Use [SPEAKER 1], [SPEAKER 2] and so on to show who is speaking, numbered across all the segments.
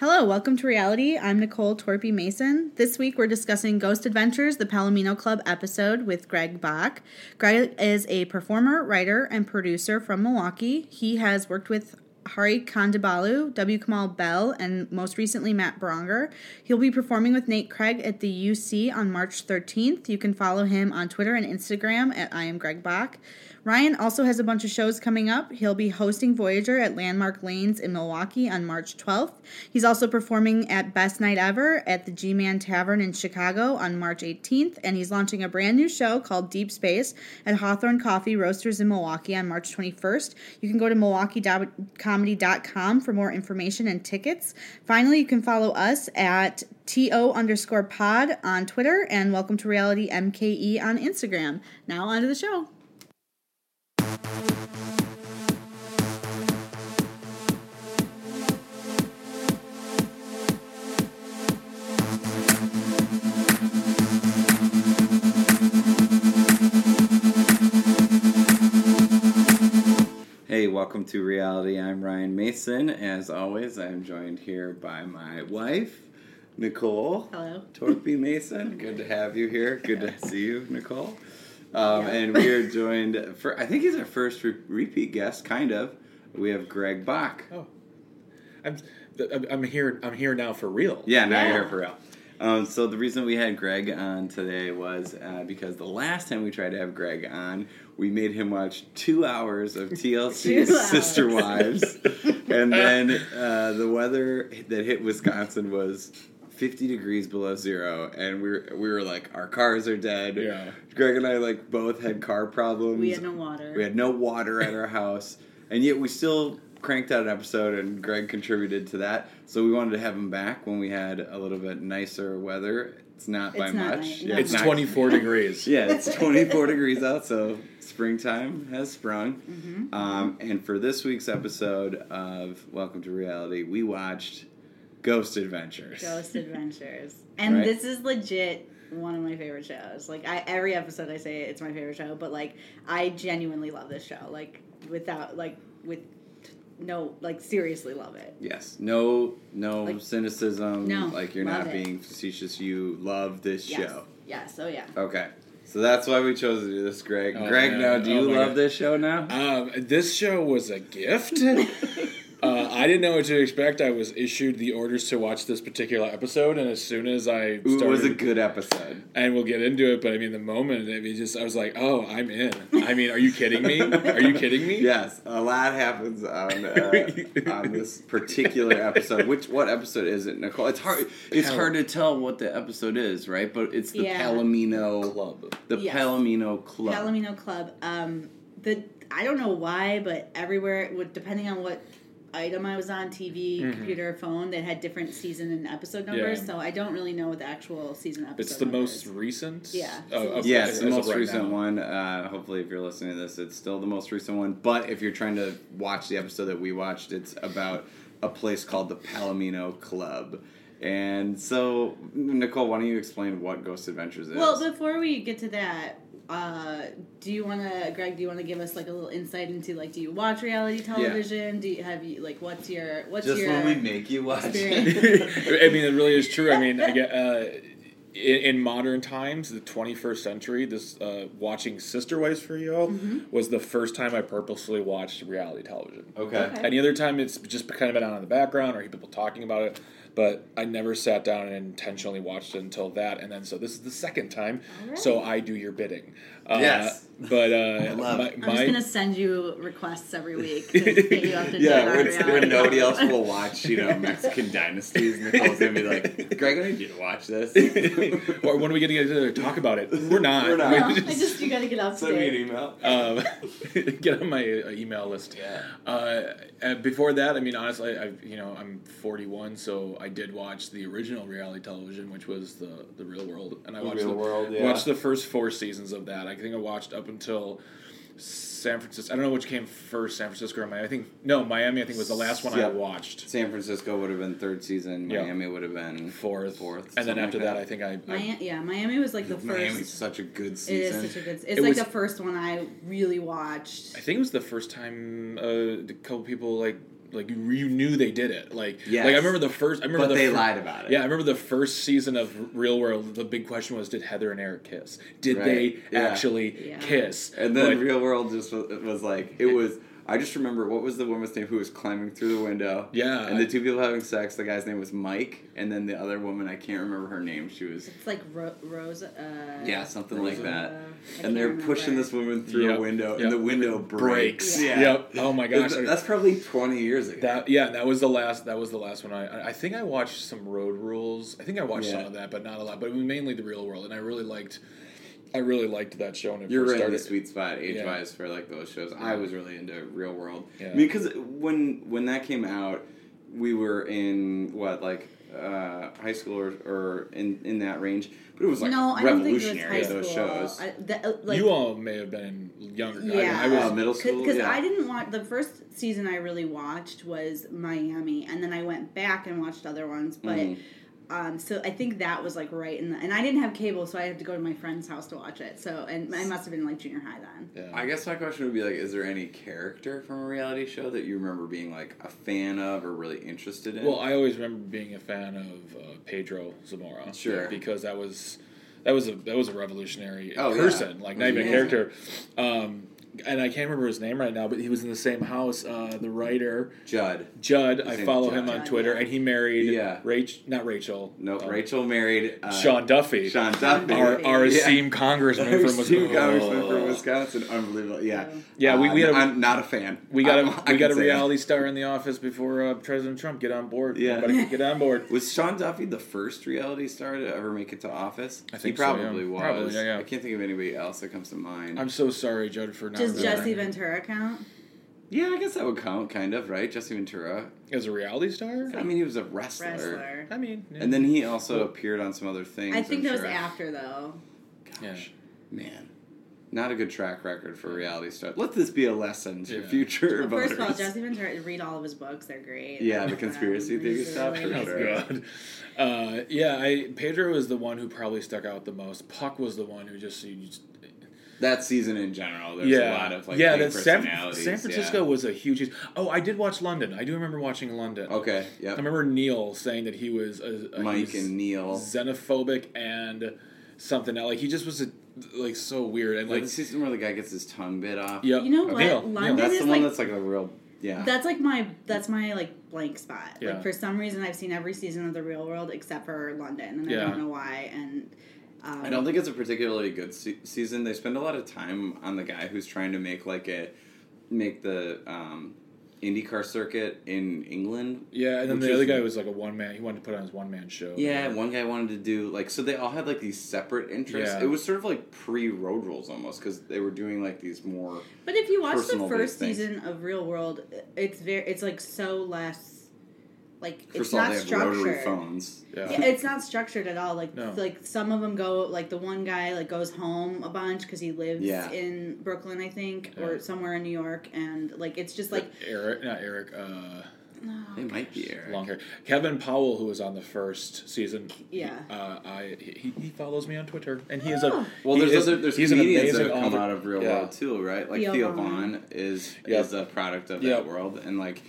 [SPEAKER 1] Hello, welcome to reality. I'm Nicole Torpy Mason. This week we're discussing Ghost Adventures, the Palomino Club episode with Greg Bach. Greg is a performer, writer, and producer from Milwaukee. He has worked with Hari Kandabalu, W. Kamal Bell, and most recently Matt Bronger. He'll be performing with Nate Craig at the UC on March 13th. You can follow him on Twitter and Instagram at I am Greg Bach. Ryan also has a bunch of shows coming up. He'll be hosting Voyager at Landmark Lanes in Milwaukee on March 12th. He's also performing at Best Night Ever at the G Man Tavern in Chicago on March 18th, and he's launching a brand new show called Deep Space at Hawthorne Coffee Roasters in Milwaukee on March 21st. You can go to milwaukeecomedy.com for more information and tickets. Finally, you can follow us at TO underscore pod on Twitter and Welcome to Reality MKE on Instagram. Now, on to the show.
[SPEAKER 2] Hey, welcome to Reality. I'm Ryan Mason. As always, I'm joined here by my wife, Nicole.
[SPEAKER 1] Hello.
[SPEAKER 2] Torpy Mason. Good to have you here. Good to see you, Nicole. Um, And we are joined for I think he's our first re- repeat guest, kind of. We have Greg Bach.
[SPEAKER 3] Oh, I'm th- I'm- I'm here. I'm here now for real.
[SPEAKER 2] Yeah, now you're
[SPEAKER 1] Yeah.
[SPEAKER 2] here for real. Um, so the reason we had Greg on today was uh, because the last time we tried to have Greg on, we made him watch two hours of TLC's
[SPEAKER 1] Two
[SPEAKER 2] Sister Wives, and then uh, the weather that hit Wisconsin was. 50 degrees below zero, and we were, we were like, our cars are dead.
[SPEAKER 3] Yeah.
[SPEAKER 2] Greg and I like both had car problems.
[SPEAKER 1] We had no water.
[SPEAKER 2] We had no water at our house, and yet we still cranked out an episode, and Greg contributed to that. So we wanted to have him back when we had a little bit nicer weather. It's not by
[SPEAKER 1] It's not
[SPEAKER 2] much.
[SPEAKER 1] nice.
[SPEAKER 2] Yeah,
[SPEAKER 3] It's
[SPEAKER 2] not-
[SPEAKER 3] 24 degrees.
[SPEAKER 2] Yeah, it's 24 degrees out, so springtime has sprung.
[SPEAKER 4] Mm-hmm.
[SPEAKER 2] Um, and for this week's episode of Welcome to Reality, we watched Ghost Adventures.
[SPEAKER 4] Ghost Adventures. And
[SPEAKER 2] Right.
[SPEAKER 4] this is legit one of my favorite shows. Like I every episode I say it's my favorite show, but like I genuinely love this show. Like without like with no like seriously love it.
[SPEAKER 2] Yes. No. No
[SPEAKER 4] Like-
[SPEAKER 2] cynicism.
[SPEAKER 4] No,
[SPEAKER 2] Like you're
[SPEAKER 4] love
[SPEAKER 2] not
[SPEAKER 4] it.
[SPEAKER 2] being facetious. You love this
[SPEAKER 4] Yes.
[SPEAKER 2] show.
[SPEAKER 4] Yes, oh yeah.
[SPEAKER 2] Okay. So that's why we chose to do this, Greg.
[SPEAKER 3] Oh,
[SPEAKER 2] Greg,
[SPEAKER 3] man.
[SPEAKER 2] now do
[SPEAKER 3] Oh,
[SPEAKER 2] you
[SPEAKER 3] my
[SPEAKER 2] love
[SPEAKER 3] God.
[SPEAKER 2] this show now?
[SPEAKER 3] Um, this show was a gift. uh, I didn't know what to expect. I was issued the orders to watch this particular episode, and as soon as I
[SPEAKER 2] Ooh,
[SPEAKER 3] started,
[SPEAKER 2] it was a good episode.
[SPEAKER 3] and we'll get into it. But I mean, the moment it was just, I was like, oh, I'm in. I mean, are you kidding me? Are you kidding me?
[SPEAKER 2] Yes, a lot happens on uh, on this particular episode. Which what episode is it, Nicole? It's hard. It's
[SPEAKER 3] Pal-
[SPEAKER 2] hard to tell what the episode is, right? But it's the
[SPEAKER 4] Yeah.
[SPEAKER 2] Palomino
[SPEAKER 3] Club.
[SPEAKER 2] The
[SPEAKER 4] Yes.
[SPEAKER 2] Palomino Club.
[SPEAKER 4] Palomino Club. Um the I don't know why, but everywhere it would depending on what item I was on, TV, computer, phone, that had different season and episode numbers.
[SPEAKER 3] Mm-hmm. Yeah.
[SPEAKER 4] So I don't really know what the actual season episode
[SPEAKER 3] It's the
[SPEAKER 4] number
[SPEAKER 3] most
[SPEAKER 4] is.
[SPEAKER 3] recent.
[SPEAKER 4] Yeah.
[SPEAKER 3] of- of-
[SPEAKER 2] Yes,
[SPEAKER 3] as-
[SPEAKER 2] the
[SPEAKER 3] as of
[SPEAKER 2] most
[SPEAKER 3] right
[SPEAKER 2] recent
[SPEAKER 3] now.
[SPEAKER 2] one. Uh, hopefully, if you're listening to this, it's still the most recent one. But if you're trying to watch the episode that we watched, it's about a place called the Palomino Club. And so, Nicole, why don't you explain what Ghost Adventures is?
[SPEAKER 4] Well, before we get to that, uh, do you want to, Greg? Do you want to give us like a little insight into like, do you watch reality television? Do you have you like, what's your what's
[SPEAKER 2] just
[SPEAKER 4] your
[SPEAKER 2] when we make you watch
[SPEAKER 4] experience?
[SPEAKER 2] it.
[SPEAKER 3] I mean, it really is true. I mean, I get, uh, in, in modern times, the 21st century, this uh, watching Sister Wives for y'all
[SPEAKER 4] Mm-hmm.
[SPEAKER 3] was the first time I purposefully watched reality television.
[SPEAKER 2] Okay.
[SPEAKER 4] Okay.
[SPEAKER 3] Any other time, it's just kind of been on in the background or hear people talking about it. But I never sat down and intentionally watched it until that, and then so this is the second time.
[SPEAKER 4] Alright.
[SPEAKER 3] So I do your bidding. Uh,
[SPEAKER 2] Yes.
[SPEAKER 3] but uh, I
[SPEAKER 2] love
[SPEAKER 3] my,
[SPEAKER 2] it.
[SPEAKER 4] I'm just
[SPEAKER 3] my-
[SPEAKER 4] gonna send you requests every week to get you up to date
[SPEAKER 2] Yeah,
[SPEAKER 4] on
[SPEAKER 2] when,
[SPEAKER 4] reality.
[SPEAKER 2] when nobody else will watch, you know, Mexican dynasties, Nicole's gonna be like, "Greg, I need you to watch this."
[SPEAKER 3] or when are we going to get to talk about it? We're not.
[SPEAKER 2] We're not.
[SPEAKER 4] No, I
[SPEAKER 3] We just-
[SPEAKER 4] just you gotta get up to
[SPEAKER 2] Send me an
[SPEAKER 4] date.
[SPEAKER 2] email.
[SPEAKER 3] um, get on my uh, email list.
[SPEAKER 2] Yeah.
[SPEAKER 3] Uh, and before that, I mean, honestly, I you know I'm 41, so I did watch the original reality television, which was the the Real World, and I
[SPEAKER 2] The
[SPEAKER 3] watched
[SPEAKER 2] Real
[SPEAKER 3] the
[SPEAKER 2] World, yeah.
[SPEAKER 3] watched the first four seasons of that. I think I watched up until. San Francisco. I don't know which came first, San Francisco or Miami. I think no, Miami. I think was the last one
[SPEAKER 2] Yeah.
[SPEAKER 3] I watched.
[SPEAKER 2] San Francisco would have been third season.
[SPEAKER 3] Yeah.
[SPEAKER 2] Miami would have been
[SPEAKER 3] Fourth,
[SPEAKER 2] fourth,
[SPEAKER 3] and then
[SPEAKER 2] something
[SPEAKER 3] after
[SPEAKER 2] like
[SPEAKER 3] that, I think I, I
[SPEAKER 4] Miami, yeah, Miami was like the first.
[SPEAKER 2] Miami's such a
[SPEAKER 4] it
[SPEAKER 2] good
[SPEAKER 4] is
[SPEAKER 2] season.
[SPEAKER 4] such a good. It's
[SPEAKER 3] It
[SPEAKER 4] like
[SPEAKER 3] was-
[SPEAKER 4] the first one I really watched.
[SPEAKER 3] I think it was the first time uh, a couple people like like you you knew they did it. Like
[SPEAKER 2] Yes.
[SPEAKER 3] like I remember the first. I remember
[SPEAKER 2] But
[SPEAKER 3] the
[SPEAKER 2] they
[SPEAKER 3] fir-
[SPEAKER 2] lied about it.
[SPEAKER 3] Yeah, I remember the first season of Real World. The big question was, did Heather and Eric kiss? Did
[SPEAKER 2] Right.
[SPEAKER 3] they
[SPEAKER 2] Yeah.
[SPEAKER 3] actually
[SPEAKER 4] Yeah.
[SPEAKER 3] kiss?
[SPEAKER 2] And then
[SPEAKER 3] But-
[SPEAKER 2] Real World just was, was like it was. I just remember what was the woman's name who was climbing through the window.
[SPEAKER 3] Yeah.
[SPEAKER 2] And the two people having sex. The guy's name was Mike, and then the other woman I can't remember her name. She was
[SPEAKER 4] It's like Ro- Rosa. Uh,
[SPEAKER 2] yeah something like
[SPEAKER 4] Rosa-
[SPEAKER 2] that.
[SPEAKER 4] I can't
[SPEAKER 2] And they're pushing
[SPEAKER 4] remember.
[SPEAKER 2] this woman through
[SPEAKER 3] Yep.
[SPEAKER 2] a window,
[SPEAKER 3] Yep.
[SPEAKER 2] and the window breaks.
[SPEAKER 3] breaks.
[SPEAKER 2] Yeah.
[SPEAKER 3] Yep. Oh my gosh.
[SPEAKER 2] Th- That's probably twenty years ago.
[SPEAKER 3] That yeah, that was the last. That was the last one. I I- I think I watched some Road Rules. I think I watched
[SPEAKER 2] Yeah.
[SPEAKER 3] some of that, but not a lot. But it was mainly the Real World, and I really liked. I really liked that show. And it
[SPEAKER 2] You're
[SPEAKER 3] first
[SPEAKER 2] right in the
[SPEAKER 3] started.
[SPEAKER 2] sweet spot age wise for like those shows. I was really into Real World.
[SPEAKER 3] Yeah.
[SPEAKER 2] I mean, because when when that came out, we were in what like uh, high school or, or in in that range, but it was like
[SPEAKER 4] no, I don't think it was
[SPEAKER 2] revolutionary.
[SPEAKER 4] high
[SPEAKER 2] those
[SPEAKER 4] school.
[SPEAKER 2] shows.
[SPEAKER 4] I, the, uh, like,
[SPEAKER 3] you all may have been younger. I-
[SPEAKER 4] Yeah,
[SPEAKER 3] I, was
[SPEAKER 2] Uh, middle school,
[SPEAKER 4] Because
[SPEAKER 2] yeah.
[SPEAKER 4] I didn't watch the first season. I really watched was Miami, and then I went back and watched other ones. But
[SPEAKER 2] Mhm.
[SPEAKER 4] um, so I think that was like right in the. And I didn't have cable, so I had to go to my friend's house to watch it. So and I must have been like junior high then.
[SPEAKER 3] Yeah.
[SPEAKER 2] I guess my question would be like, is there any character from a reality show that you remember being like a fan of or really interested in?
[SPEAKER 3] Well, I always remember being a fan of uh, Pedro Zamora.
[SPEAKER 2] Sure.
[SPEAKER 3] Because that was that was a that was a revolutionary
[SPEAKER 2] Oh, yeah.
[SPEAKER 3] person, like not even a
[SPEAKER 2] Yeah.
[SPEAKER 3] character. Um, and I can't remember his name right now, but he was in the same house. Uh, the writer
[SPEAKER 2] Judd.
[SPEAKER 3] Judd.
[SPEAKER 2] His
[SPEAKER 3] I
[SPEAKER 2] name's
[SPEAKER 3] follow
[SPEAKER 2] Judd.
[SPEAKER 3] him on
[SPEAKER 4] Judd,
[SPEAKER 3] Twitter,
[SPEAKER 4] yeah.
[SPEAKER 3] and he married
[SPEAKER 2] Yeah.
[SPEAKER 3] Rach, not Rachel.
[SPEAKER 2] No,
[SPEAKER 3] uh,
[SPEAKER 2] Rachel married uh,
[SPEAKER 3] Sean Duffy.
[SPEAKER 2] Sean Duffy.
[SPEAKER 3] our, our
[SPEAKER 2] Yeah.
[SPEAKER 3] esteemed congressman
[SPEAKER 2] Our
[SPEAKER 3] from
[SPEAKER 2] esteemed
[SPEAKER 3] Wisconsin. Oh.
[SPEAKER 2] congressman from Wisconsin. Unbelievable. Yeah. Uh,
[SPEAKER 3] Yeah, we- we had a-
[SPEAKER 2] I'm not a fan.
[SPEAKER 3] We got
[SPEAKER 2] I'm-
[SPEAKER 3] a
[SPEAKER 2] I
[SPEAKER 3] we
[SPEAKER 2] can
[SPEAKER 3] got
[SPEAKER 2] say
[SPEAKER 3] a
[SPEAKER 2] that.
[SPEAKER 3] reality star in the office before uh, President Trump. Get on board.
[SPEAKER 2] Yeah.
[SPEAKER 3] Everybody get on board.
[SPEAKER 2] Was Sean Duffy the first reality star to ever make it to office?
[SPEAKER 3] I think
[SPEAKER 2] he
[SPEAKER 3] so, yeah.
[SPEAKER 2] probably was.
[SPEAKER 3] Probably, yeah, yeah.
[SPEAKER 2] I can't think of anybody else that comes to mind.
[SPEAKER 3] I'm so sorry, Judd, for not.
[SPEAKER 4] Does Jesse
[SPEAKER 3] remembering.
[SPEAKER 4] Ventura count?
[SPEAKER 2] yeah, I guess that would count, kind of, right? Jesse Ventura.
[SPEAKER 3] as a reality star?
[SPEAKER 2] I mean, he was a wrestler.
[SPEAKER 4] Wrestler.
[SPEAKER 3] I mean, yeah.
[SPEAKER 2] And then he also appeared on some other things.
[SPEAKER 4] I think
[SPEAKER 2] I'm
[SPEAKER 4] that was
[SPEAKER 2] sure.
[SPEAKER 4] after though.
[SPEAKER 2] Gosh, man, not a good track record for reality star. Let this be a lesson to
[SPEAKER 3] Yeah.
[SPEAKER 2] future
[SPEAKER 4] Well, first of all,
[SPEAKER 2] voters.
[SPEAKER 4] Jesse Ventura. Read all of his books; they're great.
[SPEAKER 2] Yeah, the
[SPEAKER 4] Um,
[SPEAKER 2] conspiracy theory
[SPEAKER 4] he's
[SPEAKER 2] stuff,
[SPEAKER 4] really-
[SPEAKER 2] for
[SPEAKER 3] Oh
[SPEAKER 2] sure.
[SPEAKER 3] god, uh, yeah. I Pedro is the one who probably stuck out the most. Puck was the one who just, you just
[SPEAKER 2] that season in general, there's
[SPEAKER 3] yeah,
[SPEAKER 2] a lot of like
[SPEAKER 3] yeah.
[SPEAKER 2] big
[SPEAKER 3] That San,
[SPEAKER 2] personalities,
[SPEAKER 3] San Francisco
[SPEAKER 2] yeah.
[SPEAKER 3] was a huge. Oh, I did watch London. I do remember watching London.
[SPEAKER 2] Okay,
[SPEAKER 3] I
[SPEAKER 2] yeah.
[SPEAKER 3] remember Neil saying that he was a, a
[SPEAKER 2] Mike
[SPEAKER 3] he's
[SPEAKER 2] and Neil.
[SPEAKER 3] xenophobic and something else. Like he just was a, like so weird and
[SPEAKER 2] Like
[SPEAKER 3] like
[SPEAKER 2] the season where the guy gets his tongue bit off.
[SPEAKER 3] yeah.
[SPEAKER 4] You know what?
[SPEAKER 3] Neil,
[SPEAKER 4] London
[SPEAKER 3] Neil.
[SPEAKER 2] That's
[SPEAKER 4] is
[SPEAKER 2] the one
[SPEAKER 4] like-
[SPEAKER 2] that's like a real yeah.
[SPEAKER 4] That's like my that's my like blank spot.
[SPEAKER 3] Yeah.
[SPEAKER 4] Like for some reason, I've seen every season of The Real World except for London, and
[SPEAKER 3] Yeah.
[SPEAKER 4] I don't know why. And um,
[SPEAKER 2] I don't think it's a particularly good se- season. They spend a lot of time on the guy who's trying to make like a make the um, IndyCar circuit in England.
[SPEAKER 3] Yeah, and then
[SPEAKER 2] Which
[SPEAKER 3] the other
[SPEAKER 2] is-
[SPEAKER 3] guy was like a one man. He wanted to put on his one man show.
[SPEAKER 2] Yeah, one guy wanted to do like so they all had like these separate interests.
[SPEAKER 3] Yeah.
[SPEAKER 2] It was sort of like pre road rules almost because they were doing like these more.
[SPEAKER 4] But if you watch the
[SPEAKER 2] personal
[SPEAKER 4] first
[SPEAKER 2] based things.
[SPEAKER 4] season of Real World, it's very it's like so less like
[SPEAKER 2] First
[SPEAKER 4] it's
[SPEAKER 2] of all,
[SPEAKER 4] not
[SPEAKER 2] they have rotary
[SPEAKER 4] structured.
[SPEAKER 2] phones.
[SPEAKER 3] Yeah.
[SPEAKER 4] Yeah, it's not structured at all. Like
[SPEAKER 3] No.
[SPEAKER 4] like some of them go like the one guy like goes home a bunch because he lives
[SPEAKER 2] Yeah.
[SPEAKER 4] in Brooklyn, I think,
[SPEAKER 3] Yeah.
[SPEAKER 4] or somewhere in New York, and like it's just like
[SPEAKER 3] Eric, not Eric. Uh,
[SPEAKER 2] They might be Eric.
[SPEAKER 3] long hair. Kevin Powell, who was on the first season.
[SPEAKER 4] Yeah.
[SPEAKER 3] Uh, I he, he follows me on Twitter, and he is a
[SPEAKER 2] Well,
[SPEAKER 3] he
[SPEAKER 2] there's
[SPEAKER 3] is-
[SPEAKER 2] other there's
[SPEAKER 3] he's an
[SPEAKER 2] comedians
[SPEAKER 3] amazing
[SPEAKER 2] that have come
[SPEAKER 3] author.
[SPEAKER 2] out of real
[SPEAKER 3] Yeah.
[SPEAKER 2] world too, right? Like
[SPEAKER 4] Theo
[SPEAKER 2] Theo
[SPEAKER 4] Von.
[SPEAKER 2] Vaughn is
[SPEAKER 3] Yeah.
[SPEAKER 2] is a product of
[SPEAKER 3] Yeah.
[SPEAKER 2] that world, and like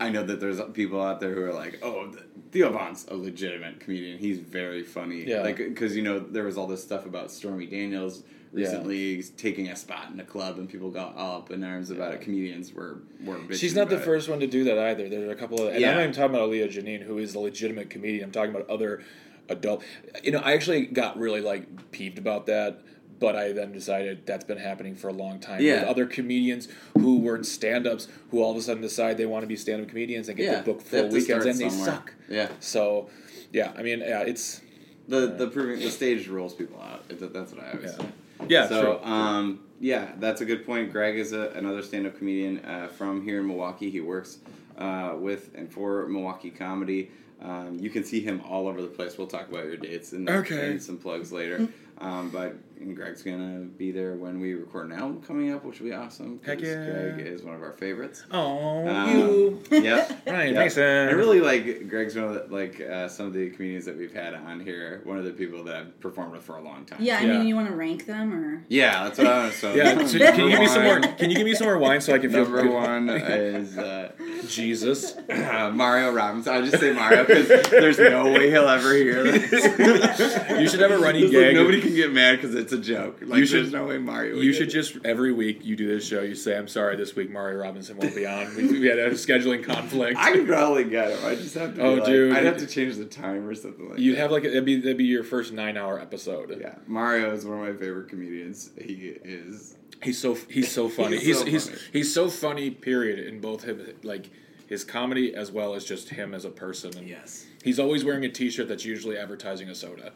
[SPEAKER 2] I know that there's people out there who are like, oh, th- Theo Vaughn's a legitimate comedian. He's very funny.
[SPEAKER 3] Yeah.
[SPEAKER 2] Like because you know there was all this stuff about Stormy Daniels recently taking a spot in a club, and people got all up in arms about it. Comedians were were. bitching
[SPEAKER 3] She's not the
[SPEAKER 2] about it.
[SPEAKER 3] first one to do that either. There are a couple of, and I'm
[SPEAKER 2] Yeah.
[SPEAKER 3] not even talking about Leah Janine, who is a legitimate comedian. I'm talking about other adult. You know, I actually got really like peeved about that, but I then decided that's been happening for a long time.
[SPEAKER 2] Yeah.
[SPEAKER 3] with other comedians who weren't stand-ups who all of a sudden decide they want to be stand-up comedians and get
[SPEAKER 2] Yeah,
[SPEAKER 3] their book
[SPEAKER 2] they
[SPEAKER 3] full
[SPEAKER 2] have to
[SPEAKER 3] weekends
[SPEAKER 2] start
[SPEAKER 3] and they
[SPEAKER 2] somewhere.
[SPEAKER 3] suck.
[SPEAKER 2] Yeah,
[SPEAKER 3] So, yeah, I mean, yeah, it's
[SPEAKER 2] the the proving the stage rules people out. That- That's what I always
[SPEAKER 3] Yeah.
[SPEAKER 2] say.
[SPEAKER 3] yeah.
[SPEAKER 2] so,
[SPEAKER 3] true.
[SPEAKER 2] um, yeah, that's a good point. Greg is a, another stand-up comedian uh, from here in Milwaukee. He works uh, with and for Milwaukee comedy. Um, you can see him all over the place. We'll talk about your dates and,
[SPEAKER 3] Okay.
[SPEAKER 2] and some plugs later. Um, but and Greg's gonna be there when we record an album coming up, which will be awesome. 'cause
[SPEAKER 3] Heck yeah.
[SPEAKER 2] Greg is one of our favorites.
[SPEAKER 3] Oh,
[SPEAKER 2] Um, yep.
[SPEAKER 3] Ryan
[SPEAKER 2] Yeah.
[SPEAKER 3] Mason.
[SPEAKER 2] I really like Greg's one of the, like uh, some of the comedians that we've had on here. One of the people that I've performed with for a long time.
[SPEAKER 4] Yeah, I
[SPEAKER 3] Yeah.
[SPEAKER 4] mean, you want to rank them or?
[SPEAKER 2] Yeah, that's what I was. So
[SPEAKER 3] Yeah, so can you give me some more?
[SPEAKER 2] number
[SPEAKER 3] Can you give me some more wine so I can feel
[SPEAKER 2] one- Number
[SPEAKER 3] good?
[SPEAKER 2] one is uh,
[SPEAKER 3] Jesus.
[SPEAKER 2] Mario Robinson. I'll just say Mario because there's no way he'll ever hear this.
[SPEAKER 3] You should have a running
[SPEAKER 2] It's like
[SPEAKER 3] gag.
[SPEAKER 2] nobody can get mad because it's a joke. Like
[SPEAKER 3] You should-
[SPEAKER 2] there's no way Mario. would
[SPEAKER 3] You
[SPEAKER 2] get
[SPEAKER 3] should
[SPEAKER 2] it.
[SPEAKER 3] just every week you do this show. You say, "I'm sorry, this week Mario Robinson won't be on. We, we had a scheduling conflict."
[SPEAKER 2] I could probably get him. I just have to.
[SPEAKER 3] Oh,
[SPEAKER 2] be like,
[SPEAKER 3] dude.
[SPEAKER 2] I'd have to change the time or something like.
[SPEAKER 3] You'd
[SPEAKER 2] that.
[SPEAKER 3] have like it'd be that'd be your first nine hour episode.
[SPEAKER 2] Yeah, Mario is one of my favorite comedians. He is.
[SPEAKER 3] He's so he's so funny.
[SPEAKER 2] He's
[SPEAKER 3] He's
[SPEAKER 2] so
[SPEAKER 3] he's,
[SPEAKER 2] funny.
[SPEAKER 3] he's so funny. Period. In both him like his comedy as well as just him as a person. And
[SPEAKER 2] Yes.
[SPEAKER 3] He's always wearing a T-shirt that's usually advertising a soda.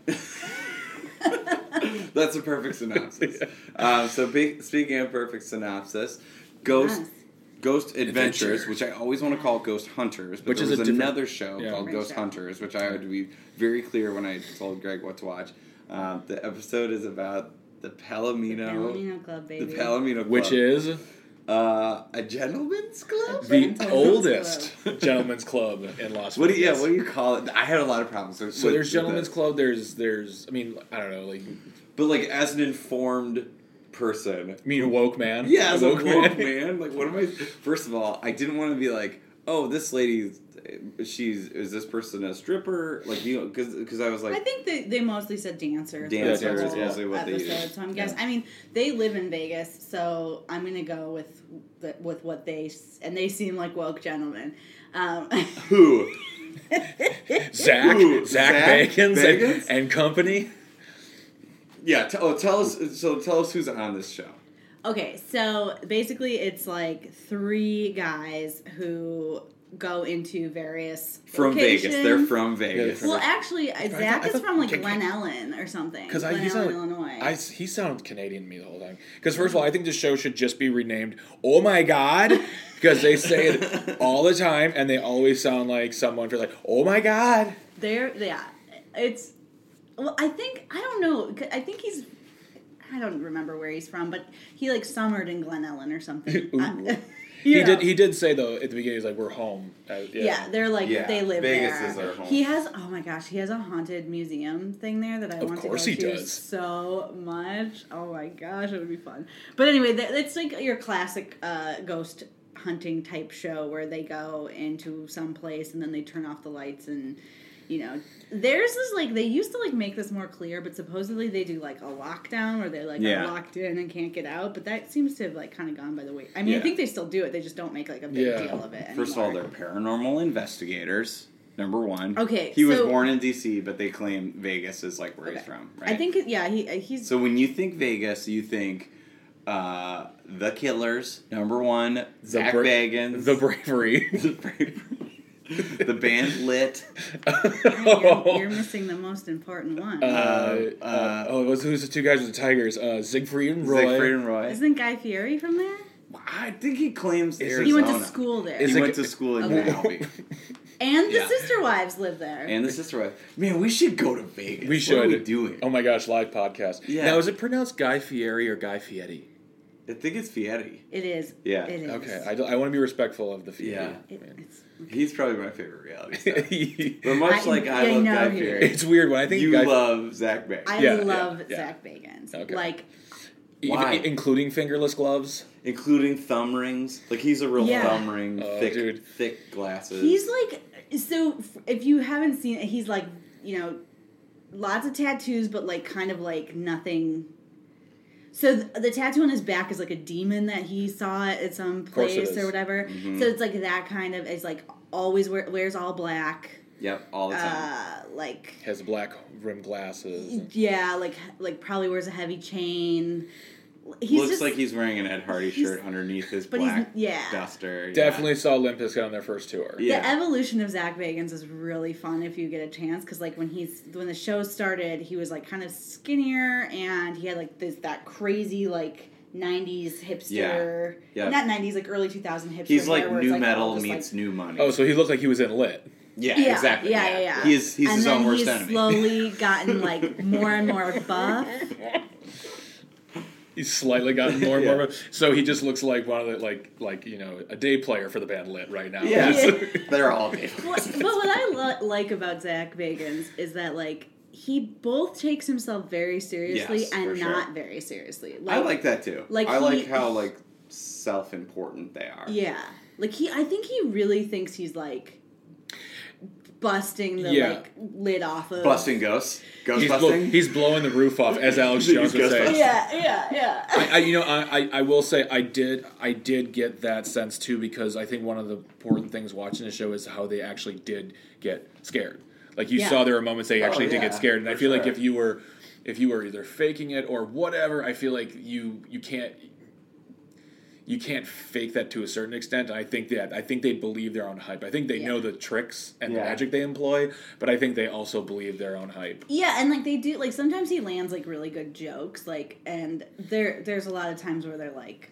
[SPEAKER 2] That's a perfect synopsis. um, so be, speaking of perfect synopsis, Ghost
[SPEAKER 4] Yes.
[SPEAKER 2] Ghost Adventures,
[SPEAKER 3] Adventures.
[SPEAKER 2] which I always want to call Ghost Hunters, but
[SPEAKER 3] Which
[SPEAKER 2] there
[SPEAKER 3] is a
[SPEAKER 2] was
[SPEAKER 3] different-
[SPEAKER 2] another show
[SPEAKER 3] yeah.
[SPEAKER 2] called
[SPEAKER 4] Different
[SPEAKER 2] Ghost
[SPEAKER 4] show.
[SPEAKER 2] Hunters, which I had to be very clear when I told Greg what to watch. Uh, the episode is about the Palomino,
[SPEAKER 4] Palomino Club,
[SPEAKER 2] the
[SPEAKER 4] baby.
[SPEAKER 2] Palomino, Club.
[SPEAKER 3] Which is
[SPEAKER 2] uh, a gentleman's club.
[SPEAKER 3] the oldest gentlemen's club in Las Vegas.
[SPEAKER 2] What do you, yeah? What do you call it? I had a lot of problems. with-
[SPEAKER 3] So
[SPEAKER 2] with-
[SPEAKER 3] there's
[SPEAKER 2] with
[SPEAKER 3] gentlemen's
[SPEAKER 2] this.
[SPEAKER 3] club. There's there's I mean I don't know like
[SPEAKER 2] but like as an informed person,
[SPEAKER 3] I mean a woke man.
[SPEAKER 2] yeah, as a woke
[SPEAKER 3] woke man.
[SPEAKER 2] man. like what am I? First of all, I didn't want to be like, oh, this lady, she's is this person a stripper? Like you know, because I was like,
[SPEAKER 4] I think they, they mostly said dancer.
[SPEAKER 2] Dancer
[SPEAKER 4] throughout the
[SPEAKER 3] is
[SPEAKER 4] whole
[SPEAKER 2] mostly what they
[SPEAKER 4] episode,
[SPEAKER 2] use.
[SPEAKER 4] So I'm
[SPEAKER 2] Yeah.
[SPEAKER 4] guess. I mean, they live in Vegas, so I'm gonna go with the, with what they s- and they seem like woke gentlemen. Um,
[SPEAKER 2] who?
[SPEAKER 3] Zach
[SPEAKER 2] Ooh,
[SPEAKER 3] Zach,
[SPEAKER 2] Zach
[SPEAKER 3] Bagans, and-
[SPEAKER 2] Bagans?
[SPEAKER 3] And, company.
[SPEAKER 2] Yeah. T- oh, tell us. So tell us who's on this show.
[SPEAKER 4] okay, so basically, it's like three guys who go into various
[SPEAKER 2] From Vegas. They're
[SPEAKER 4] locations.
[SPEAKER 2] from Vegas.
[SPEAKER 3] from-
[SPEAKER 4] Well, actually, uh,
[SPEAKER 3] thought-
[SPEAKER 4] Zach
[SPEAKER 3] I
[SPEAKER 4] is
[SPEAKER 3] thought-
[SPEAKER 4] from like
[SPEAKER 3] okay,
[SPEAKER 4] Glen Ellen or something.
[SPEAKER 3] Because
[SPEAKER 4] Glen
[SPEAKER 3] I
[SPEAKER 4] Ellen,
[SPEAKER 3] he's not,
[SPEAKER 4] Illinois.
[SPEAKER 3] I he sounds Canadian to me the whole time. Because first of all, I think the show should just be renamed. Oh my God. Because they say it all the time, and they always sound like someone for like, "Oh my god!"
[SPEAKER 4] There, yeah, it's. Well, I think I don't know. c- I think he's. I don't remember where he's from, but he like summered in Glen Ellen or something.
[SPEAKER 3] Ooh.
[SPEAKER 4] I-
[SPEAKER 3] He
[SPEAKER 4] you know.
[SPEAKER 3] did. He did say though at the beginning, he's like, "We're home." Uh, yeah.
[SPEAKER 4] yeah. they're like
[SPEAKER 2] Yeah,
[SPEAKER 4] they live
[SPEAKER 2] Vegas
[SPEAKER 4] there.
[SPEAKER 2] is their home.
[SPEAKER 4] He has oh my gosh, he has a haunted museum thing there that I
[SPEAKER 3] Of
[SPEAKER 4] want
[SPEAKER 3] course
[SPEAKER 4] to
[SPEAKER 3] he
[SPEAKER 4] go to
[SPEAKER 3] does.
[SPEAKER 4] so much. Oh my gosh, it would be fun. But anyway, that, it's like your classic uh, ghost hunting type show where they go into some place and then they turn off the lights and you know theirs is like they used to like make this more clear but supposedly they do like a lockdown where they're like
[SPEAKER 2] Yeah.
[SPEAKER 4] are locked in and can't get out but that seems to have like kind of gone by the way i mean
[SPEAKER 2] Yeah.
[SPEAKER 4] i think they still do it they just don't make like a big
[SPEAKER 3] Yeah.
[SPEAKER 4] deal of it
[SPEAKER 2] First of all,
[SPEAKER 4] anymore.
[SPEAKER 2] they're paranormal investigators. Number one.
[SPEAKER 4] Okay,
[SPEAKER 2] He was
[SPEAKER 4] so-
[SPEAKER 2] born in D.C., but they claim Vegas is like where he's
[SPEAKER 4] Okay.
[SPEAKER 2] from. Right.
[SPEAKER 4] I think it- yeah, he uh, he's
[SPEAKER 2] So when you think Vegas, you think uh, the Killers, number one, Zach
[SPEAKER 3] bra-
[SPEAKER 2] Bagans,
[SPEAKER 3] The bravery.
[SPEAKER 2] the, Bra- the band Lit,
[SPEAKER 4] you're, you're missing the most important one.
[SPEAKER 3] Uh, uh, oh, it was, who's the two guys with the tigers? Uh, Siegfried and Roy.
[SPEAKER 2] Siegfried and Roy.
[SPEAKER 4] Isn't Guy Fieri from there?
[SPEAKER 2] I think he claims
[SPEAKER 3] Is
[SPEAKER 2] Arizona.
[SPEAKER 4] He went to school there.
[SPEAKER 2] He
[SPEAKER 3] Is it-
[SPEAKER 2] went to school in
[SPEAKER 4] Okay.
[SPEAKER 2] Mojave,
[SPEAKER 4] and the
[SPEAKER 2] yeah.
[SPEAKER 4] sister wives live there.
[SPEAKER 2] and the sister wife. Man, we should go to Vegas.
[SPEAKER 3] we should
[SPEAKER 2] What are we doing?
[SPEAKER 4] Um,
[SPEAKER 3] Oh my gosh, live podcast.
[SPEAKER 2] Yeah.
[SPEAKER 3] Now is it pronounced Guy Fieri or Guy Fieri?
[SPEAKER 2] I think it's Fieri.
[SPEAKER 4] it is.
[SPEAKER 2] Yeah.
[SPEAKER 4] It is.
[SPEAKER 3] Okay, I, don't- I want to be respectful of the Fieri.
[SPEAKER 2] Yeah.
[SPEAKER 4] It- it's-
[SPEAKER 2] He's probably my favorite reality star.
[SPEAKER 3] Yeah.
[SPEAKER 2] But much
[SPEAKER 4] I-
[SPEAKER 2] like I
[SPEAKER 4] yeah,
[SPEAKER 2] love
[SPEAKER 4] no,
[SPEAKER 2] Guy
[SPEAKER 4] he-
[SPEAKER 2] Fieri,
[SPEAKER 3] it's weird when I think
[SPEAKER 2] you uh,
[SPEAKER 3] Guy
[SPEAKER 2] love Zach Bagans,
[SPEAKER 4] I
[SPEAKER 3] Yeah, yeah,
[SPEAKER 4] love
[SPEAKER 3] yeah.
[SPEAKER 4] Zach Bagans.
[SPEAKER 3] Okay.
[SPEAKER 4] Like
[SPEAKER 3] even-
[SPEAKER 2] Why?
[SPEAKER 3] including fingerless gloves.
[SPEAKER 2] including thumb rings. Like he's a real
[SPEAKER 4] Yeah.
[SPEAKER 2] thumb ring,
[SPEAKER 3] Oh,
[SPEAKER 2] thick,
[SPEAKER 3] dude.
[SPEAKER 2] thick glasses.
[SPEAKER 4] he's like so. f- If you haven't seen it, he's like you know, lots of tattoos, but like kind of like nothing. So th- the tattoo on his back is like a demon that he saw at some
[SPEAKER 3] course it
[SPEAKER 4] place
[SPEAKER 3] is.
[SPEAKER 4] or whatever.
[SPEAKER 2] Mhm.
[SPEAKER 4] So it's like that kind of. It's like always wear, wears all black.
[SPEAKER 2] Yep, all the time.
[SPEAKER 4] uh, like
[SPEAKER 3] Has black rimmed glasses.
[SPEAKER 4] yeah, like like probably wears a heavy chain. He's
[SPEAKER 2] Looks
[SPEAKER 4] just,
[SPEAKER 2] like he's wearing an Ed Hardy
[SPEAKER 4] he's-
[SPEAKER 2] shirt underneath his
[SPEAKER 4] but he's-
[SPEAKER 2] black
[SPEAKER 4] yeah.
[SPEAKER 2] duster. yeah.
[SPEAKER 3] Definitely saw Limp Bizkit on their first tour.
[SPEAKER 2] Yeah.
[SPEAKER 4] The evolution of Zach Bagans is really fun if you get a chance because like when he's when the show started, he was like kind of skinnier and he had like this that crazy like. 90s hipster,
[SPEAKER 2] Yeah. Yeah.
[SPEAKER 4] not 90s, like early 2000 hipster.
[SPEAKER 2] He's
[SPEAKER 4] hair
[SPEAKER 2] like
[SPEAKER 4] where it's,
[SPEAKER 2] new
[SPEAKER 4] all
[SPEAKER 2] metal
[SPEAKER 4] just,
[SPEAKER 2] meets
[SPEAKER 4] like,
[SPEAKER 2] new money.
[SPEAKER 3] Oh, so he looked like he was in lit.
[SPEAKER 2] Yeah,
[SPEAKER 4] Yeah,
[SPEAKER 2] exactly.
[SPEAKER 4] yeah, yeah, yeah.
[SPEAKER 2] He is, he's
[SPEAKER 4] and
[SPEAKER 2] his
[SPEAKER 4] then
[SPEAKER 2] own worst
[SPEAKER 4] he's
[SPEAKER 2] enemy.
[SPEAKER 4] slowly gotten like more and more buff.
[SPEAKER 3] He's slightly gotten more and
[SPEAKER 2] Yeah.
[SPEAKER 3] more. So he just looks like one of the like like you know a day player for the band lit right now.
[SPEAKER 2] yeah.
[SPEAKER 4] Yeah.
[SPEAKER 2] They're all gay.
[SPEAKER 4] Well, but what I lo- like about Zach Bagans is that like he both takes himself very seriously
[SPEAKER 2] Yes, for
[SPEAKER 4] and
[SPEAKER 2] sure.
[SPEAKER 4] not very seriously.
[SPEAKER 2] I like that too.
[SPEAKER 4] like
[SPEAKER 2] I like
[SPEAKER 4] he-
[SPEAKER 2] how like self-important they are.
[SPEAKER 4] Yeah. Like he I think he really thinks he's like busting the
[SPEAKER 3] Yeah.
[SPEAKER 4] like lid off of
[SPEAKER 2] Busting ghosts, ghost
[SPEAKER 3] He's, blo-
[SPEAKER 2] busting.
[SPEAKER 3] he's blowing the roof off, as Alex
[SPEAKER 2] He's
[SPEAKER 3] Jones would
[SPEAKER 2] ghostbusting.
[SPEAKER 3] say.
[SPEAKER 4] Yeah, yeah, yeah.
[SPEAKER 3] I, I, you know, I, I, I will say I did I did get that sense too because I think one of the important things watching the show is how they actually did get scared. Like you
[SPEAKER 4] Yeah.
[SPEAKER 3] saw there were moments they actually did
[SPEAKER 2] Oh, yeah,
[SPEAKER 3] get scared, and I
[SPEAKER 2] for
[SPEAKER 3] feel like
[SPEAKER 2] sure.
[SPEAKER 3] if you were if you were either faking it or whatever, I feel like you you can't you can't fake that to a certain extent. I think that I think they believe their own hype. I think they
[SPEAKER 4] Yeah.
[SPEAKER 3] know the tricks and the
[SPEAKER 2] Yeah.
[SPEAKER 3] magic they employ, but I think they also believe their own hype.
[SPEAKER 4] Yeah, and like they do like sometimes he lands like really good jokes, like and there there's a lot of times where they're like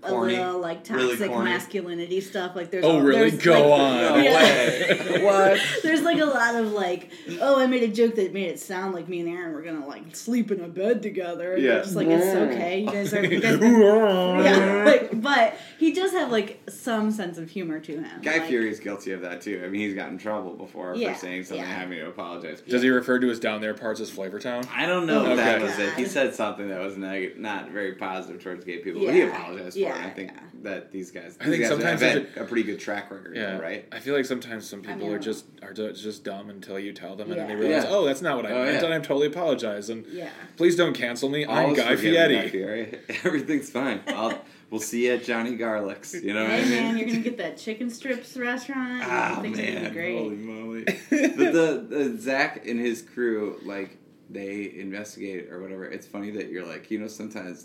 [SPEAKER 4] a
[SPEAKER 2] Corny.
[SPEAKER 4] little like
[SPEAKER 2] Really
[SPEAKER 4] toxic
[SPEAKER 2] corny.
[SPEAKER 4] masculinity stuff. Like there's
[SPEAKER 3] Oh,
[SPEAKER 4] all-
[SPEAKER 3] really?
[SPEAKER 4] there's,
[SPEAKER 3] Go
[SPEAKER 4] like-
[SPEAKER 3] on.
[SPEAKER 2] No way. what?
[SPEAKER 4] There's like a lot of like, oh, I made a joke that made it sound like me and Aaron were gonna like sleep in a bed together. And
[SPEAKER 2] Yeah.
[SPEAKER 4] yeah, just like it's okay. You guys are. You guys
[SPEAKER 2] Uh-huh.
[SPEAKER 4] yeah,
[SPEAKER 3] yeah.
[SPEAKER 4] like, but he does have like some sense of humor to him.
[SPEAKER 2] Guy
[SPEAKER 4] like,
[SPEAKER 2] Fury's guilty of that too. I mean, he's gotten in trouble before
[SPEAKER 4] Yeah,
[SPEAKER 2] for saying something
[SPEAKER 4] yeah.
[SPEAKER 2] and having to apologize.
[SPEAKER 3] Does he refer to his down there parts as Flavor Town?
[SPEAKER 2] I don't know if that
[SPEAKER 3] Okay.
[SPEAKER 2] was it. He
[SPEAKER 4] God.
[SPEAKER 2] said something that was neg- not very positive towards gay people, but he
[SPEAKER 4] Yeah,
[SPEAKER 2] apologized for it.
[SPEAKER 4] yeah,
[SPEAKER 2] I think
[SPEAKER 4] yeah.
[SPEAKER 2] that these guys,
[SPEAKER 3] I
[SPEAKER 2] these
[SPEAKER 3] think
[SPEAKER 2] guys
[SPEAKER 3] sometimes
[SPEAKER 2] have
[SPEAKER 3] it's
[SPEAKER 2] had a pretty good track record,
[SPEAKER 3] Yeah,
[SPEAKER 2] right?
[SPEAKER 3] I feel like sometimes some people
[SPEAKER 4] mean,
[SPEAKER 3] are just are d- just dumb until you tell them, and then
[SPEAKER 4] Yeah.
[SPEAKER 3] they realize,
[SPEAKER 2] Yeah.
[SPEAKER 3] oh, that's not what I
[SPEAKER 2] Oh,
[SPEAKER 3] meant,
[SPEAKER 2] yeah.
[SPEAKER 3] and I totally apologize. And
[SPEAKER 4] Yeah.
[SPEAKER 3] please don't cancel me. I'm
[SPEAKER 2] Always
[SPEAKER 3] Guy
[SPEAKER 2] forgive Guy
[SPEAKER 3] Fieri.
[SPEAKER 2] Fieri. Everything's fine. I'll, we'll see you at Johnny Garlic's. You know what I
[SPEAKER 4] Hey
[SPEAKER 2] mean?
[SPEAKER 4] man, you're gonna get that chicken strips restaurant. and
[SPEAKER 2] Ah
[SPEAKER 4] things are gonna
[SPEAKER 2] man,
[SPEAKER 4] be great.
[SPEAKER 2] holy moly! but the, the Zach and his crew, like they investigate or whatever. It's funny that you're like, you know, sometimes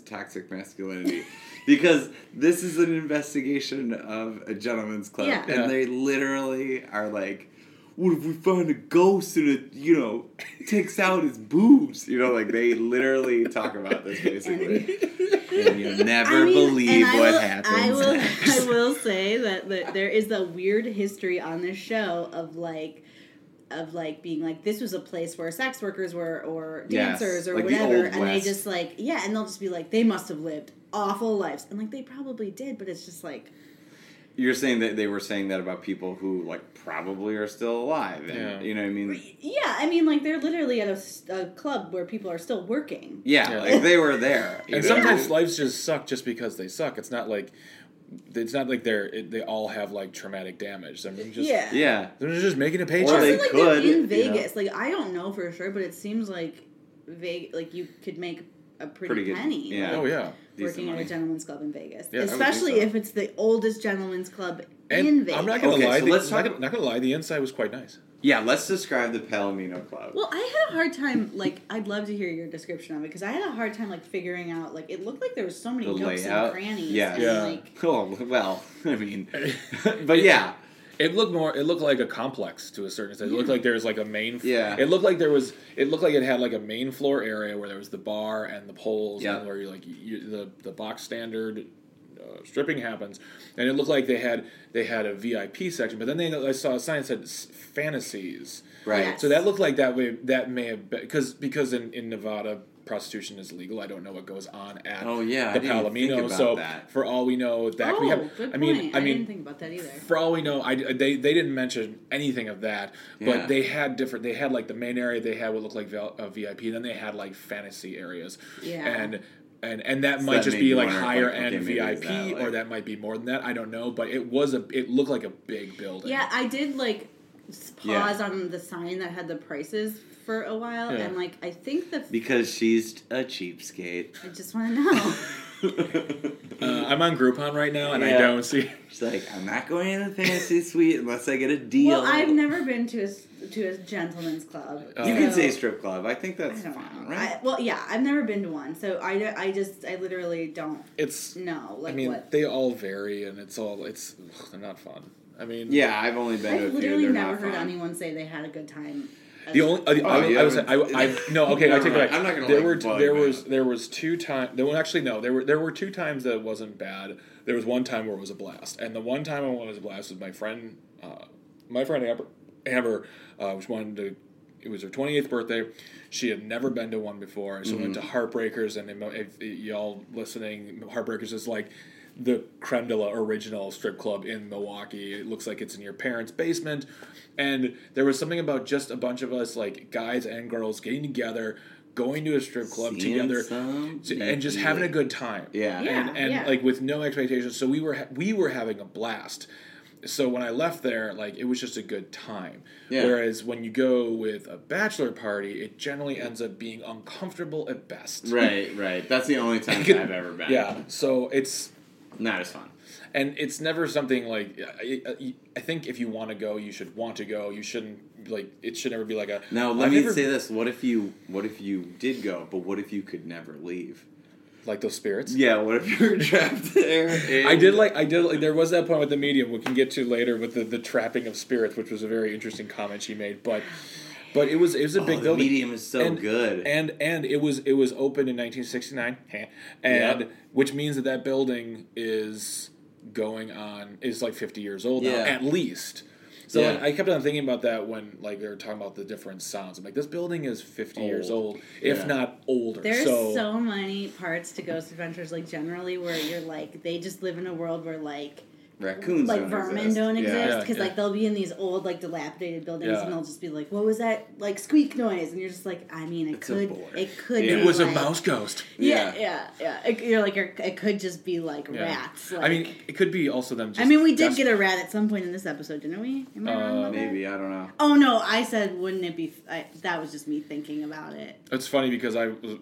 [SPEAKER 2] toxic masculinity, because this is an investigation of a gentleman's club,
[SPEAKER 4] Yeah.
[SPEAKER 2] and
[SPEAKER 3] Yeah.
[SPEAKER 2] they literally are like. What if we find a ghost and it, you know, takes out his boobs? You know, like they literally talk about this basically. and you'll never
[SPEAKER 4] I mean,
[SPEAKER 2] believe
[SPEAKER 4] and I
[SPEAKER 2] what
[SPEAKER 4] will-
[SPEAKER 2] happens.
[SPEAKER 4] I will,
[SPEAKER 2] next.
[SPEAKER 4] I will say that, that there is a weird history on this show of like, of like being like this was a place where sex workers were or
[SPEAKER 2] Yes,
[SPEAKER 4] dancers or
[SPEAKER 2] like the
[SPEAKER 4] whatever,
[SPEAKER 2] Old
[SPEAKER 4] and they
[SPEAKER 2] West.
[SPEAKER 4] just like yeah, and they'll just be like they must have lived awful lives, and like they probably did, but it's just like
[SPEAKER 2] You're saying that they were saying that about people who like probably are still alive, and
[SPEAKER 3] Yeah.
[SPEAKER 2] you know what I mean?
[SPEAKER 4] yeah, I mean like they're literally at a s- a, club where people are still working.
[SPEAKER 2] Yeah,
[SPEAKER 3] Yeah.
[SPEAKER 2] like they were there. you
[SPEAKER 3] And
[SPEAKER 2] know?
[SPEAKER 3] sometimes lives just suck just because they suck. It's not like it's not like they're it, they all have like traumatic damage. I mean, just
[SPEAKER 4] yeah,
[SPEAKER 2] yeah,
[SPEAKER 3] they're just making a
[SPEAKER 2] Or
[SPEAKER 3] paycheck.
[SPEAKER 2] they
[SPEAKER 4] It's like
[SPEAKER 2] could,
[SPEAKER 4] they're
[SPEAKER 2] you
[SPEAKER 4] in
[SPEAKER 2] know.
[SPEAKER 4] Vegas. Like I don't know for sure, but it seems like Vegas, like you could make a pretty,
[SPEAKER 2] Pretty good,
[SPEAKER 4] penny.
[SPEAKER 2] yeah.
[SPEAKER 4] like,
[SPEAKER 3] oh yeah.
[SPEAKER 2] Decent
[SPEAKER 4] working at
[SPEAKER 2] money.
[SPEAKER 4] a gentleman's club in Vegas,
[SPEAKER 3] Yeah, I would think
[SPEAKER 4] especially
[SPEAKER 2] so.
[SPEAKER 4] if it's the oldest gentleman's club
[SPEAKER 3] And
[SPEAKER 4] in Vegas.
[SPEAKER 3] I'm not gonna
[SPEAKER 2] Okay,
[SPEAKER 3] lie.
[SPEAKER 2] so
[SPEAKER 3] the,
[SPEAKER 2] let's
[SPEAKER 3] not,
[SPEAKER 2] talk-
[SPEAKER 3] gonna- not gonna lie. The inside was quite nice.
[SPEAKER 2] yeah. Let's describe the Palomino Club.
[SPEAKER 4] well, I had a hard time. Like, I'd love to hear your description of it because I had a hard time like figuring out. Like, it looked like there was so many
[SPEAKER 2] the
[SPEAKER 4] nooks
[SPEAKER 2] layout,
[SPEAKER 4] and crannies.
[SPEAKER 2] yeah,
[SPEAKER 4] and,
[SPEAKER 3] Yeah.
[SPEAKER 4] Like,
[SPEAKER 2] cool. Oh, Well, I mean, but yeah,
[SPEAKER 3] It looked more. It looked like a complex to a certain extent. It looked like there was like a main. f-
[SPEAKER 2] Yeah.
[SPEAKER 3] It looked like there was. It looked like it had like a main floor area where there was the bar and the poles.
[SPEAKER 2] Yeah.
[SPEAKER 3] And where you like you, the the box standard uh, stripping happens, and it looked like they had they had a VIP section, but then they I saw a sign that said s- fantasies.
[SPEAKER 2] right.
[SPEAKER 4] Yeah.
[SPEAKER 3] So that looked like that way. That may have been because because in in Nevada prostitution is legal. I don't know what goes on at
[SPEAKER 2] Oh, yeah, I
[SPEAKER 3] the
[SPEAKER 2] didn't even think
[SPEAKER 3] Palomino.
[SPEAKER 2] about
[SPEAKER 3] So
[SPEAKER 2] that.
[SPEAKER 3] for all we know, that
[SPEAKER 4] oh,
[SPEAKER 3] could have.
[SPEAKER 4] good
[SPEAKER 3] I mean,
[SPEAKER 4] point.
[SPEAKER 3] I
[SPEAKER 4] I,
[SPEAKER 3] mean,
[SPEAKER 4] didn't think about that either.
[SPEAKER 3] for all we know, I they, they didn't mention anything of that,
[SPEAKER 2] Yeah.
[SPEAKER 3] but they had different. They had like the main area. They had what looked like vel- uh, VIP. Then they had like fantasy areas.
[SPEAKER 4] Yeah.
[SPEAKER 3] And and and that
[SPEAKER 2] So
[SPEAKER 3] might
[SPEAKER 2] that
[SPEAKER 3] just
[SPEAKER 2] made
[SPEAKER 3] be
[SPEAKER 2] me
[SPEAKER 3] like
[SPEAKER 2] wonder if,
[SPEAKER 3] higher
[SPEAKER 2] like, okay,
[SPEAKER 3] end
[SPEAKER 2] maybe it's
[SPEAKER 3] VIP,
[SPEAKER 2] that,
[SPEAKER 3] or
[SPEAKER 2] like-
[SPEAKER 3] that might be more than that. I don't know, but it was a. It looked like a big building.
[SPEAKER 4] Yeah, I did like s-
[SPEAKER 2] Yeah.
[SPEAKER 4] pause on the sign that had the prices for a while,
[SPEAKER 3] Yeah.
[SPEAKER 4] and like I think the
[SPEAKER 2] because she's a cheapskate.
[SPEAKER 4] I just want to know.
[SPEAKER 3] Uh, I'm on Groupon right now, and I
[SPEAKER 2] Yeah.
[SPEAKER 3] don't see.
[SPEAKER 2] she's like, I'm not going to the fantasy suite unless I get a deal.
[SPEAKER 4] Well, I've never been to a s- to a gentleman's club.
[SPEAKER 3] Uh,
[SPEAKER 2] You can
[SPEAKER 4] so-
[SPEAKER 2] say strip club. I think
[SPEAKER 4] I
[SPEAKER 2] that's
[SPEAKER 4] don't
[SPEAKER 2] fine,
[SPEAKER 4] know.
[SPEAKER 2] right?
[SPEAKER 4] I, well, yeah, I've never been to one, so I, don't- I just I literally don't
[SPEAKER 3] It's.
[SPEAKER 4] know
[SPEAKER 3] I
[SPEAKER 4] like
[SPEAKER 3] mean,
[SPEAKER 4] what.
[SPEAKER 3] they all vary, and it's all. It's. ugh, they're not fun. I mean.
[SPEAKER 2] yeah, I've only been to a
[SPEAKER 4] I've
[SPEAKER 2] few.
[SPEAKER 4] literally
[SPEAKER 2] They're
[SPEAKER 4] never
[SPEAKER 2] not
[SPEAKER 4] heard
[SPEAKER 2] fun.
[SPEAKER 4] anyone say they had a good time.
[SPEAKER 3] The only, uh, the-
[SPEAKER 2] Oh,
[SPEAKER 3] I,
[SPEAKER 2] you
[SPEAKER 3] I was, I,
[SPEAKER 2] haven't-
[SPEAKER 3] I, no, okay, I
[SPEAKER 2] Never
[SPEAKER 3] take it
[SPEAKER 2] mind.
[SPEAKER 3] back.
[SPEAKER 2] I'm not gonna,
[SPEAKER 3] There
[SPEAKER 2] like,
[SPEAKER 3] were,
[SPEAKER 2] bug
[SPEAKER 3] there
[SPEAKER 2] that.
[SPEAKER 3] was, there was two times. There were actually no. There were, there were two times that it wasn't bad. There was one time where it was a blast, and the one time when it was a blast was my friend uh, my friend Amber, Amber uh, was wanted to. It was her 28th birthday. She had never been to one before. She went to Heartbreakers, and if, if y'all listening, Heartbreakers is like the creme de la original strip club in Milwaukee. It looks like it's in your parents' basement. And there was something about just a bunch of us, like guys and girls, getting together, going to a strip club
[SPEAKER 2] Seeing
[SPEAKER 3] together,
[SPEAKER 2] some
[SPEAKER 3] and just having a
[SPEAKER 2] people.
[SPEAKER 3] good time
[SPEAKER 2] Yeah.
[SPEAKER 4] Yeah.
[SPEAKER 3] and, and like with no expectations. So we were ha- we were having a blast. So when I left there, like it was just a good time.
[SPEAKER 2] Yeah.
[SPEAKER 3] Whereas when you go with a bachelor party, it generally ends up being uncomfortable at best.
[SPEAKER 2] Right, right. That's the only time I've ever been.
[SPEAKER 3] Yeah. So it's
[SPEAKER 2] Not as fun.
[SPEAKER 3] and it's never something like I, I, I think if you want to go, you should want to go. You shouldn't like it should never be like a
[SPEAKER 2] Now let
[SPEAKER 3] I've
[SPEAKER 2] me
[SPEAKER 3] never-
[SPEAKER 2] say this: What if you? What if you did go? But what if you could never leave?
[SPEAKER 3] like those spirits.
[SPEAKER 2] Yeah. What if you were trapped there?
[SPEAKER 3] I did like I did like there was that point with the medium we can get to later with the, the trapping of spirits, which was a very interesting comment she made. But but it was it was a big
[SPEAKER 2] Oh, the
[SPEAKER 3] building.
[SPEAKER 2] medium is so
[SPEAKER 3] and,
[SPEAKER 2] good.
[SPEAKER 3] and and it was it was opened in 1969, heh, and
[SPEAKER 2] Yep.
[SPEAKER 3] which means that that building is going on is like 50 years old now
[SPEAKER 2] Yeah.
[SPEAKER 3] at least. So
[SPEAKER 2] Yeah.
[SPEAKER 3] like, I kept on thinking about that when like they were talking about the different sounds. I'm like, this building is 50 years
[SPEAKER 2] Old.
[SPEAKER 3] old, if
[SPEAKER 2] Yeah.
[SPEAKER 3] not older.
[SPEAKER 4] There's so,
[SPEAKER 3] so,
[SPEAKER 4] many parts to Ghost Adventures, like generally where you're like they just live in a world where like
[SPEAKER 2] raccoons.
[SPEAKER 4] like
[SPEAKER 2] don't
[SPEAKER 4] vermin
[SPEAKER 2] exist.
[SPEAKER 4] don't
[SPEAKER 2] Yeah.
[SPEAKER 4] exist
[SPEAKER 3] Yeah,
[SPEAKER 4] because
[SPEAKER 3] yeah.
[SPEAKER 4] like they'll be in these old like dilapidated buildings
[SPEAKER 3] Yeah.
[SPEAKER 4] and they'll just be like, what was that like squeak noise? And you're just like, I mean, it
[SPEAKER 2] It's a
[SPEAKER 4] could
[SPEAKER 2] boar.
[SPEAKER 4] it could
[SPEAKER 2] Yeah.
[SPEAKER 4] be
[SPEAKER 3] it was a
[SPEAKER 4] like-
[SPEAKER 3] mouse ghost.
[SPEAKER 4] Yeah,
[SPEAKER 2] Yeah.
[SPEAKER 4] yeah, yeah. It, you're like you're, it could just be like rats. Like,
[SPEAKER 3] I mean, it could be also them. Just
[SPEAKER 4] I mean, we did
[SPEAKER 3] desperate.
[SPEAKER 4] get a rat at some point in this episode, didn't we? Am I wrong
[SPEAKER 3] Uh,
[SPEAKER 4] about that?
[SPEAKER 2] Maybe I don't know.
[SPEAKER 4] Oh no, I said, wouldn't it be? I, that was just me thinking about it.
[SPEAKER 3] It's funny because I was,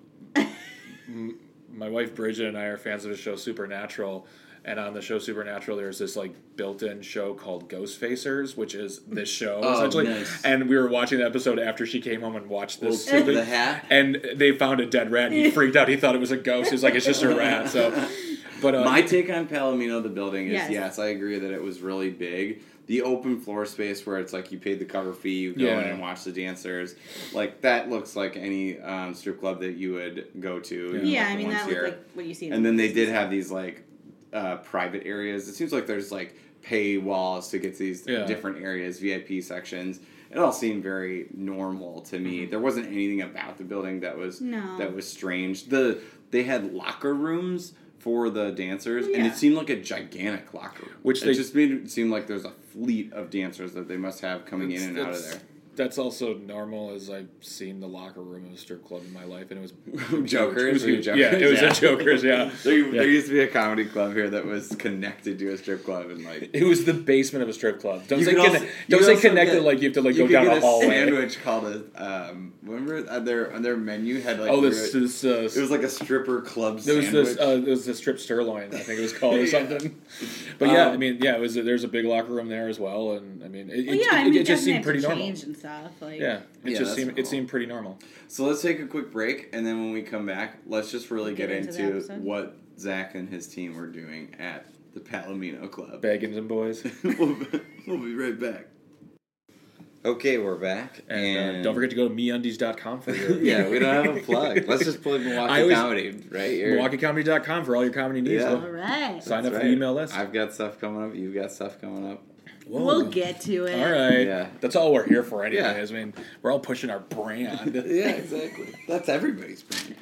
[SPEAKER 3] m- my wife Bridget and I are fans of the show Supernatural, and on the show Supernatural, there's this like built-in show called Ghost Facers, which is this show
[SPEAKER 2] Oh,
[SPEAKER 3] essentially.
[SPEAKER 2] nice.
[SPEAKER 3] And we were watching the episode after she came home and watched
[SPEAKER 2] Little
[SPEAKER 3] this.
[SPEAKER 2] tip of
[SPEAKER 3] thing,
[SPEAKER 2] the hat.
[SPEAKER 3] And they found a dead rat. And he freaked out. He thought it was a ghost. He was like, "It's just a rat." So, but uh,
[SPEAKER 2] My take on Palomino the building is yes.
[SPEAKER 4] Yes.
[SPEAKER 2] I agree that it was really big. The open floor space where it's like you paid the cover fee, you go in
[SPEAKER 3] Yeah.
[SPEAKER 2] and watch the dancers, like that looks like any um, strip club that you would go to. you know,
[SPEAKER 4] Yeah,
[SPEAKER 2] like
[SPEAKER 4] I
[SPEAKER 2] the
[SPEAKER 4] mean
[SPEAKER 2] ones
[SPEAKER 4] that was
[SPEAKER 2] here.
[SPEAKER 4] like what you see. in
[SPEAKER 2] And
[SPEAKER 4] the
[SPEAKER 2] then they
[SPEAKER 4] movies.
[SPEAKER 2] did have these like uh, private areas. It seems like there's like paywalls to get to these
[SPEAKER 3] Yeah.
[SPEAKER 2] different areas, VIP sections. It all seemed very normal to me. There wasn't anything about the building that was
[SPEAKER 4] No.
[SPEAKER 2] that was strange. The they had locker rooms for the dancers, and
[SPEAKER 4] Oh, Yeah.
[SPEAKER 2] it seemed like a gigantic locker room,
[SPEAKER 3] Which
[SPEAKER 2] it
[SPEAKER 3] they-
[SPEAKER 2] just made it seem like there's a fleet of dancers that they must have coming in and out of
[SPEAKER 3] that's-
[SPEAKER 2] there.
[SPEAKER 3] That's also normal, as I've seen the locker room of a strip club in my life, and it was
[SPEAKER 2] Jokers,
[SPEAKER 3] It was,
[SPEAKER 2] or
[SPEAKER 3] yeah, it was
[SPEAKER 2] Jokers, yeah.
[SPEAKER 3] a Joker's. Yeah,
[SPEAKER 2] There,
[SPEAKER 3] Yeah.
[SPEAKER 2] there used to be a comedy club here that was connected to a strip club, and like
[SPEAKER 3] It was the basement of a strip club. Don't
[SPEAKER 2] You
[SPEAKER 3] say
[SPEAKER 2] could
[SPEAKER 3] conne-
[SPEAKER 2] also- you
[SPEAKER 3] don't
[SPEAKER 2] could
[SPEAKER 3] say
[SPEAKER 2] also
[SPEAKER 3] connected
[SPEAKER 2] get-
[SPEAKER 3] like you have to like
[SPEAKER 2] you
[SPEAKER 3] go
[SPEAKER 2] could
[SPEAKER 3] down
[SPEAKER 2] get
[SPEAKER 3] a hallway.
[SPEAKER 2] Sandwich called a um, remember uh, their on their menu had like
[SPEAKER 3] Oh,
[SPEAKER 2] three-
[SPEAKER 3] this this
[SPEAKER 2] it
[SPEAKER 3] uh,
[SPEAKER 2] was like a stripper club
[SPEAKER 3] there was
[SPEAKER 2] sandwich.
[SPEAKER 3] this uh, there was this strip sirloin I think it was called or
[SPEAKER 2] Yeah.
[SPEAKER 3] something. But yeah,
[SPEAKER 2] Um,
[SPEAKER 3] I mean yeah, it was there's a big locker room there as well, and I mean it,
[SPEAKER 4] Well,
[SPEAKER 3] it,
[SPEAKER 4] yeah, I mean,
[SPEAKER 3] it, it just
[SPEAKER 4] doesn't
[SPEAKER 3] seemed
[SPEAKER 4] have to
[SPEAKER 3] pretty normal.
[SPEAKER 4] change and stuff. Like,
[SPEAKER 3] Yeah, it
[SPEAKER 2] Yeah,
[SPEAKER 3] just
[SPEAKER 2] that's
[SPEAKER 3] seemed
[SPEAKER 2] normal.
[SPEAKER 3] it seemed pretty normal.
[SPEAKER 2] so let's take a quick break, and then when we come back, let's just really
[SPEAKER 4] Get
[SPEAKER 2] get,
[SPEAKER 4] into the
[SPEAKER 2] into,
[SPEAKER 4] episode.
[SPEAKER 2] what Zach and his team were doing at the Palomino Club.
[SPEAKER 3] Baggins and boys,
[SPEAKER 2] we'll, be, we'll be right back. Okay, we're back,
[SPEAKER 3] and, uh, don't forget to go to meundies.com for your
[SPEAKER 2] yeah, we don't have a plug. Let's just plug Milwaukee
[SPEAKER 3] I always-
[SPEAKER 2] comedy, right? You're-
[SPEAKER 3] MilwaukeeComedy.com for all your comedy needs.
[SPEAKER 2] Yeah.
[SPEAKER 4] All right.
[SPEAKER 3] Sign
[SPEAKER 2] That's
[SPEAKER 3] up for the
[SPEAKER 2] right.
[SPEAKER 3] email list.
[SPEAKER 2] I've got stuff coming up. You've got stuff coming up.
[SPEAKER 3] Whoa.
[SPEAKER 4] We'll get to it.
[SPEAKER 3] All right,
[SPEAKER 2] Yeah.
[SPEAKER 3] that's all we're here for, anyway.
[SPEAKER 2] Yeah.
[SPEAKER 3] I mean, we're all pushing our brand.
[SPEAKER 2] yeah, exactly. That's everybody's brand.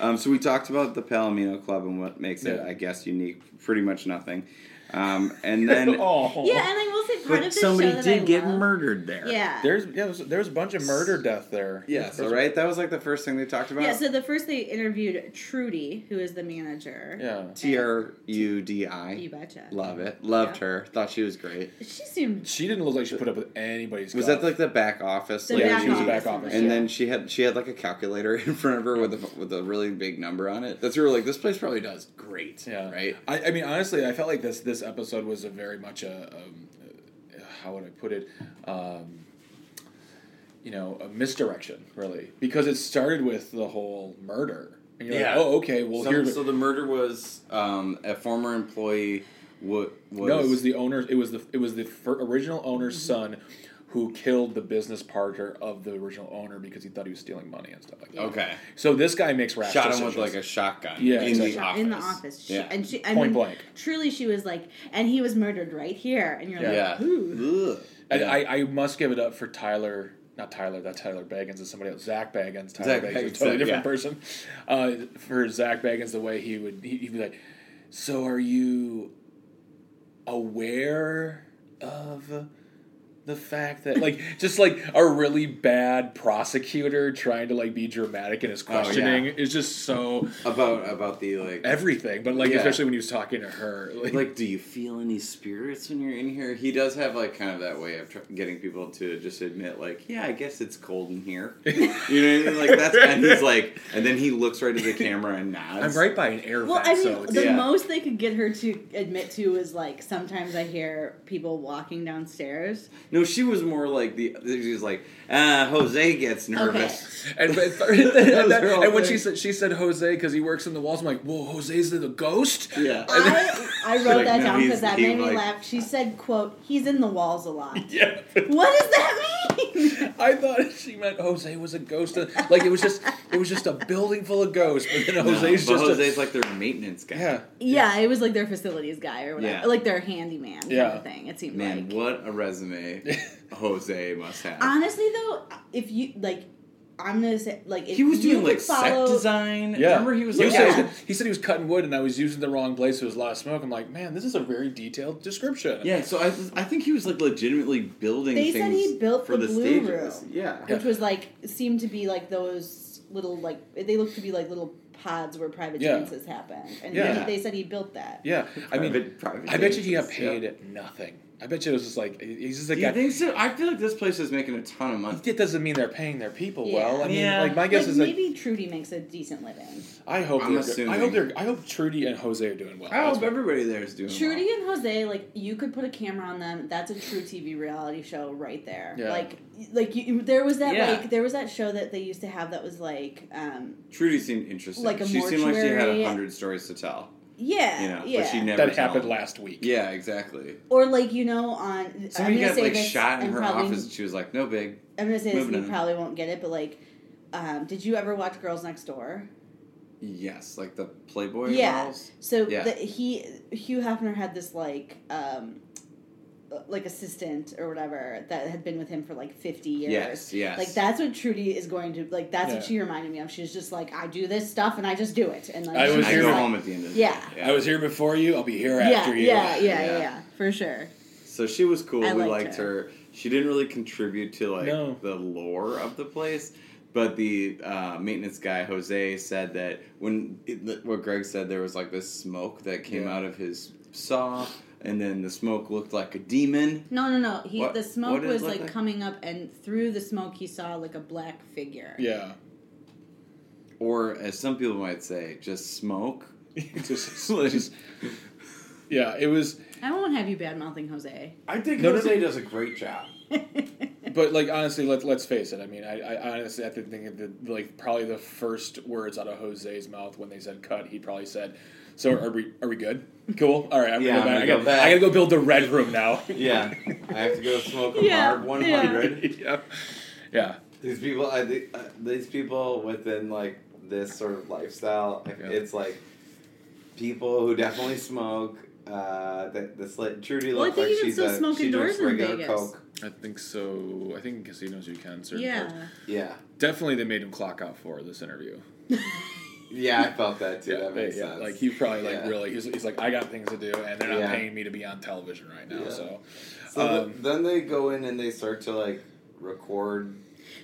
[SPEAKER 2] Um, so we talked about the Palomino Club and what makes it,
[SPEAKER 3] Yeah.
[SPEAKER 2] I guess, unique. Pretty much nothing. Um, and then,
[SPEAKER 3] oh.
[SPEAKER 4] Yeah, and I will say part
[SPEAKER 2] but
[SPEAKER 4] of the
[SPEAKER 2] somebody
[SPEAKER 4] show that
[SPEAKER 2] did
[SPEAKER 4] I
[SPEAKER 2] get
[SPEAKER 4] love-
[SPEAKER 2] murdered there.
[SPEAKER 4] Yeah.
[SPEAKER 3] There's yeah, there's, there's a bunch of murder death there.
[SPEAKER 2] Yeah. So right, that was like the first thing they talked about.
[SPEAKER 4] yeah, so the first they interviewed Trudy, who is the manager.
[SPEAKER 3] Yeah.
[SPEAKER 2] T R U D
[SPEAKER 4] You
[SPEAKER 2] I.
[SPEAKER 4] betcha.
[SPEAKER 2] Love it. Loved
[SPEAKER 4] Yeah.
[SPEAKER 2] her. Thought she was great.
[SPEAKER 4] She seemed
[SPEAKER 3] She didn't look like she put up with anybody's.
[SPEAKER 2] Was
[SPEAKER 3] guff.
[SPEAKER 2] that like the back office?
[SPEAKER 4] the
[SPEAKER 2] like,
[SPEAKER 4] back
[SPEAKER 3] she was
[SPEAKER 4] office
[SPEAKER 3] back
[SPEAKER 4] number,
[SPEAKER 3] office.
[SPEAKER 2] And
[SPEAKER 4] yeah.
[SPEAKER 2] then she had she had like a calculator in front of her with a with a really big number on it. That's where we're like this place probably does great.
[SPEAKER 3] Yeah.
[SPEAKER 2] Right.
[SPEAKER 3] I, I mean, honestly, I felt like this this episode was a very much a um, uh, how would I put it. Um, you know, a misdirection, really, because it started with the whole murder, and you're
[SPEAKER 2] Yeah.
[SPEAKER 3] like, "Oh, okay, well,
[SPEAKER 2] so,
[SPEAKER 3] here."
[SPEAKER 2] so the murder was um, a former employee. What was Mm-hmm.
[SPEAKER 3] no, it was the owner. It was the it was the fir- original owner's son who killed the business partner of the original owner because he thought he was stealing money and stuff like that.
[SPEAKER 2] okay.
[SPEAKER 3] So this guy makes rash
[SPEAKER 2] Shot him
[SPEAKER 3] decisions.
[SPEAKER 2] with like a shotgun.
[SPEAKER 3] Yeah,
[SPEAKER 2] in,
[SPEAKER 3] exactly.
[SPEAKER 2] the
[SPEAKER 4] shot
[SPEAKER 2] office.
[SPEAKER 4] in the office. She,
[SPEAKER 2] Yeah.
[SPEAKER 4] And she, I
[SPEAKER 3] Point
[SPEAKER 4] mean,
[SPEAKER 3] blank.
[SPEAKER 4] truly, she was like, and he was murdered right here. And you're like,
[SPEAKER 2] yeah.
[SPEAKER 4] who?
[SPEAKER 2] Ugh.
[SPEAKER 3] I,
[SPEAKER 2] Yeah.
[SPEAKER 3] I, I must give it up for Tyler. Not Tyler, that's Tyler Baggins and somebody else. Zach Baggins. Tyler
[SPEAKER 2] Zach
[SPEAKER 3] Baggins,
[SPEAKER 2] Baggins,
[SPEAKER 3] a totally different
[SPEAKER 2] yeah.
[SPEAKER 3] person. Uh, for Zach Baggins, the way he would, he, he'd be like, "So are you aware of the fact that, like, just like a really bad prosecutor trying to like be dramatic in his
[SPEAKER 2] Oh, yeah.
[SPEAKER 3] questioning is just so
[SPEAKER 2] about about the like
[SPEAKER 3] everything." But like,
[SPEAKER 2] Yeah.
[SPEAKER 3] especially when he was talking to her, like,
[SPEAKER 2] like do you feel any spirits when you're in here he does have like kind of that way of tr- getting people to just admit like yeah i guess it's cold in here you know what i mean like that's and he's like and then he looks right at the camera and nods
[SPEAKER 3] I'm right by an air
[SPEAKER 4] Well,
[SPEAKER 3] vent,
[SPEAKER 4] I mean,
[SPEAKER 3] so it's
[SPEAKER 4] the
[SPEAKER 2] yeah.
[SPEAKER 4] most they could get her to admit to is like sometimes I hear people walking downstairs.
[SPEAKER 2] no she was more like the she was like uh jose gets nervous
[SPEAKER 3] And, but-
[SPEAKER 2] was
[SPEAKER 3] and that-
[SPEAKER 2] her whole
[SPEAKER 3] and when
[SPEAKER 2] thing.
[SPEAKER 3] she said she said Jose because he works in the walls, I'm like, whoa, Jose's the ghost.
[SPEAKER 2] yeah
[SPEAKER 4] I, I wrote
[SPEAKER 2] Like,
[SPEAKER 4] that
[SPEAKER 2] no,
[SPEAKER 4] down
[SPEAKER 2] he's-
[SPEAKER 4] because that
[SPEAKER 2] he,
[SPEAKER 4] made me
[SPEAKER 2] like-
[SPEAKER 4] laugh. She said, "quote He's in the walls a lot."
[SPEAKER 3] Yeah,
[SPEAKER 4] What does that mean?
[SPEAKER 3] I thought she meant Jose was a ghost. Uh, Like it was just it was just a building full of ghosts, but then
[SPEAKER 2] No,
[SPEAKER 3] Jose's
[SPEAKER 2] but
[SPEAKER 3] just
[SPEAKER 2] jose's
[SPEAKER 3] a,
[SPEAKER 2] like their maintenance guy
[SPEAKER 3] yeah.
[SPEAKER 4] yeah, it was like their facilities guy or whatever,
[SPEAKER 2] Yeah.
[SPEAKER 4] like their handyman kind
[SPEAKER 3] Yeah.
[SPEAKER 4] of thing. It seemed
[SPEAKER 2] man
[SPEAKER 4] like.
[SPEAKER 2] what a resume jose must have
[SPEAKER 4] Honestly, though, if you like, I'm gonna say like if
[SPEAKER 2] he was
[SPEAKER 4] you
[SPEAKER 2] doing like
[SPEAKER 4] could follow,
[SPEAKER 2] set design
[SPEAKER 3] Yeah,
[SPEAKER 2] remember he was like
[SPEAKER 3] said,
[SPEAKER 2] yeah.
[SPEAKER 3] he said he was cutting wood, and I was using the wrong place. It was a lot of smoke. I'm like, man, this is a very detailed description.
[SPEAKER 2] Yeah, so I, I think he was like legitimately building.
[SPEAKER 4] They said
[SPEAKER 2] things
[SPEAKER 4] he built
[SPEAKER 2] for
[SPEAKER 4] the
[SPEAKER 2] the,
[SPEAKER 4] blue
[SPEAKER 2] stages.
[SPEAKER 4] room.
[SPEAKER 2] Yeah,
[SPEAKER 4] which was like seemed to be like those little like they looked to be like little pods where private
[SPEAKER 3] Yeah.
[SPEAKER 4] dances happened, and
[SPEAKER 3] Yeah.
[SPEAKER 4] he, they said he built that.
[SPEAKER 3] yeah. I mean,
[SPEAKER 2] Private- private
[SPEAKER 3] I bet you he got
[SPEAKER 2] dances, yeah.
[SPEAKER 3] paid nothing. I bet you it was just like he's just a
[SPEAKER 2] Do
[SPEAKER 3] guy.
[SPEAKER 2] you think so? I feel like this place is making a ton of money.
[SPEAKER 3] it doesn't mean they're paying their people
[SPEAKER 4] Yeah.
[SPEAKER 3] well. I mean,
[SPEAKER 2] Yeah.
[SPEAKER 3] like my guess
[SPEAKER 4] Like
[SPEAKER 3] is that
[SPEAKER 4] maybe Trudy makes a decent living.
[SPEAKER 3] I hope
[SPEAKER 2] I'm
[SPEAKER 3] they're
[SPEAKER 2] assuming.
[SPEAKER 3] I hope they're I hope Trudy and Jose are doing well.
[SPEAKER 2] I
[SPEAKER 3] That's
[SPEAKER 2] hope
[SPEAKER 3] what-
[SPEAKER 2] everybody there is doing.
[SPEAKER 4] Trudy and Jose, like you could put a camera on them. That's a true TV reality show right there.
[SPEAKER 3] Yeah.
[SPEAKER 4] Like, like you, there was that
[SPEAKER 2] Yeah.
[SPEAKER 4] like there was that show that they used to have that was like, um,
[SPEAKER 2] well. Trudy seemed interesting.
[SPEAKER 4] Like a
[SPEAKER 2] she seemed like she had
[SPEAKER 4] mortuary-
[SPEAKER 2] a hundred stories to tell.
[SPEAKER 4] yeah,
[SPEAKER 2] You know,
[SPEAKER 4] yeah,
[SPEAKER 2] but she never.
[SPEAKER 3] that happened
[SPEAKER 2] told.
[SPEAKER 3] last week.
[SPEAKER 2] Yeah, exactly.
[SPEAKER 4] or like you know on.
[SPEAKER 2] Somebody
[SPEAKER 4] I'm gonna
[SPEAKER 2] got
[SPEAKER 4] say
[SPEAKER 2] like
[SPEAKER 4] this
[SPEAKER 2] shot in
[SPEAKER 4] and
[SPEAKER 2] her
[SPEAKER 4] probably-
[SPEAKER 2] office, and she was like, "No big."
[SPEAKER 4] I'm gonna say this, and
[SPEAKER 2] Moving
[SPEAKER 4] you
[SPEAKER 2] on.
[SPEAKER 4] probably won't get it, but like, um, did you ever watch Girls Next Door?
[SPEAKER 2] Yes, like the Playboy
[SPEAKER 4] Yeah.
[SPEAKER 2] girls.
[SPEAKER 4] So
[SPEAKER 2] Yeah.
[SPEAKER 4] the, he Hugh Hefner had this like um, like assistant or whatever that had been with him for like 50 years.
[SPEAKER 2] Yes, yes.
[SPEAKER 4] Like that's what Trudy is going to like. That's
[SPEAKER 3] Yeah.
[SPEAKER 4] what she reminded me of. She's just like, I do this stuff and I just do it, and like
[SPEAKER 3] I
[SPEAKER 2] And
[SPEAKER 3] was
[SPEAKER 2] I
[SPEAKER 4] she's
[SPEAKER 3] here-
[SPEAKER 2] go
[SPEAKER 4] like-
[SPEAKER 2] home at the end of the
[SPEAKER 4] Yeah.
[SPEAKER 2] day.
[SPEAKER 3] I was here before you. I'll be here
[SPEAKER 4] Yeah,
[SPEAKER 3] after you.
[SPEAKER 4] yeah, yeah, yeah,
[SPEAKER 2] Yeah.
[SPEAKER 4] yeah, for sure.
[SPEAKER 2] So she was cool.
[SPEAKER 4] I
[SPEAKER 2] we
[SPEAKER 4] liked
[SPEAKER 2] liked
[SPEAKER 4] her.
[SPEAKER 2] her. She didn't really contribute to like
[SPEAKER 3] No.
[SPEAKER 2] the lore of the place, but the uh, maintenance guy Jose said that when it, what Greg said there was like this smoke that came
[SPEAKER 3] Yeah.
[SPEAKER 2] out of his saw, and then the smoke looked like a demon.
[SPEAKER 4] No, no, no. He
[SPEAKER 2] What-
[SPEAKER 4] the
[SPEAKER 2] what
[SPEAKER 4] smoke
[SPEAKER 2] did it
[SPEAKER 4] was
[SPEAKER 2] look
[SPEAKER 4] like,
[SPEAKER 2] like?
[SPEAKER 4] coming up, and through the smoke, he saw like a black figure.
[SPEAKER 3] Yeah.
[SPEAKER 2] Or as some people might say, just smoke.
[SPEAKER 3] Just- just- yeah, it was
[SPEAKER 4] I won't have you bad mouthing Jose.
[SPEAKER 5] I think
[SPEAKER 3] No, no,
[SPEAKER 5] Jose does a great job.
[SPEAKER 3] but like honestly, let let's face it. I mean, I, I honestly I think think that like probably the first words out of Jose's mouth when they said cut, he probably said, "So are we are we good? Cool. All right, I'm
[SPEAKER 2] Yeah,
[SPEAKER 3] gonna go
[SPEAKER 2] I'm
[SPEAKER 3] back. I,
[SPEAKER 2] gonna
[SPEAKER 3] gotta,
[SPEAKER 2] go back.
[SPEAKER 3] I gotta go build the red room now."
[SPEAKER 2] yeah, I have to go smoke a
[SPEAKER 4] Yeah,
[SPEAKER 2] hard one hundred.
[SPEAKER 3] yeah. Yeah.
[SPEAKER 2] These people, I think, uh, these people within like this sort of lifestyle, like,
[SPEAKER 3] Yeah.
[SPEAKER 2] it's like people who definitely smoke. Uh, that this like Trudy
[SPEAKER 4] Well, I
[SPEAKER 2] looks
[SPEAKER 4] think
[SPEAKER 2] like
[SPEAKER 4] you can
[SPEAKER 2] she's
[SPEAKER 4] still
[SPEAKER 2] a,
[SPEAKER 4] smoke
[SPEAKER 2] she
[SPEAKER 4] indoors
[SPEAKER 2] drinks
[SPEAKER 4] in
[SPEAKER 2] regular
[SPEAKER 4] Vegas.
[SPEAKER 2] Coke.
[SPEAKER 3] I think so. I think in casinos you can. Certain
[SPEAKER 4] Yeah.
[SPEAKER 3] parts.
[SPEAKER 2] Yeah,
[SPEAKER 3] Definitely, they made him clock out for this interview.
[SPEAKER 2] yeah, I felt that too. that makes
[SPEAKER 3] yeah,
[SPEAKER 2] sense.
[SPEAKER 3] Like he probably like
[SPEAKER 2] Yeah.
[SPEAKER 3] really he's, he's like I got things to do and they're not
[SPEAKER 2] Yeah.
[SPEAKER 3] paying me to be on television right now.
[SPEAKER 2] Yeah.
[SPEAKER 3] So,
[SPEAKER 2] So th-
[SPEAKER 3] um,
[SPEAKER 2] then they go in and they start to like record.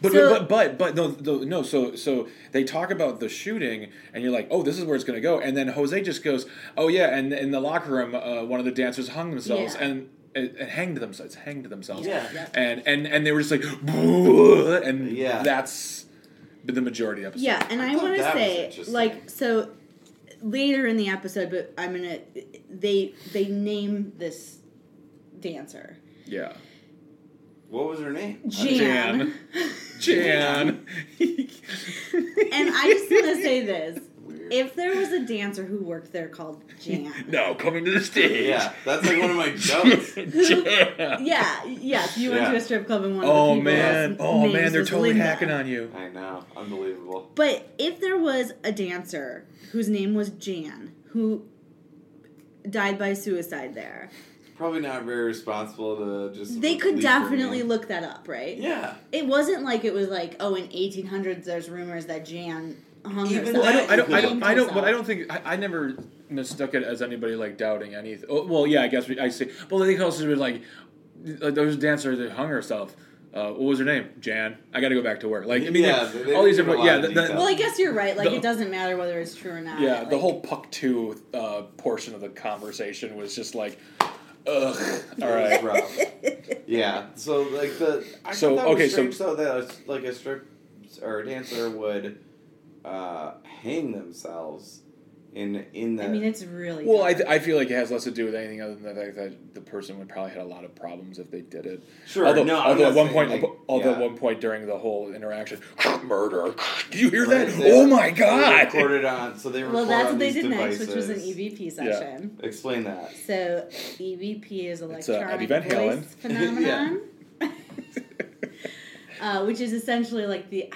[SPEAKER 3] but,
[SPEAKER 4] So-
[SPEAKER 3] but but but no no, no so so they talk about the shooting and you're like oh this is where it's gonna go and then Jose just goes oh yeah and in the locker room uh, one of the dancers hung themselves
[SPEAKER 4] Yeah.
[SPEAKER 3] and. And and hanged themselves. Hanged themselves.
[SPEAKER 2] Yeah.
[SPEAKER 4] Yeah.
[SPEAKER 3] And and and they were just like, "Bleh," and
[SPEAKER 2] Yeah.
[SPEAKER 3] that's been the majority of the
[SPEAKER 4] Yeah,
[SPEAKER 3] episode.
[SPEAKER 4] and I,
[SPEAKER 2] thought
[SPEAKER 4] want to
[SPEAKER 2] that was
[SPEAKER 4] say,
[SPEAKER 2] interesting.
[SPEAKER 4] like, so later in the episode, but I'm gonna they they name this dancer
[SPEAKER 3] Yeah.
[SPEAKER 2] What was her name?
[SPEAKER 4] Jan,
[SPEAKER 3] Jan.
[SPEAKER 4] and I just want to say this:
[SPEAKER 2] Weird.
[SPEAKER 4] if there was a dancer who worked there called Jan,
[SPEAKER 3] no, coming to the stage.
[SPEAKER 2] yeah, that's like one of my jokes.
[SPEAKER 3] Jan.
[SPEAKER 4] yeah, yes, you went
[SPEAKER 2] Yeah.
[SPEAKER 4] to a strip club and one. of the
[SPEAKER 3] Oh
[SPEAKER 4] people
[SPEAKER 3] man!
[SPEAKER 4] was-
[SPEAKER 3] Oh
[SPEAKER 4] names
[SPEAKER 3] man! They're
[SPEAKER 4] was
[SPEAKER 3] totally
[SPEAKER 4] Linda.
[SPEAKER 3] hacking on you.
[SPEAKER 2] I know, unbelievable.
[SPEAKER 4] But if there was a dancer whose name was Jan who died by suicide there,
[SPEAKER 2] probably not very responsible to just.
[SPEAKER 4] They could
[SPEAKER 2] leak your
[SPEAKER 4] definitely
[SPEAKER 2] name.
[SPEAKER 4] look that up, right?
[SPEAKER 2] Yeah.
[SPEAKER 4] It wasn't like it was like, oh, in 1800s, there's rumors that Jan hung
[SPEAKER 2] Even
[SPEAKER 4] herself.
[SPEAKER 2] Well,
[SPEAKER 3] I don't, I don't, I
[SPEAKER 4] hanged
[SPEAKER 3] don't, I don't,
[SPEAKER 4] herself.
[SPEAKER 3] but I don't think I, I never mistook it as anybody like doubting anything. Oh, well, yeah, I guess we, I see. Well, I think also been like uh, there was a dancer that hung herself. Uh, what was her name? Jan. I got to go back to work. Like I mean,
[SPEAKER 2] Yeah,
[SPEAKER 3] there-
[SPEAKER 2] they didn't
[SPEAKER 3] all these
[SPEAKER 2] give a
[SPEAKER 3] different.
[SPEAKER 2] lot
[SPEAKER 3] Yeah,
[SPEAKER 2] of
[SPEAKER 3] the, the-
[SPEAKER 2] detail.
[SPEAKER 4] Well, I guess you're right. Like,
[SPEAKER 3] The-
[SPEAKER 4] it doesn't matter whether it's true or not.
[SPEAKER 3] yeah, the
[SPEAKER 4] Like,
[SPEAKER 3] whole puck two uh, portion of the conversation was just like, ugh. All
[SPEAKER 2] It was
[SPEAKER 3] right.
[SPEAKER 2] rough. yeah. So like the I
[SPEAKER 3] So,
[SPEAKER 2] so thought okay
[SPEAKER 3] okay,
[SPEAKER 2] was
[SPEAKER 3] so-
[SPEAKER 2] strange, so that was, like a strip or a dancer would uh, hang themselves in in the
[SPEAKER 4] I mean, it's really.
[SPEAKER 3] Well, I,
[SPEAKER 4] dark.
[SPEAKER 3] I feel like it has less to do with anything other than the fact that the person would probably had a lot of problems if they did it.
[SPEAKER 2] sure
[SPEAKER 3] although,
[SPEAKER 2] no, I'm
[SPEAKER 3] although
[SPEAKER 2] not
[SPEAKER 3] at one
[SPEAKER 2] saying,
[SPEAKER 3] point,
[SPEAKER 2] like,
[SPEAKER 3] although
[SPEAKER 2] yeah.
[SPEAKER 3] at one point during the whole interaction, murder. Do you hear
[SPEAKER 2] Right,
[SPEAKER 3] that?
[SPEAKER 2] they-
[SPEAKER 3] oh my
[SPEAKER 2] they
[SPEAKER 3] god!
[SPEAKER 2] recorded on so they
[SPEAKER 4] well,
[SPEAKER 2] recorded
[SPEAKER 4] that's
[SPEAKER 2] on
[SPEAKER 4] what they
[SPEAKER 2] these
[SPEAKER 4] did
[SPEAKER 2] devices.
[SPEAKER 4] next, which was an E EVP session.
[SPEAKER 2] Explain that.
[SPEAKER 4] So EVP is
[SPEAKER 3] uh,
[SPEAKER 4] electronic
[SPEAKER 3] Eddie Van Halen.
[SPEAKER 4] voice phenomenon, uh, which is essentially like the.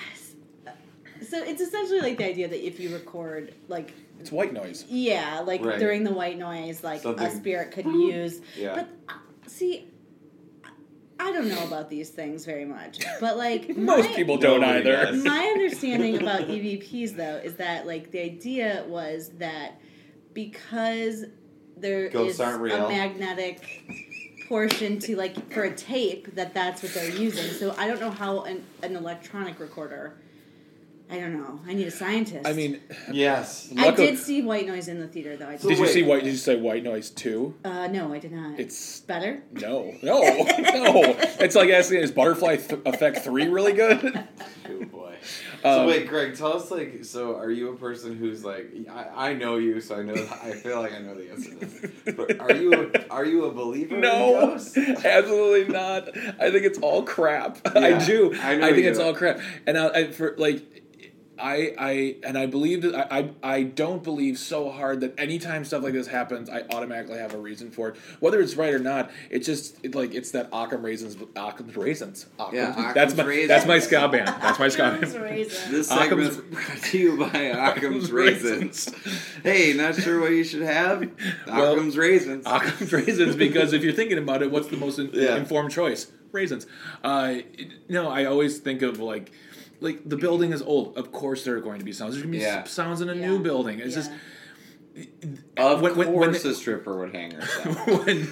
[SPEAKER 4] So it's essentially like the idea that if you record, like
[SPEAKER 3] it's white noise.
[SPEAKER 4] yeah, like
[SPEAKER 2] Right.
[SPEAKER 4] during the white noise, like
[SPEAKER 2] Something-
[SPEAKER 4] a spirit could use.
[SPEAKER 2] Yeah.
[SPEAKER 4] But uh, see, I don't know about these things very much, but like
[SPEAKER 3] Most
[SPEAKER 4] my-
[SPEAKER 3] people don't
[SPEAKER 2] Nobody
[SPEAKER 3] either.
[SPEAKER 2] does.
[SPEAKER 4] my understanding about EVPs though is that like the idea was that because there is
[SPEAKER 2] Ghosts aren't real.
[SPEAKER 4] a magnetic portion to like for a tape that that's what they're using. So I don't know how an, an electronic recorder. I don't know. I need a scientist.
[SPEAKER 3] I mean,
[SPEAKER 2] Yes.
[SPEAKER 4] I
[SPEAKER 3] luckily-
[SPEAKER 4] did see white noise in the theater though. I
[SPEAKER 2] So
[SPEAKER 3] did
[SPEAKER 4] did.
[SPEAKER 3] you see
[SPEAKER 2] wait.
[SPEAKER 3] white? Did you say white noise too?
[SPEAKER 4] Uh, no, I did not.
[SPEAKER 3] It's
[SPEAKER 4] better.
[SPEAKER 3] no, no, no. It's like asking is butterfly th- effect three really good?
[SPEAKER 2] Oh boy. so
[SPEAKER 3] Um,
[SPEAKER 2] wait, Greg, tell us like, so are you a person who's like, I, I know you, so I know, I feel like I know the answer to this, but are you a, are you a believer? in
[SPEAKER 3] No,
[SPEAKER 2] ghosts?
[SPEAKER 3] absolutely not. I think it's all crap.
[SPEAKER 2] Yeah,
[SPEAKER 3] I do.
[SPEAKER 2] I
[SPEAKER 3] I,
[SPEAKER 2] know
[SPEAKER 3] think
[SPEAKER 2] you
[SPEAKER 3] it's
[SPEAKER 2] do.
[SPEAKER 3] all crap. And I, I for like, I I and I believe that I, I I don't believe so hard that anytime stuff like this happens, I automatically have a reason for it, whether it's right or not. It's just it, like it's that Occam raisins, Occam's raisins. Occam,
[SPEAKER 2] Yeah, Occam's
[SPEAKER 3] that's my
[SPEAKER 2] Raisins.
[SPEAKER 3] that's my ska band. That's my ska
[SPEAKER 4] Occam's
[SPEAKER 3] band.
[SPEAKER 4] razor.
[SPEAKER 2] This
[SPEAKER 3] Occam's-
[SPEAKER 2] segment's brought to you by Occam's Raisins. hey, not sure what you should have? Occam's
[SPEAKER 3] Well,
[SPEAKER 2] Raisins.
[SPEAKER 3] Occam's raisins because if you're thinking about it, what's the most in-
[SPEAKER 2] Yeah.
[SPEAKER 3] informed choice? Raisins. Uh, it- no, I always think of like, like the building is old. Of course, there are going to be sounds. There's going to be
[SPEAKER 2] Yeah.
[SPEAKER 3] s- sounds in a
[SPEAKER 4] Yeah.
[SPEAKER 3] new building. It's just
[SPEAKER 4] Yeah.
[SPEAKER 2] of
[SPEAKER 3] when-
[SPEAKER 2] course
[SPEAKER 3] when- when
[SPEAKER 2] a stripper would hang herself.
[SPEAKER 3] when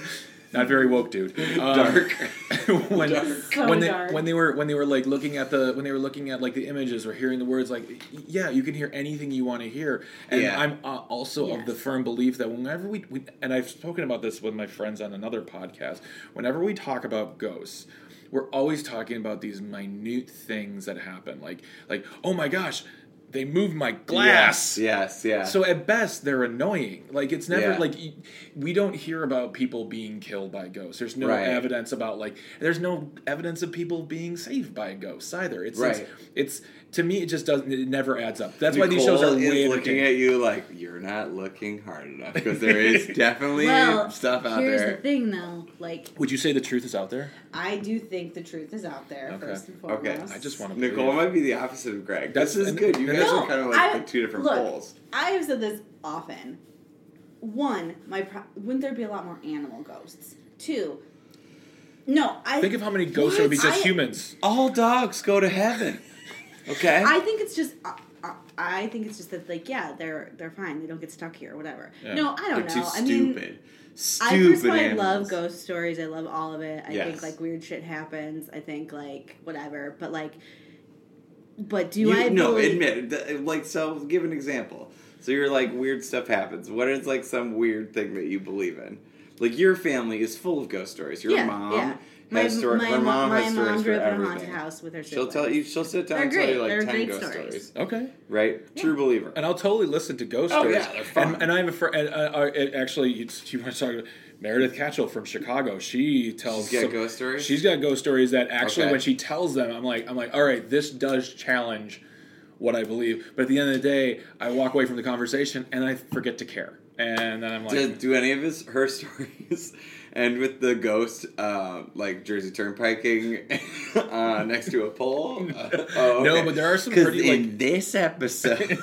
[SPEAKER 3] not very woke, dude. Um,
[SPEAKER 2] Dark.
[SPEAKER 3] when
[SPEAKER 4] It's so
[SPEAKER 3] when they
[SPEAKER 4] dark.
[SPEAKER 3] when they were when they were like looking at the when they were looking at like the images or hearing the words like y- yeah you can hear anything you want to hear and
[SPEAKER 2] Yeah.
[SPEAKER 3] I'm uh, also of the
[SPEAKER 4] Yes.
[SPEAKER 3] firm belief that whenever we, we and I've spoken about this with my friends on another podcast whenever we talk about ghosts we're always talking about these minute things that happen like like oh my gosh they moved my glass
[SPEAKER 2] Yes, yes. yeah.
[SPEAKER 3] so at best, they're annoying. Like it's never
[SPEAKER 2] Yeah.
[SPEAKER 3] like y- we don't hear about people being killed by ghosts. There's no
[SPEAKER 2] Right.
[SPEAKER 3] evidence about like there's no evidence of people being saved by ghosts either. It's
[SPEAKER 2] Right.
[SPEAKER 3] it's, it's to me it just doesn't it never adds up. That's why these
[SPEAKER 2] Nicole
[SPEAKER 3] shows are
[SPEAKER 2] is
[SPEAKER 3] way
[SPEAKER 2] looking
[SPEAKER 3] entertaining.
[SPEAKER 2] at you like you're not looking hard enough because there is definitely
[SPEAKER 4] Well,
[SPEAKER 2] stuff out
[SPEAKER 4] here's the
[SPEAKER 2] there.
[SPEAKER 4] thing though. Like,
[SPEAKER 3] Would you say the truth is out there?
[SPEAKER 4] I do think the truth is out there
[SPEAKER 3] Okay.
[SPEAKER 4] first and foremost.
[SPEAKER 2] Okay,
[SPEAKER 3] I just want to
[SPEAKER 2] Nicole might be the opposite of Greg.
[SPEAKER 3] That's-
[SPEAKER 2] this is good. You
[SPEAKER 3] No,
[SPEAKER 2] guys are kind of like
[SPEAKER 4] I-
[SPEAKER 2] the two different
[SPEAKER 4] look,
[SPEAKER 2] poles.
[SPEAKER 4] I have said this often. One, my pro- wouldn't there be a lot more animal ghosts? Two, no, I
[SPEAKER 3] think of how many ghosts there would be
[SPEAKER 4] What?
[SPEAKER 3] just
[SPEAKER 4] I-
[SPEAKER 3] humans.
[SPEAKER 2] All dogs go to heaven. Okay.
[SPEAKER 4] I think it's just. Uh, uh, I think it's just that, like, yeah, they're they're fine. They don't get stuck here, whatever.
[SPEAKER 3] Yeah.
[SPEAKER 4] No, I don't
[SPEAKER 2] They're too
[SPEAKER 4] know. I mean,
[SPEAKER 2] stupid.
[SPEAKER 4] I
[SPEAKER 2] stupid
[SPEAKER 4] personally
[SPEAKER 2] animals.
[SPEAKER 4] love ghost stories. I love all of it. I
[SPEAKER 2] Yes.
[SPEAKER 4] think like weird shit happens. I think like whatever, but like, but do
[SPEAKER 2] You,
[SPEAKER 4] I
[SPEAKER 2] no,
[SPEAKER 4] believe-
[SPEAKER 2] admit it. Th- Like, so give an example. So you're like, weird stuff happens. What is like some weird thing that you believe in? Like, your family is full of ghost stories. Your mom
[SPEAKER 4] My,
[SPEAKER 2] has stories.
[SPEAKER 4] my,
[SPEAKER 2] Her
[SPEAKER 4] mom,
[SPEAKER 2] mom
[SPEAKER 4] my
[SPEAKER 2] has
[SPEAKER 4] mom
[SPEAKER 2] stories
[SPEAKER 4] grew
[SPEAKER 2] for
[SPEAKER 4] up in a haunted
[SPEAKER 2] everything.
[SPEAKER 4] house with her
[SPEAKER 2] She'll
[SPEAKER 4] siblings.
[SPEAKER 2] tell you. She'll sit down
[SPEAKER 4] They're
[SPEAKER 2] and tell
[SPEAKER 4] great.
[SPEAKER 2] you like
[SPEAKER 4] They're
[SPEAKER 2] ten
[SPEAKER 4] great
[SPEAKER 2] ghost
[SPEAKER 4] stories.
[SPEAKER 2] stories.
[SPEAKER 3] Okay.
[SPEAKER 2] Right? True believer.
[SPEAKER 3] And I'll totally listen to ghost
[SPEAKER 2] Oh,
[SPEAKER 3] stories.
[SPEAKER 2] yeah, they're fun.
[SPEAKER 3] And, and I have a friend. Uh, uh, it- actually, you, you want to talk about Meredith Catchell from Chicago? She tells
[SPEAKER 2] She's got ghost stories?
[SPEAKER 3] She's got ghost stories that actually,
[SPEAKER 2] Okay.
[SPEAKER 3] when she tells them, I'm like, I'm like, all right, this does challenge what I believe. But at the end of the day, I walk away from the conversation and I forget to care. And then I'm like,
[SPEAKER 2] Did, do any of his her stories end with the ghost, uh, like Jersey Turnpiking uh, next to a pole? Uh, oh,
[SPEAKER 3] No,
[SPEAKER 2] okay.
[SPEAKER 3] but there are some
[SPEAKER 2] 'Cause
[SPEAKER 3] pretty, like-
[SPEAKER 2] in this episode.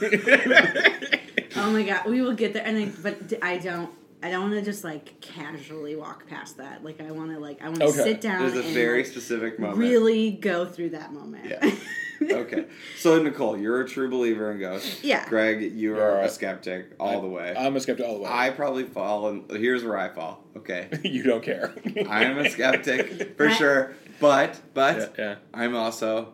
[SPEAKER 4] Oh my god, we will get there. And I, but d- I don't. I don't want to just like casually walk past that. Like I want to like I want to
[SPEAKER 3] Okay.
[SPEAKER 4] sit down.
[SPEAKER 2] There's a
[SPEAKER 4] and,
[SPEAKER 2] very
[SPEAKER 4] like,
[SPEAKER 2] specific moment.
[SPEAKER 4] really go through that moment.
[SPEAKER 2] Yeah. Okay. So Nicole, you're a true believer in ghosts.
[SPEAKER 4] Yeah.
[SPEAKER 2] Greg, you are
[SPEAKER 3] Yeah.
[SPEAKER 2] a skeptic all the way.
[SPEAKER 3] I'm a skeptic all the way.
[SPEAKER 2] I probably fall in here's where I fall. Okay.
[SPEAKER 3] you don't care.
[SPEAKER 2] I'm a skeptic for
[SPEAKER 4] I-
[SPEAKER 2] sure. But but
[SPEAKER 3] Yeah, yeah.
[SPEAKER 2] I'm also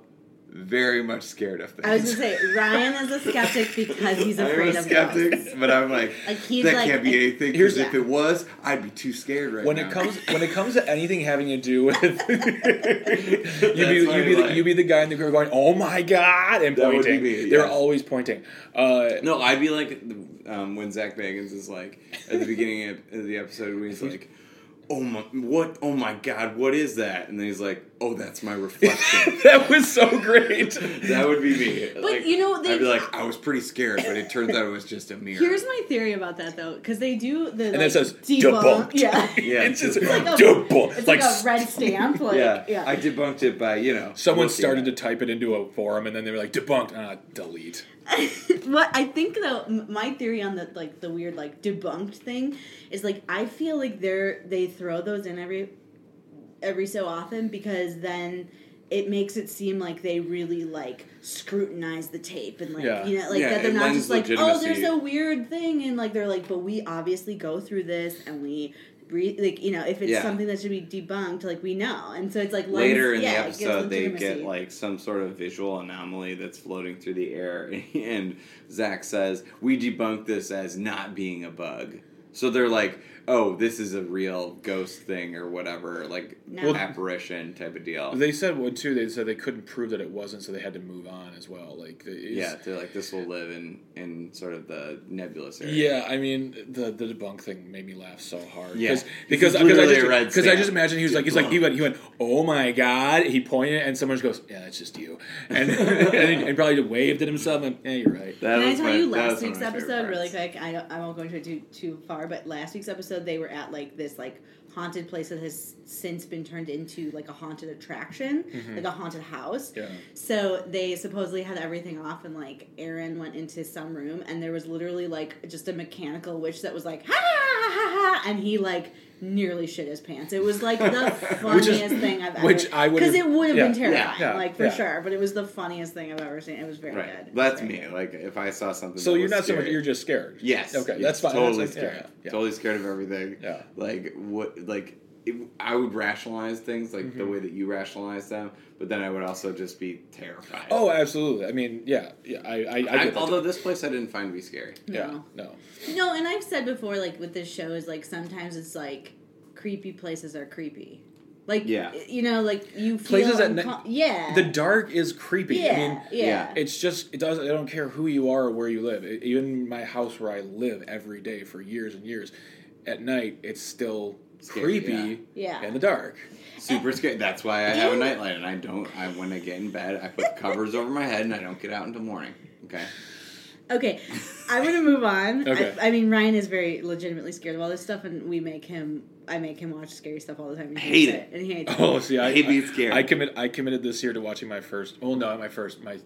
[SPEAKER 2] very much scared of things.
[SPEAKER 4] I was gonna say Ryan is a skeptic because he's afraid
[SPEAKER 2] I'm a
[SPEAKER 4] of
[SPEAKER 2] skeptic,
[SPEAKER 4] ghosts.
[SPEAKER 2] but I'm like,
[SPEAKER 4] Like, he's
[SPEAKER 2] that
[SPEAKER 4] like-
[SPEAKER 2] can't be anything. Because
[SPEAKER 3] Here's-
[SPEAKER 2] if it was, I'd be too scared right
[SPEAKER 3] when
[SPEAKER 2] now.
[SPEAKER 3] it comes when it comes to anything having to do with you be
[SPEAKER 2] what
[SPEAKER 3] you
[SPEAKER 2] I
[SPEAKER 3] be the,
[SPEAKER 2] like.
[SPEAKER 3] you be the guy in the group going oh my god and
[SPEAKER 2] That would be
[SPEAKER 3] pointing
[SPEAKER 2] me,
[SPEAKER 3] they're
[SPEAKER 2] yes.
[SPEAKER 3] always pointing uh,
[SPEAKER 2] No, I'd be like um, when Zach Bagans is like at the beginning of of the episode when he's like, "Oh my, what? Oh my God, what is that?" And then he's like, "Oh, that's my reflection."
[SPEAKER 3] that was so great
[SPEAKER 2] that would be me. But
[SPEAKER 4] you know, they-
[SPEAKER 2] I'd be like, "I was pretty scared, but it turns out it was just a mirror."
[SPEAKER 4] Here's my theory about that though, because they do the
[SPEAKER 3] and
[SPEAKER 4] like,
[SPEAKER 3] it says
[SPEAKER 4] debunk.
[SPEAKER 3] debunked
[SPEAKER 4] Yeah.
[SPEAKER 2] Yeah,
[SPEAKER 3] it's just
[SPEAKER 2] It's like
[SPEAKER 4] a-
[SPEAKER 3] debunked
[SPEAKER 4] It's
[SPEAKER 3] like,
[SPEAKER 4] like, a red stamp. Like,
[SPEAKER 2] yeah,
[SPEAKER 4] yeah.
[SPEAKER 2] I debunked it by you know
[SPEAKER 3] someone
[SPEAKER 2] looking
[SPEAKER 3] started
[SPEAKER 2] at
[SPEAKER 3] to type it into a forum and then they were like debunked ah delete
[SPEAKER 4] what I think though, m- my theory on the like the weird like debunked thing is like I feel like they're they throw those in every every so often because then it makes it seem like they really like scrutinize the tape and like
[SPEAKER 3] Yeah.
[SPEAKER 4] you know like
[SPEAKER 2] Yeah,
[SPEAKER 4] that they're
[SPEAKER 2] it
[SPEAKER 4] not
[SPEAKER 2] lends
[SPEAKER 4] just like oh there's
[SPEAKER 2] legitimacy.
[SPEAKER 4] a weird thing and like they're like but we obviously go through this and we re- like you know if it's
[SPEAKER 2] Yeah.
[SPEAKER 4] something that should be debunked like we know and so it's like lends-
[SPEAKER 2] later in
[SPEAKER 4] yeah,
[SPEAKER 2] the
[SPEAKER 4] it gives
[SPEAKER 2] episode they get
[SPEAKER 4] legitimacy.
[SPEAKER 2] like some sort of visual anomaly that's floating through the air and zach says we debunk this as not being a bug so they're like oh this is a real ghost thing or whatever like
[SPEAKER 4] No.
[SPEAKER 2] apparition type of deal
[SPEAKER 3] they said one too they said they couldn't prove that it wasn't so they had to move on as well like it's-
[SPEAKER 2] yeah they're like this will live in in sort of the nebulous area
[SPEAKER 3] Yeah, I mean the the debunk thing made me laugh so hard.
[SPEAKER 2] Yeah.
[SPEAKER 3] Cause,
[SPEAKER 2] This
[SPEAKER 3] because
[SPEAKER 2] is
[SPEAKER 3] because I
[SPEAKER 2] literally
[SPEAKER 3] just
[SPEAKER 2] a red
[SPEAKER 3] because I
[SPEAKER 2] stamp.
[SPEAKER 3] just imagine he was like he's like he went he went oh my god he pointed and someone just goes yeah that's just you and and, and probably waved at himself and yeah you're right
[SPEAKER 2] that
[SPEAKER 4] Can I
[SPEAKER 2] was
[SPEAKER 4] tell
[SPEAKER 2] my-
[SPEAKER 4] you
[SPEAKER 2] that
[SPEAKER 4] last
[SPEAKER 2] was one
[SPEAKER 4] week's
[SPEAKER 2] of my favorite
[SPEAKER 4] episode really
[SPEAKER 2] parts.
[SPEAKER 4] quick? I don't, I won't go into it too too far, but last week's episode they were at like this like haunted place that has since been turned into like a haunted attraction,
[SPEAKER 2] Mm-hmm.
[SPEAKER 4] like a haunted house.
[SPEAKER 3] yeah
[SPEAKER 4] So they supposedly had everything off, and like Aaron went into some room, and there was literally like just a mechanical witch that was like ha ha ha, ha and he like nearly shit his pants. It was like the
[SPEAKER 3] Which
[SPEAKER 4] funniest
[SPEAKER 3] is-
[SPEAKER 4] thing I've ever.
[SPEAKER 3] which I would've-
[SPEAKER 4] because it would have been
[SPEAKER 3] yeah,
[SPEAKER 2] yeah,
[SPEAKER 4] terrifying,
[SPEAKER 3] yeah,
[SPEAKER 4] like for
[SPEAKER 3] yeah.
[SPEAKER 4] sure. But it was the funniest thing I've ever seen. It was very
[SPEAKER 2] right
[SPEAKER 4] good.
[SPEAKER 2] that's
[SPEAKER 4] Very
[SPEAKER 2] me like if i saw something
[SPEAKER 3] so
[SPEAKER 2] that
[SPEAKER 3] you're
[SPEAKER 2] was
[SPEAKER 3] not so much
[SPEAKER 2] scary-
[SPEAKER 3] you're just scared
[SPEAKER 2] Yes.
[SPEAKER 3] okay
[SPEAKER 2] yes,
[SPEAKER 3] that's fine
[SPEAKER 2] Totally
[SPEAKER 3] That's-
[SPEAKER 2] scared.
[SPEAKER 3] yeah, yeah.
[SPEAKER 2] Totally scared of everything.
[SPEAKER 3] Yeah.
[SPEAKER 2] Like what? Like it, I would rationalize things like
[SPEAKER 3] Mm-hmm.
[SPEAKER 2] the way that you rationalize them, but then I would also just be terrified.
[SPEAKER 3] oh absolutely I mean yeah yeah I I, I, get
[SPEAKER 2] I,
[SPEAKER 3] that.
[SPEAKER 2] although this place I didn't find to be scary.
[SPEAKER 3] yeah
[SPEAKER 4] No.
[SPEAKER 3] no
[SPEAKER 4] No, and I've said before, like with this show, is like sometimes it's like creepy places are creepy. Like
[SPEAKER 2] Yeah.
[SPEAKER 4] you know, like you feel
[SPEAKER 3] Places at
[SPEAKER 4] unco-
[SPEAKER 3] night-
[SPEAKER 4] yeah,
[SPEAKER 3] the dark is creepy
[SPEAKER 4] yeah,
[SPEAKER 3] I mean
[SPEAKER 4] yeah,
[SPEAKER 2] yeah.
[SPEAKER 3] It's just it doesn't. I don't care who you are or where you live. It, even my house where I live every day for years and years, at night it's still
[SPEAKER 2] Scary,
[SPEAKER 3] creepy
[SPEAKER 4] yeah.
[SPEAKER 3] in the dark.
[SPEAKER 2] Super scary. That's why I have a
[SPEAKER 4] And-
[SPEAKER 2] nightlight, and I don't. I when I get in bed, I put covers over my head, and I don't get out until morning. Okay.
[SPEAKER 4] Okay, I want to move on.
[SPEAKER 3] Okay.
[SPEAKER 4] I, I mean, Ryan is very legitimately scared of all this stuff, and we make him. I make him watch scary stuff all the time. and he
[SPEAKER 2] Hate
[SPEAKER 4] hates
[SPEAKER 2] it.
[SPEAKER 4] and he hates it.
[SPEAKER 3] Oh, see, I
[SPEAKER 2] It'd be
[SPEAKER 3] I-
[SPEAKER 2] scary.
[SPEAKER 3] I commit. I committed this year to watching my first. Well, no, not my first. My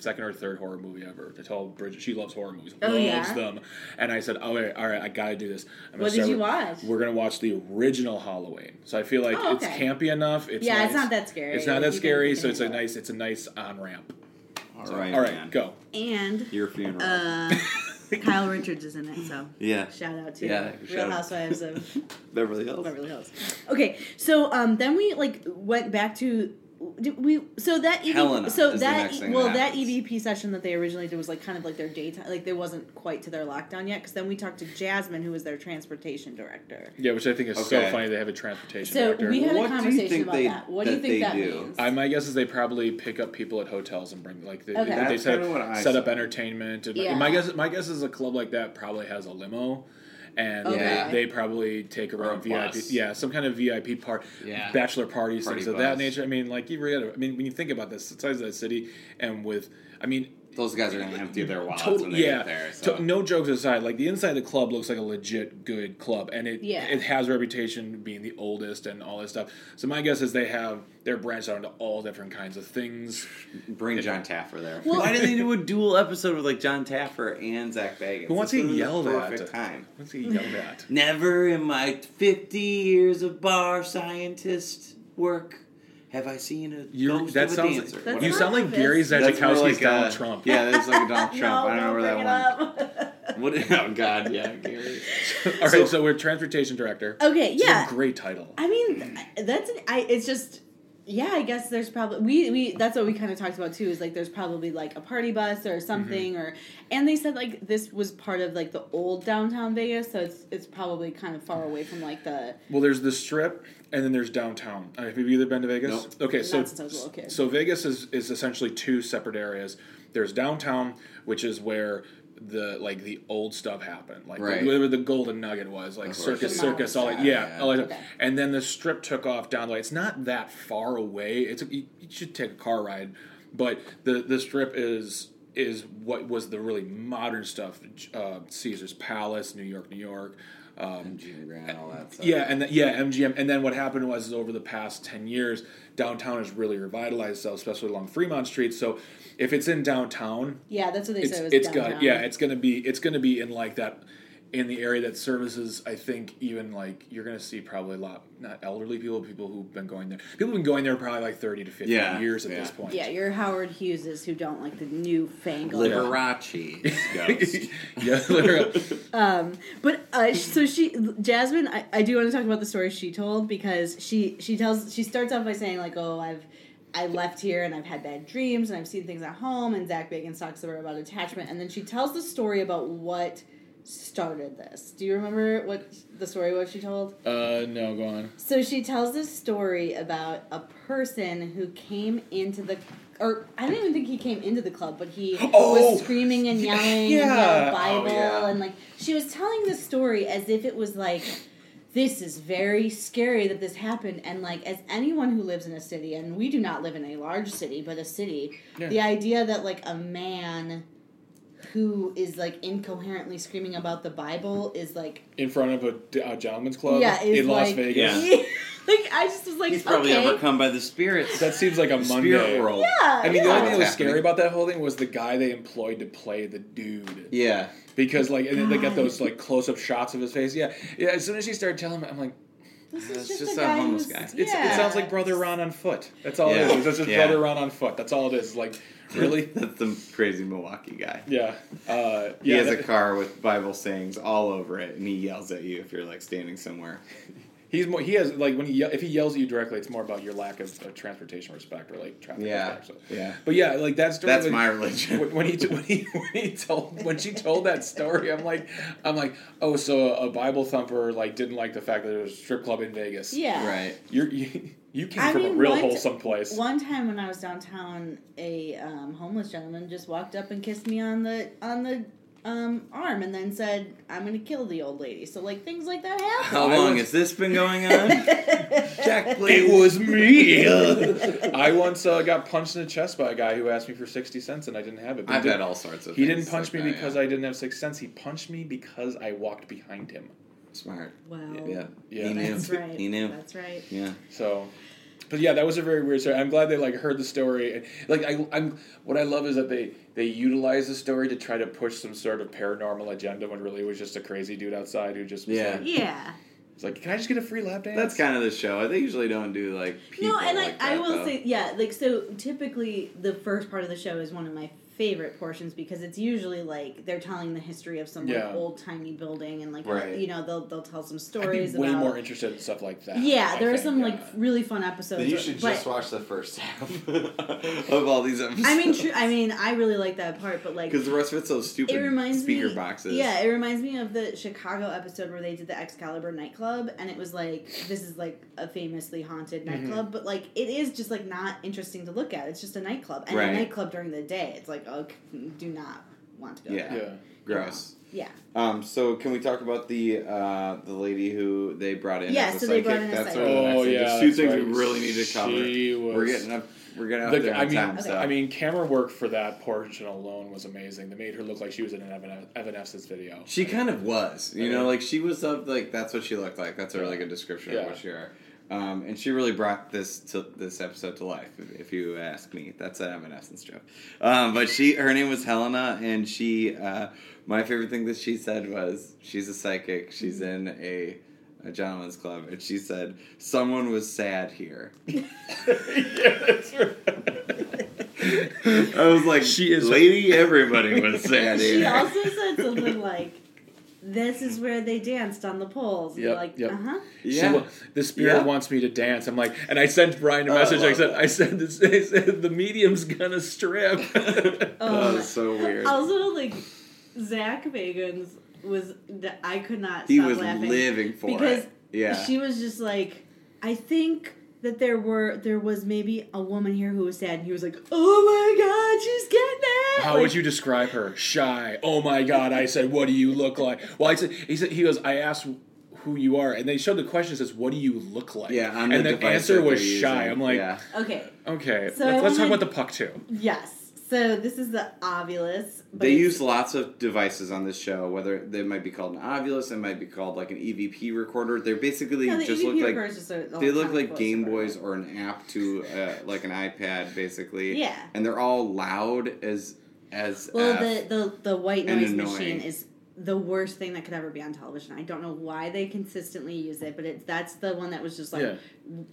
[SPEAKER 3] second or third horror movie ever. I told Bridget she loves horror movies.
[SPEAKER 4] Oh,
[SPEAKER 3] loves
[SPEAKER 4] yeah?
[SPEAKER 3] them. And I said, "Oh, all right, all right I gotta do this." I'm gonna
[SPEAKER 4] What did
[SPEAKER 3] start
[SPEAKER 4] you
[SPEAKER 3] with-
[SPEAKER 4] watch?
[SPEAKER 3] We're gonna watch the original Halloween. So I feel like
[SPEAKER 4] Oh,
[SPEAKER 3] it's
[SPEAKER 4] okay.
[SPEAKER 3] campy enough. It's
[SPEAKER 4] Yeah,
[SPEAKER 3] nice.
[SPEAKER 4] it's not that scary.
[SPEAKER 3] It's not
[SPEAKER 4] You
[SPEAKER 3] that
[SPEAKER 4] can-
[SPEAKER 3] scary.
[SPEAKER 4] you
[SPEAKER 3] So
[SPEAKER 4] can
[SPEAKER 3] it's a
[SPEAKER 4] handle it.
[SPEAKER 3] nice. It's a nice on ramp.
[SPEAKER 2] All right.
[SPEAKER 3] All right,
[SPEAKER 2] man.
[SPEAKER 3] go.
[SPEAKER 4] And
[SPEAKER 2] Your funeral.
[SPEAKER 4] uh, Kyle Richards is in it, so
[SPEAKER 2] yeah.
[SPEAKER 4] shout out to
[SPEAKER 2] Yeah, shout
[SPEAKER 4] Real
[SPEAKER 2] out.
[SPEAKER 4] Housewives of
[SPEAKER 2] Beverly Hills.
[SPEAKER 4] Beverly Hills. Okay, so um, then we like went back to did we so that EVP,
[SPEAKER 2] Helena
[SPEAKER 4] so
[SPEAKER 2] is the
[SPEAKER 4] that E,
[SPEAKER 2] next thing
[SPEAKER 4] well
[SPEAKER 2] that
[SPEAKER 4] that
[SPEAKER 2] happens.
[SPEAKER 4] EVP session that they originally did was like kind of like their daytime like they wasn't quite to their lockdown yet because then we talked to Jasmine who was their transportation director.
[SPEAKER 3] Yeah, which I think is
[SPEAKER 2] Okay.
[SPEAKER 3] so funny. They have a transportation
[SPEAKER 4] So
[SPEAKER 3] director.
[SPEAKER 4] we had
[SPEAKER 2] What
[SPEAKER 4] a
[SPEAKER 2] do you
[SPEAKER 4] conversation
[SPEAKER 2] think
[SPEAKER 4] about
[SPEAKER 2] they-
[SPEAKER 4] that. What do you
[SPEAKER 2] that
[SPEAKER 4] think
[SPEAKER 2] they
[SPEAKER 4] that
[SPEAKER 2] do?
[SPEAKER 4] means?
[SPEAKER 3] I, my guess is they probably pick up people at hotels and bring like they,
[SPEAKER 4] Okay.
[SPEAKER 3] they
[SPEAKER 2] That's
[SPEAKER 3] set,
[SPEAKER 2] kinda what I
[SPEAKER 3] up, set up
[SPEAKER 2] saw.
[SPEAKER 3] entertainment. And
[SPEAKER 4] Yeah.
[SPEAKER 3] My guess, my guess is a club like that probably has a limo, and they-
[SPEAKER 4] Okay.
[SPEAKER 3] they, probably take around VIP,
[SPEAKER 2] bus.
[SPEAKER 3] yeah, some kind of VIP part,
[SPEAKER 2] Yeah.
[SPEAKER 3] bachelor parties,
[SPEAKER 2] Party
[SPEAKER 3] things of that
[SPEAKER 2] bus.
[SPEAKER 3] nature. I mean, like you really, gotta- I mean, when you think about this, the size of that city, and with, I mean,
[SPEAKER 2] Those guys are gonna empty their wallets when
[SPEAKER 3] Totally,
[SPEAKER 2] they
[SPEAKER 3] yeah.
[SPEAKER 2] get there.
[SPEAKER 3] To-
[SPEAKER 2] So.
[SPEAKER 3] no jokes aside, like the inside of the club looks like a legit good club, and it
[SPEAKER 4] Yeah.
[SPEAKER 3] it has a reputation being the oldest and all this stuff. So my guess is they have they're branched out into all different kinds of things.
[SPEAKER 2] Bring John Taffer there.
[SPEAKER 4] Well-
[SPEAKER 2] Why did they do a dual episode with like John Taffer and Zach Bagans?
[SPEAKER 3] Who wants
[SPEAKER 2] This
[SPEAKER 3] to
[SPEAKER 2] was the
[SPEAKER 3] yell that?
[SPEAKER 2] Perfect time.
[SPEAKER 3] What's he yelled at?
[SPEAKER 2] Never in my 50 years of bar scientist work have I seen a
[SPEAKER 3] You
[SPEAKER 2] ghost
[SPEAKER 3] that
[SPEAKER 2] of a
[SPEAKER 3] sounds
[SPEAKER 2] dancer.
[SPEAKER 4] That's
[SPEAKER 3] you
[SPEAKER 2] Whatever.
[SPEAKER 4] not
[SPEAKER 3] sound like
[SPEAKER 4] Elvis.
[SPEAKER 3] Gary
[SPEAKER 2] That's more
[SPEAKER 3] Zajkowski's
[SPEAKER 2] like,
[SPEAKER 3] Donald
[SPEAKER 2] uh,
[SPEAKER 3] Trump.
[SPEAKER 2] Yeah, that's like a Donald
[SPEAKER 4] No,
[SPEAKER 2] Trump. I don't know where that
[SPEAKER 4] bring
[SPEAKER 2] one.
[SPEAKER 4] it up.
[SPEAKER 2] What? Oh God, yeah. Gary.
[SPEAKER 3] all right, so, we're transportation director.
[SPEAKER 4] okay,
[SPEAKER 3] This is
[SPEAKER 4] Oh, yeah.
[SPEAKER 3] a great title.
[SPEAKER 4] I mean, that's an, I. It's just, yeah. I guess there's probably we we. That's what we kind of talked about too. Is like there's probably like a party bus
[SPEAKER 3] Mm-hmm.
[SPEAKER 4] or something, or and they said like this was part of like the old downtown Vegas, so it's it's probably kind of far away from like the
[SPEAKER 3] Well, there's the Strip, and then there's downtown. Uh, Have you either been to Vegas?
[SPEAKER 2] Nope.
[SPEAKER 3] Okay, so
[SPEAKER 4] since I was a little kid.
[SPEAKER 3] so Vegas is is essentially two separate areas. There's downtown, which is where the like the old stuff happened, like
[SPEAKER 2] Right.
[SPEAKER 3] where the Golden Nugget was, like
[SPEAKER 2] course.
[SPEAKER 3] circus,
[SPEAKER 4] The
[SPEAKER 3] circus, all that.
[SPEAKER 2] Mile
[SPEAKER 3] Yeah,
[SPEAKER 2] High.
[SPEAKER 3] all that.
[SPEAKER 4] Okay.
[SPEAKER 3] And then the Strip took off down the way. It's not that far away. It's you, you should take a car ride, but the the Strip is. Is what was the really modern stuff? Uh, Caesar's Palace, New York, New York, um,
[SPEAKER 2] Gene Grant, all that stuff.
[SPEAKER 3] yeah, and th- yeah, MGM. And then what happened was, is over the past ten years, downtown has really revitalized itself, especially along Fremont Street. So, if it's in downtown,
[SPEAKER 4] yeah. That's what they
[SPEAKER 3] it's
[SPEAKER 4] said. Was
[SPEAKER 3] it's
[SPEAKER 4] downtown.
[SPEAKER 3] got yeah, it's gonna be it's gonna be in like that in the area that services. I think even like you're gonna see probably a lot not elderly people, people who've been going there. People have been going there probably like thirty to fifty
[SPEAKER 2] Yeah,
[SPEAKER 3] years at
[SPEAKER 2] yeah.
[SPEAKER 3] this point.
[SPEAKER 4] yeah. Your Howard Hugheses who don't like the new fangled
[SPEAKER 2] Liberace. Ghost.
[SPEAKER 3] yeah, literally.
[SPEAKER 4] But uh, so she, Jasmine, I, I do want to talk about the story she told because she she tells she starts off by saying like, oh, I've I left here and I've had bad dreams and I've seen things at home and Zach Bagans talks to her about attachment and then she tells the story about what started this. Do you remember what the story was she told?
[SPEAKER 3] uh, no, go on.
[SPEAKER 4] So she tells this story about a person who came into the or I don't even think he came into the club, but he
[SPEAKER 3] Oh!
[SPEAKER 4] was screaming and yelling and he had
[SPEAKER 3] Yeah.
[SPEAKER 4] a Bible
[SPEAKER 2] Oh, yeah.
[SPEAKER 4] and like she was telling the story as if it was like this is very scary that this happened and like as anyone who lives in a city and we do not live in a large city but a city
[SPEAKER 3] Yeah.
[SPEAKER 4] the idea that like a man who is like incoherently screaming about the bible is like
[SPEAKER 3] In front of a, a gentleman's club
[SPEAKER 4] yeah is
[SPEAKER 3] in
[SPEAKER 4] like,
[SPEAKER 3] Las Vegas.
[SPEAKER 2] Yeah.
[SPEAKER 4] like i just was like
[SPEAKER 2] He's probably
[SPEAKER 4] okay.
[SPEAKER 2] overcome by the spirits.
[SPEAKER 3] That seems like a Monday.
[SPEAKER 2] Spirit world.
[SPEAKER 4] Yeah,
[SPEAKER 3] I mean, the
[SPEAKER 4] yeah.
[SPEAKER 3] only thing that was
[SPEAKER 2] What's happening?
[SPEAKER 3] scary about that whole thing was the guy they employed to play the dude.
[SPEAKER 2] Yeah.
[SPEAKER 3] Because like, and then they got
[SPEAKER 4] God.
[SPEAKER 3] those like close up shots of his face. Yeah, yeah. As soon as she started telling him, I'm like,
[SPEAKER 4] This
[SPEAKER 2] It's
[SPEAKER 4] is just,
[SPEAKER 2] just
[SPEAKER 4] a
[SPEAKER 2] that
[SPEAKER 4] guy
[SPEAKER 2] homeless
[SPEAKER 4] who's-
[SPEAKER 2] guy.
[SPEAKER 3] it's,
[SPEAKER 4] yeah.
[SPEAKER 3] it sounds like Brother Ron on foot. That's all
[SPEAKER 2] Yeah.
[SPEAKER 3] it is. It's just
[SPEAKER 2] Yeah.
[SPEAKER 3] Brother Ron on foot. That's all it is. Like, really?
[SPEAKER 2] That's the crazy Milwaukee guy.
[SPEAKER 3] yeah. Uh, yeah.
[SPEAKER 2] He has a
[SPEAKER 3] that-
[SPEAKER 2] car with Bible sayings all over it, and he yells at you if you're like standing somewhere.
[SPEAKER 3] He's more. He has like when he ye- if he yells at you directly, it's more about your lack of, of transportation respect or like traffic
[SPEAKER 2] Yeah.
[SPEAKER 3] respect. So-
[SPEAKER 2] Yeah.
[SPEAKER 3] But yeah, like that story.
[SPEAKER 2] That's
[SPEAKER 3] was-
[SPEAKER 2] my religion.
[SPEAKER 3] when, when he when he when he told when she told that story, I'm like I'm like oh so a Bible thumper like didn't like the fact that there was a strip club in Vegas.
[SPEAKER 4] yeah
[SPEAKER 2] Right.
[SPEAKER 3] You're, you you came
[SPEAKER 4] I
[SPEAKER 3] from a
[SPEAKER 4] mean,
[SPEAKER 3] real
[SPEAKER 4] what-
[SPEAKER 3] wholesome place.
[SPEAKER 4] One time when I was downtown, a um, homeless gentleman just walked up and kissed me on the on the um, arm, and then said, "I'm gonna kill the old lady." So like things like that happen.
[SPEAKER 2] How
[SPEAKER 3] I
[SPEAKER 2] long
[SPEAKER 3] was-
[SPEAKER 2] has this been going on? Jack,
[SPEAKER 3] It
[SPEAKER 2] please.
[SPEAKER 3] was me. I once uh, got punched in the chest by a guy who asked me for sixty cents and I didn't have it. But
[SPEAKER 2] I've
[SPEAKER 3] did-
[SPEAKER 2] had all sorts of.
[SPEAKER 3] He
[SPEAKER 2] things
[SPEAKER 3] didn't punch
[SPEAKER 2] like
[SPEAKER 3] me
[SPEAKER 2] that,
[SPEAKER 3] because
[SPEAKER 2] yeah.
[SPEAKER 3] I didn't have six cents. He punched me because I walked behind him.
[SPEAKER 2] smart.
[SPEAKER 4] Wow.
[SPEAKER 2] Yeah.
[SPEAKER 3] Yeah.
[SPEAKER 2] He knew.
[SPEAKER 4] That's right.
[SPEAKER 2] He knew.
[SPEAKER 4] That's right.
[SPEAKER 2] Yeah.
[SPEAKER 3] So, but yeah, that was a very weird story. I'm glad they like heard the story and like I, I'm what I love is that they they utilize the story to try to push some sort of paranormal agenda when really it was just a crazy dude outside who just was
[SPEAKER 2] Yeah.
[SPEAKER 3] like,
[SPEAKER 4] Yeah.
[SPEAKER 3] it's like, can I just get a free lap dance?
[SPEAKER 2] That's kind of the show. They usually don't do like people.
[SPEAKER 4] no, and
[SPEAKER 2] like
[SPEAKER 4] I, I
[SPEAKER 2] that,
[SPEAKER 4] will
[SPEAKER 2] though.
[SPEAKER 4] say, yeah, like so. Typically, the first part of the show is one of my favorite portions because it's usually like they're telling the history of some
[SPEAKER 3] Yeah.
[SPEAKER 4] like, old tiny building, and like
[SPEAKER 2] Right.
[SPEAKER 4] you know they'll they'll tell some
[SPEAKER 3] I'd be
[SPEAKER 4] stories.
[SPEAKER 3] way
[SPEAKER 4] about,
[SPEAKER 3] more interested in stuff like that.
[SPEAKER 4] Yeah,
[SPEAKER 3] I
[SPEAKER 4] there are
[SPEAKER 3] think, uh,
[SPEAKER 4] some
[SPEAKER 3] yeah.
[SPEAKER 4] like really fun episodes.
[SPEAKER 5] Then you should
[SPEAKER 4] but-
[SPEAKER 5] just watch the first half.
[SPEAKER 2] of all these episodes.
[SPEAKER 4] I mean, true. I mean, I really like that part, but like,
[SPEAKER 2] because the rest of it's so stupid.
[SPEAKER 4] it reminds
[SPEAKER 2] speaker
[SPEAKER 4] me.
[SPEAKER 2] boxes.
[SPEAKER 4] Yeah, it reminds me of the Chicago episode where they did the Excalibur nightclub, and it was like this is like a famously haunted
[SPEAKER 2] Mm-hmm.
[SPEAKER 4] nightclub, but like it is just like not interesting to look at. It's just a nightclub, and
[SPEAKER 2] Right.
[SPEAKER 4] a nightclub during the day, it's like oh, c- do not want to go.
[SPEAKER 2] Yeah.
[SPEAKER 4] there.
[SPEAKER 3] yeah.
[SPEAKER 2] Gross.
[SPEAKER 4] yeah.
[SPEAKER 2] Um. So can we talk about the uh the lady who they brought in?
[SPEAKER 4] Yeah,
[SPEAKER 2] as a
[SPEAKER 4] so they
[SPEAKER 2] psychic?
[SPEAKER 4] brought in a psychic.
[SPEAKER 2] That's sort of the next
[SPEAKER 3] Oh
[SPEAKER 2] thing.
[SPEAKER 3] yeah,
[SPEAKER 2] There's two
[SPEAKER 3] that's
[SPEAKER 2] things
[SPEAKER 3] right.
[SPEAKER 2] we really need to cover.
[SPEAKER 3] She was
[SPEAKER 2] We're getting up We're getting out
[SPEAKER 3] The-
[SPEAKER 2] there on
[SPEAKER 3] I mean,
[SPEAKER 2] time. So
[SPEAKER 3] I mean, camera work for that portion alone was amazing. They made her look like she was in an Evan- Evanescence video.
[SPEAKER 2] she kind of was, you
[SPEAKER 3] Yeah.
[SPEAKER 2] know, like she was of like that's what she looked like. That's a really good description
[SPEAKER 3] Yeah.
[SPEAKER 2] of what she are. Um, and she really brought this to this episode to life, if, if you ask me. That's an Evanescence joke. Um, but she, her name was Helena, and she, uh, my favorite thing that she said was, she's a psychic. She's in a, a gentleman's club, and she said, someone was sad here.
[SPEAKER 3] yeah, that's right.
[SPEAKER 2] I was like,
[SPEAKER 3] She is-
[SPEAKER 2] lady. Everybody was sad
[SPEAKER 4] She
[SPEAKER 2] here.
[SPEAKER 4] also said something like, "This is where they danced on the poles." And you're
[SPEAKER 3] Yep,
[SPEAKER 4] like,
[SPEAKER 3] yep.
[SPEAKER 4] uh huh.
[SPEAKER 3] Yeah.
[SPEAKER 2] Yeah.
[SPEAKER 3] the spirit
[SPEAKER 2] Yeah.
[SPEAKER 3] wants me to dance. I'm like, and I sent Brian a
[SPEAKER 2] Oh, I
[SPEAKER 3] message. I
[SPEAKER 2] love
[SPEAKER 3] said,
[SPEAKER 2] that.
[SPEAKER 3] I said, this, I said, the medium's gonna strip. Oh.
[SPEAKER 2] that was so weird.
[SPEAKER 4] Also, like Zach Bagans was, I could not.
[SPEAKER 2] he
[SPEAKER 4] stop
[SPEAKER 2] was
[SPEAKER 4] laughing.
[SPEAKER 2] living for
[SPEAKER 4] because
[SPEAKER 2] it. Yeah.
[SPEAKER 4] She was just like, I think that there were there was maybe a woman here who was sad, and he was like, "Oh my god, she's getting it!"
[SPEAKER 3] How
[SPEAKER 4] Like,
[SPEAKER 3] would you describe her? Shy. Oh my god. I said, what do you look like? Well, I said, he said, he goes, I asked who you are, and they showed the question says, what do you look like?
[SPEAKER 2] yeah, I'm
[SPEAKER 3] and
[SPEAKER 2] the, device
[SPEAKER 3] answer
[SPEAKER 2] that
[SPEAKER 3] was
[SPEAKER 2] they're
[SPEAKER 3] shy.
[SPEAKER 2] using.
[SPEAKER 3] I'm like,
[SPEAKER 2] yeah.
[SPEAKER 4] Okay,
[SPEAKER 3] okay,
[SPEAKER 4] So
[SPEAKER 3] let's,
[SPEAKER 4] I
[SPEAKER 3] let's talk
[SPEAKER 4] wanna-
[SPEAKER 3] about the puck too.
[SPEAKER 4] yes. So this is the ovulus. but
[SPEAKER 2] they
[SPEAKER 4] it's-
[SPEAKER 2] use lots of devices on this show. Whether they might be called an ovulus, it might be called like an EVP recorder. They're basically
[SPEAKER 4] No, the
[SPEAKER 2] just
[SPEAKER 4] EVP
[SPEAKER 2] look like
[SPEAKER 4] recorder's just a- a
[SPEAKER 2] they look
[SPEAKER 4] electronic
[SPEAKER 2] like
[SPEAKER 4] voice
[SPEAKER 2] Game
[SPEAKER 4] recorder.
[SPEAKER 2] Boys or an app to uh, like an iPad, basically.
[SPEAKER 4] Yeah.
[SPEAKER 2] and they're all loud as as
[SPEAKER 4] Well,
[SPEAKER 2] F.
[SPEAKER 4] the, the the white
[SPEAKER 2] and
[SPEAKER 4] noise
[SPEAKER 2] annoying.
[SPEAKER 4] machine is the worst thing that could ever be on television. I don't know why they consistently use it, but it's that's the one that was just like
[SPEAKER 3] Yeah.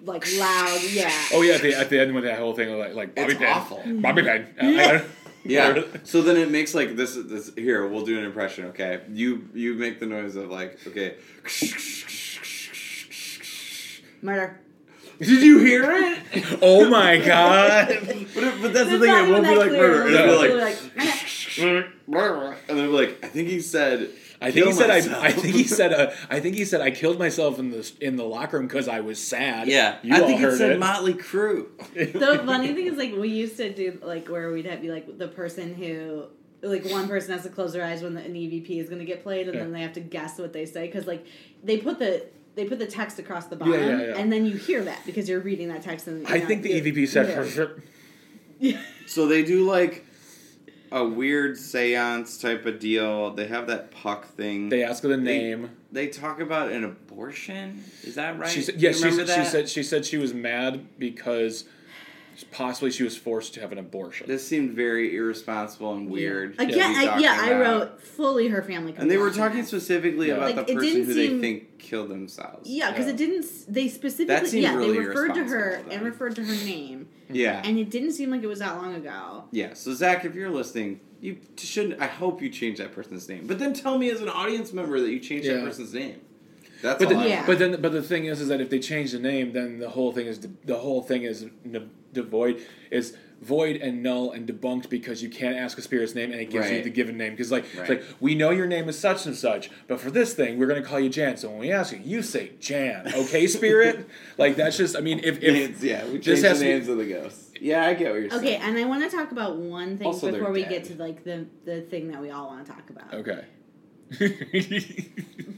[SPEAKER 4] like loud. Yeah.
[SPEAKER 3] Oh yeah, at the, at the end with that whole thing, like, like Bobby
[SPEAKER 2] It's
[SPEAKER 3] Penn,
[SPEAKER 2] awful.
[SPEAKER 3] Bobby Penn. Uh, I-
[SPEAKER 4] Yeah.
[SPEAKER 2] Yeah. So then it makes like this. This here, we'll do an impression. Okay, you you make the noise of like okay.
[SPEAKER 4] Murder.
[SPEAKER 2] Did you hear it?
[SPEAKER 3] oh my god.
[SPEAKER 2] But, it, but that's the
[SPEAKER 4] It's
[SPEAKER 2] thing.
[SPEAKER 4] not
[SPEAKER 2] It won't
[SPEAKER 4] even
[SPEAKER 2] be
[SPEAKER 4] that
[SPEAKER 2] like
[SPEAKER 4] clear.
[SPEAKER 2] murder.
[SPEAKER 4] It's
[SPEAKER 2] It'll be
[SPEAKER 4] literally
[SPEAKER 2] like.
[SPEAKER 4] like
[SPEAKER 2] And they're like, I think he said.
[SPEAKER 3] I think he
[SPEAKER 2] "Kill
[SPEAKER 3] said
[SPEAKER 2] myself."
[SPEAKER 3] I, I think he said uh, I think he said I killed myself in the in the locker room because I was sad.
[SPEAKER 2] yeah,
[SPEAKER 3] you
[SPEAKER 2] I
[SPEAKER 3] all
[SPEAKER 2] think
[SPEAKER 3] heard
[SPEAKER 2] he said
[SPEAKER 3] it.
[SPEAKER 2] Motley Crue.
[SPEAKER 4] the funny thing is like we used to do like where we'd have be like the person who like one person has to close their eyes when the, an EVP is going to get played, and then
[SPEAKER 3] Yeah.
[SPEAKER 4] they have to guess what they say because like they put the they put the text across the bottom,
[SPEAKER 3] yeah, yeah.
[SPEAKER 4] and then you hear that because you're reading that text. And
[SPEAKER 3] I
[SPEAKER 4] you're
[SPEAKER 3] think
[SPEAKER 4] not-
[SPEAKER 3] the
[SPEAKER 4] you're-
[SPEAKER 3] EVP said
[SPEAKER 4] yeah.
[SPEAKER 2] So they do like a weird séance type of deal. They have that puck thing.
[SPEAKER 3] they asked her the
[SPEAKER 2] They-
[SPEAKER 3] name.
[SPEAKER 2] They talk about an abortion. Is that right?
[SPEAKER 3] She said,
[SPEAKER 2] Do
[SPEAKER 3] yeah,
[SPEAKER 2] you
[SPEAKER 3] she,
[SPEAKER 2] remember
[SPEAKER 3] said- she
[SPEAKER 2] that?
[SPEAKER 3] said she said she was mad because possibly she was forced to have an abortion.
[SPEAKER 2] This seemed very irresponsible and weird. to be
[SPEAKER 4] Again, I,
[SPEAKER 2] talking
[SPEAKER 4] yeah, I
[SPEAKER 2] about.
[SPEAKER 4] wrote fully her family.
[SPEAKER 2] And they were
[SPEAKER 4] complaint.
[SPEAKER 2] talking specifically
[SPEAKER 3] Yeah.
[SPEAKER 2] about
[SPEAKER 4] Like,
[SPEAKER 2] the
[SPEAKER 4] it
[SPEAKER 2] person
[SPEAKER 4] didn't
[SPEAKER 2] who
[SPEAKER 4] seem-
[SPEAKER 2] they think killed themselves.
[SPEAKER 4] Yeah, because
[SPEAKER 3] Yeah.
[SPEAKER 4] it didn't. s- They
[SPEAKER 2] That
[SPEAKER 4] specifically,
[SPEAKER 2] seemed
[SPEAKER 4] yeah,
[SPEAKER 2] really
[SPEAKER 4] they referred to her
[SPEAKER 2] irresponsible,
[SPEAKER 4] and
[SPEAKER 2] though.
[SPEAKER 4] referred to her name,
[SPEAKER 2] Yeah.
[SPEAKER 4] and it didn't seem like it was that long ago.
[SPEAKER 2] Yeah. So Zach, if you're listening, you t- shouldn't. I hope you change that person's name, but then tell me as an audience member that you changed
[SPEAKER 3] Yeah.
[SPEAKER 2] that person's name. That's
[SPEAKER 3] But
[SPEAKER 2] all.
[SPEAKER 3] then,
[SPEAKER 2] I-
[SPEAKER 4] Yeah.
[SPEAKER 3] but then, but the thing is, is that if they change the name, then the whole thing is de- the whole thing is ne- devoid, is void and null and debunked because you can't ask a spirit's name and it gives you
[SPEAKER 2] Right.
[SPEAKER 3] the given name because like it's
[SPEAKER 2] Right.
[SPEAKER 3] like we know your name is such and such, but for this thing we're gonna call you Jan. So when we ask you, you say Jan, okay, spirit? like that's just I mean if if
[SPEAKER 2] Names, yeah, we
[SPEAKER 3] this
[SPEAKER 2] changed the
[SPEAKER 3] has to be-
[SPEAKER 2] names of the ghosts. Yeah, I get what you're saying.
[SPEAKER 4] Okay, and I want to talk about one thing
[SPEAKER 2] Also, they're
[SPEAKER 4] before we
[SPEAKER 2] dead. Oh.
[SPEAKER 4] get to like the the thing that we all want to talk about.
[SPEAKER 3] okay.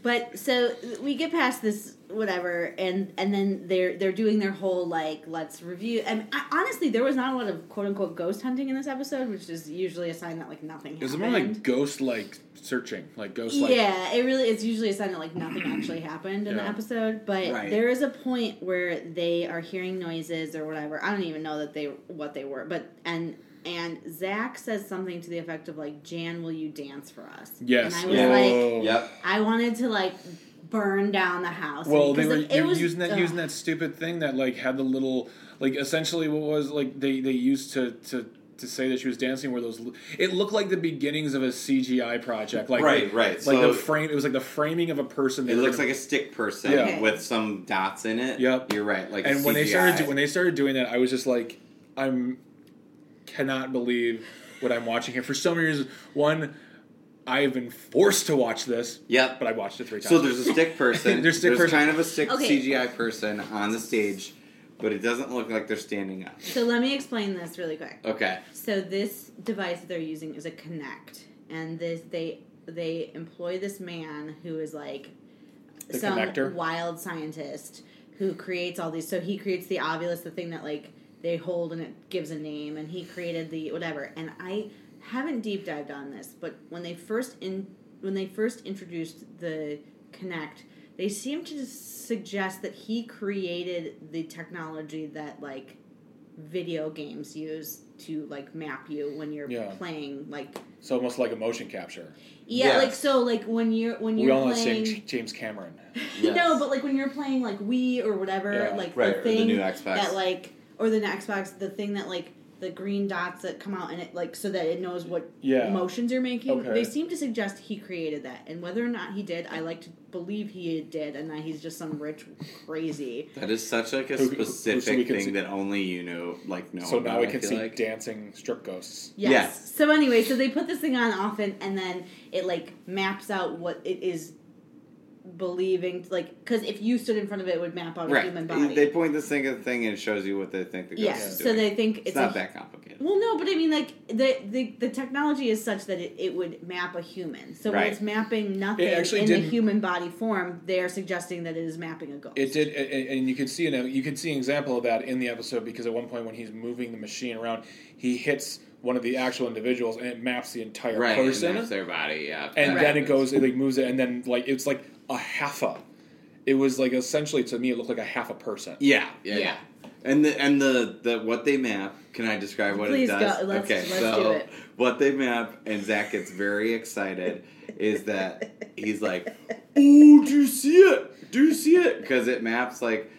[SPEAKER 4] But so we get past this whatever, and and then they're they're doing their whole like let's review. And I, honestly, there was not a lot of quote unquote ghost hunting in this episode, which is usually a sign that like nothing.
[SPEAKER 3] It's
[SPEAKER 4] Happened.
[SPEAKER 3] more like ghost like searching, like ghost like
[SPEAKER 4] yeah, it really it's usually a sign that like nothing actually happened in the
[SPEAKER 3] Yeah.
[SPEAKER 4] episode, but
[SPEAKER 2] Right.
[SPEAKER 4] there is a point where they are hearing noises or whatever. I don't even know that they what they were, but and and Zach says something to the effect of like, "Jan, will you dance for us?"
[SPEAKER 3] yes.
[SPEAKER 4] and I was
[SPEAKER 2] Yeah.
[SPEAKER 4] like,
[SPEAKER 3] Oh.
[SPEAKER 2] Yep.
[SPEAKER 4] I wanted to like burn down the house.
[SPEAKER 3] Well, they
[SPEAKER 4] 'Cause,
[SPEAKER 3] were,
[SPEAKER 4] like,
[SPEAKER 3] they
[SPEAKER 4] it
[SPEAKER 3] were
[SPEAKER 4] was-
[SPEAKER 3] using that
[SPEAKER 4] ugh.
[SPEAKER 3] using that stupid thing that like had the little like essentially what was like they they used to to to say that she was dancing were those l- it looked like the beginnings of a CGI project like
[SPEAKER 2] Right, right.
[SPEAKER 3] like
[SPEAKER 2] So-
[SPEAKER 3] the frame it was like the framing of a person they
[SPEAKER 2] It
[SPEAKER 3] were
[SPEAKER 2] looks
[SPEAKER 3] gonna-
[SPEAKER 2] like a stick person
[SPEAKER 3] Yeah.
[SPEAKER 2] with some dots in it.
[SPEAKER 3] Yep.
[SPEAKER 2] You're right. Like
[SPEAKER 3] and when they
[SPEAKER 2] CGI.
[SPEAKER 3] started do, when they started doing that I was just like I'm cannot believe what I'm watching here for some reason one I've been forced to watch this
[SPEAKER 2] Yep.
[SPEAKER 3] but I watched it three times
[SPEAKER 2] So there's a stick person.
[SPEAKER 3] There's
[SPEAKER 2] there's
[SPEAKER 3] stick person.
[SPEAKER 2] kind of a stick
[SPEAKER 4] Okay.
[SPEAKER 2] CGI person on the stage, but it doesn't look like they're standing up.
[SPEAKER 4] So let me explain this really quick.
[SPEAKER 2] Okay.
[SPEAKER 4] So this device that they're using is a Connect, and this they they employ this man who is like
[SPEAKER 3] The
[SPEAKER 4] some
[SPEAKER 3] Connector?
[SPEAKER 4] wild scientist who creates all these. So he creates the ovulus, the thing that like. they hold and it gives a name and he created the whatever and i haven't deep dived on this but when they first in when they first introduced the connect they seem to suggest that he created the technology that like video games use to like map you when you're
[SPEAKER 3] Yeah.
[SPEAKER 4] playing like
[SPEAKER 3] It's almost like a motion capture.
[SPEAKER 4] yeah
[SPEAKER 2] Yes.
[SPEAKER 4] like so like when you're when
[SPEAKER 3] We
[SPEAKER 4] you're
[SPEAKER 3] all know it's
[SPEAKER 4] playing
[SPEAKER 3] James- James Cameron.
[SPEAKER 4] no, but like when you're playing like Wii or whatever,
[SPEAKER 3] Yeah.
[SPEAKER 4] like
[SPEAKER 2] Right,
[SPEAKER 4] the
[SPEAKER 2] or the
[SPEAKER 4] thing
[SPEAKER 2] new Xbox.
[SPEAKER 4] that like or the new Xbox, the thing that like the green dots that come out and it like so that it knows what
[SPEAKER 3] Yeah.
[SPEAKER 4] motions you're making.
[SPEAKER 3] Okay.
[SPEAKER 4] They seem to suggest he created that, and whether or not he did, I like to believe he did, and that he's just some rich crazy.
[SPEAKER 2] That is such like a
[SPEAKER 3] Who- who- who- so
[SPEAKER 2] specific
[SPEAKER 3] we can
[SPEAKER 2] thing
[SPEAKER 3] see-
[SPEAKER 2] that only you know, like know.
[SPEAKER 3] so now
[SPEAKER 2] about,
[SPEAKER 3] we
[SPEAKER 2] I
[SPEAKER 3] can
[SPEAKER 2] feel
[SPEAKER 3] see
[SPEAKER 2] like.
[SPEAKER 3] dancing strip ghosts.
[SPEAKER 4] Yes.
[SPEAKER 2] Yes.
[SPEAKER 4] So anyway, so they put this thing on often, and then it like maps out what it is believing like because if you stood in front of it, it would map out a human body
[SPEAKER 2] Right. They point this thing at the thing and it shows you what they think the ghost
[SPEAKER 4] yes
[SPEAKER 2] is
[SPEAKER 4] so
[SPEAKER 2] doing.
[SPEAKER 4] they think it's,
[SPEAKER 2] it's, not
[SPEAKER 4] a-
[SPEAKER 2] that complicated.
[SPEAKER 4] Well, no, but I mean, like the the, the technology is such that it, it would map a human. So when
[SPEAKER 2] Right.
[SPEAKER 4] it's mapping nothing
[SPEAKER 3] It actually
[SPEAKER 4] in the
[SPEAKER 3] didn't-
[SPEAKER 4] human body form, they are suggesting that it is mapping a ghost.
[SPEAKER 3] It did, a- a- and you could see an you could see an example of that in the episode because at one point when he's moving the machine around, he hits one of the actual individuals and it maps the entire
[SPEAKER 2] right.
[SPEAKER 3] person,
[SPEAKER 2] And that's their body. Yeah.
[SPEAKER 3] and
[SPEAKER 2] that
[SPEAKER 3] then it
[SPEAKER 2] happens.
[SPEAKER 3] goes it like moves it, and then like it's like a half a. It was like essentially to me it looked like a half a person.
[SPEAKER 2] Yeah. Yeah.
[SPEAKER 4] Yeah.
[SPEAKER 2] Yeah. And the and the, the what they map. Can I describe what
[SPEAKER 4] Please
[SPEAKER 2] it does?
[SPEAKER 4] go. Let's-
[SPEAKER 2] okay.
[SPEAKER 4] let's
[SPEAKER 2] so
[SPEAKER 4] do it.
[SPEAKER 2] what they map, and Zach gets very excited. is that he's like, "Oh, do you see it? Do you see it?" Because it maps like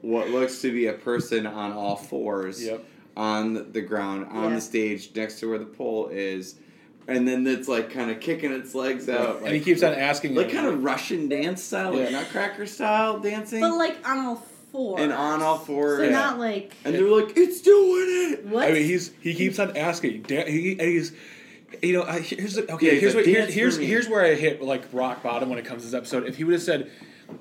[SPEAKER 2] what looks to be a person on all fours
[SPEAKER 3] Yep.
[SPEAKER 2] on the ground on
[SPEAKER 4] Yeah.
[SPEAKER 2] the stage next to where the pole is. And then it's like kind of kicking its legs out,
[SPEAKER 3] and
[SPEAKER 2] like,
[SPEAKER 3] he keeps on asking,
[SPEAKER 2] like
[SPEAKER 3] him,
[SPEAKER 2] kind of Russian dance style, like
[SPEAKER 3] Yeah.
[SPEAKER 2] Nutcracker style dancing.
[SPEAKER 4] but like on all fours.
[SPEAKER 2] And on all fours.
[SPEAKER 4] So
[SPEAKER 3] Yeah.
[SPEAKER 4] not like
[SPEAKER 2] And they're like, it's doing it.
[SPEAKER 4] what?
[SPEAKER 3] I mean, he's he keeps on asking. Da- he, and he's, you know, I, here's the, okay.
[SPEAKER 2] Yeah, he's
[SPEAKER 3] here's
[SPEAKER 2] like,
[SPEAKER 3] what here,
[SPEAKER 2] "Dance for
[SPEAKER 3] here's
[SPEAKER 2] me."
[SPEAKER 3] here's where I hit like rock bottom when it comes to this episode. If he would have said,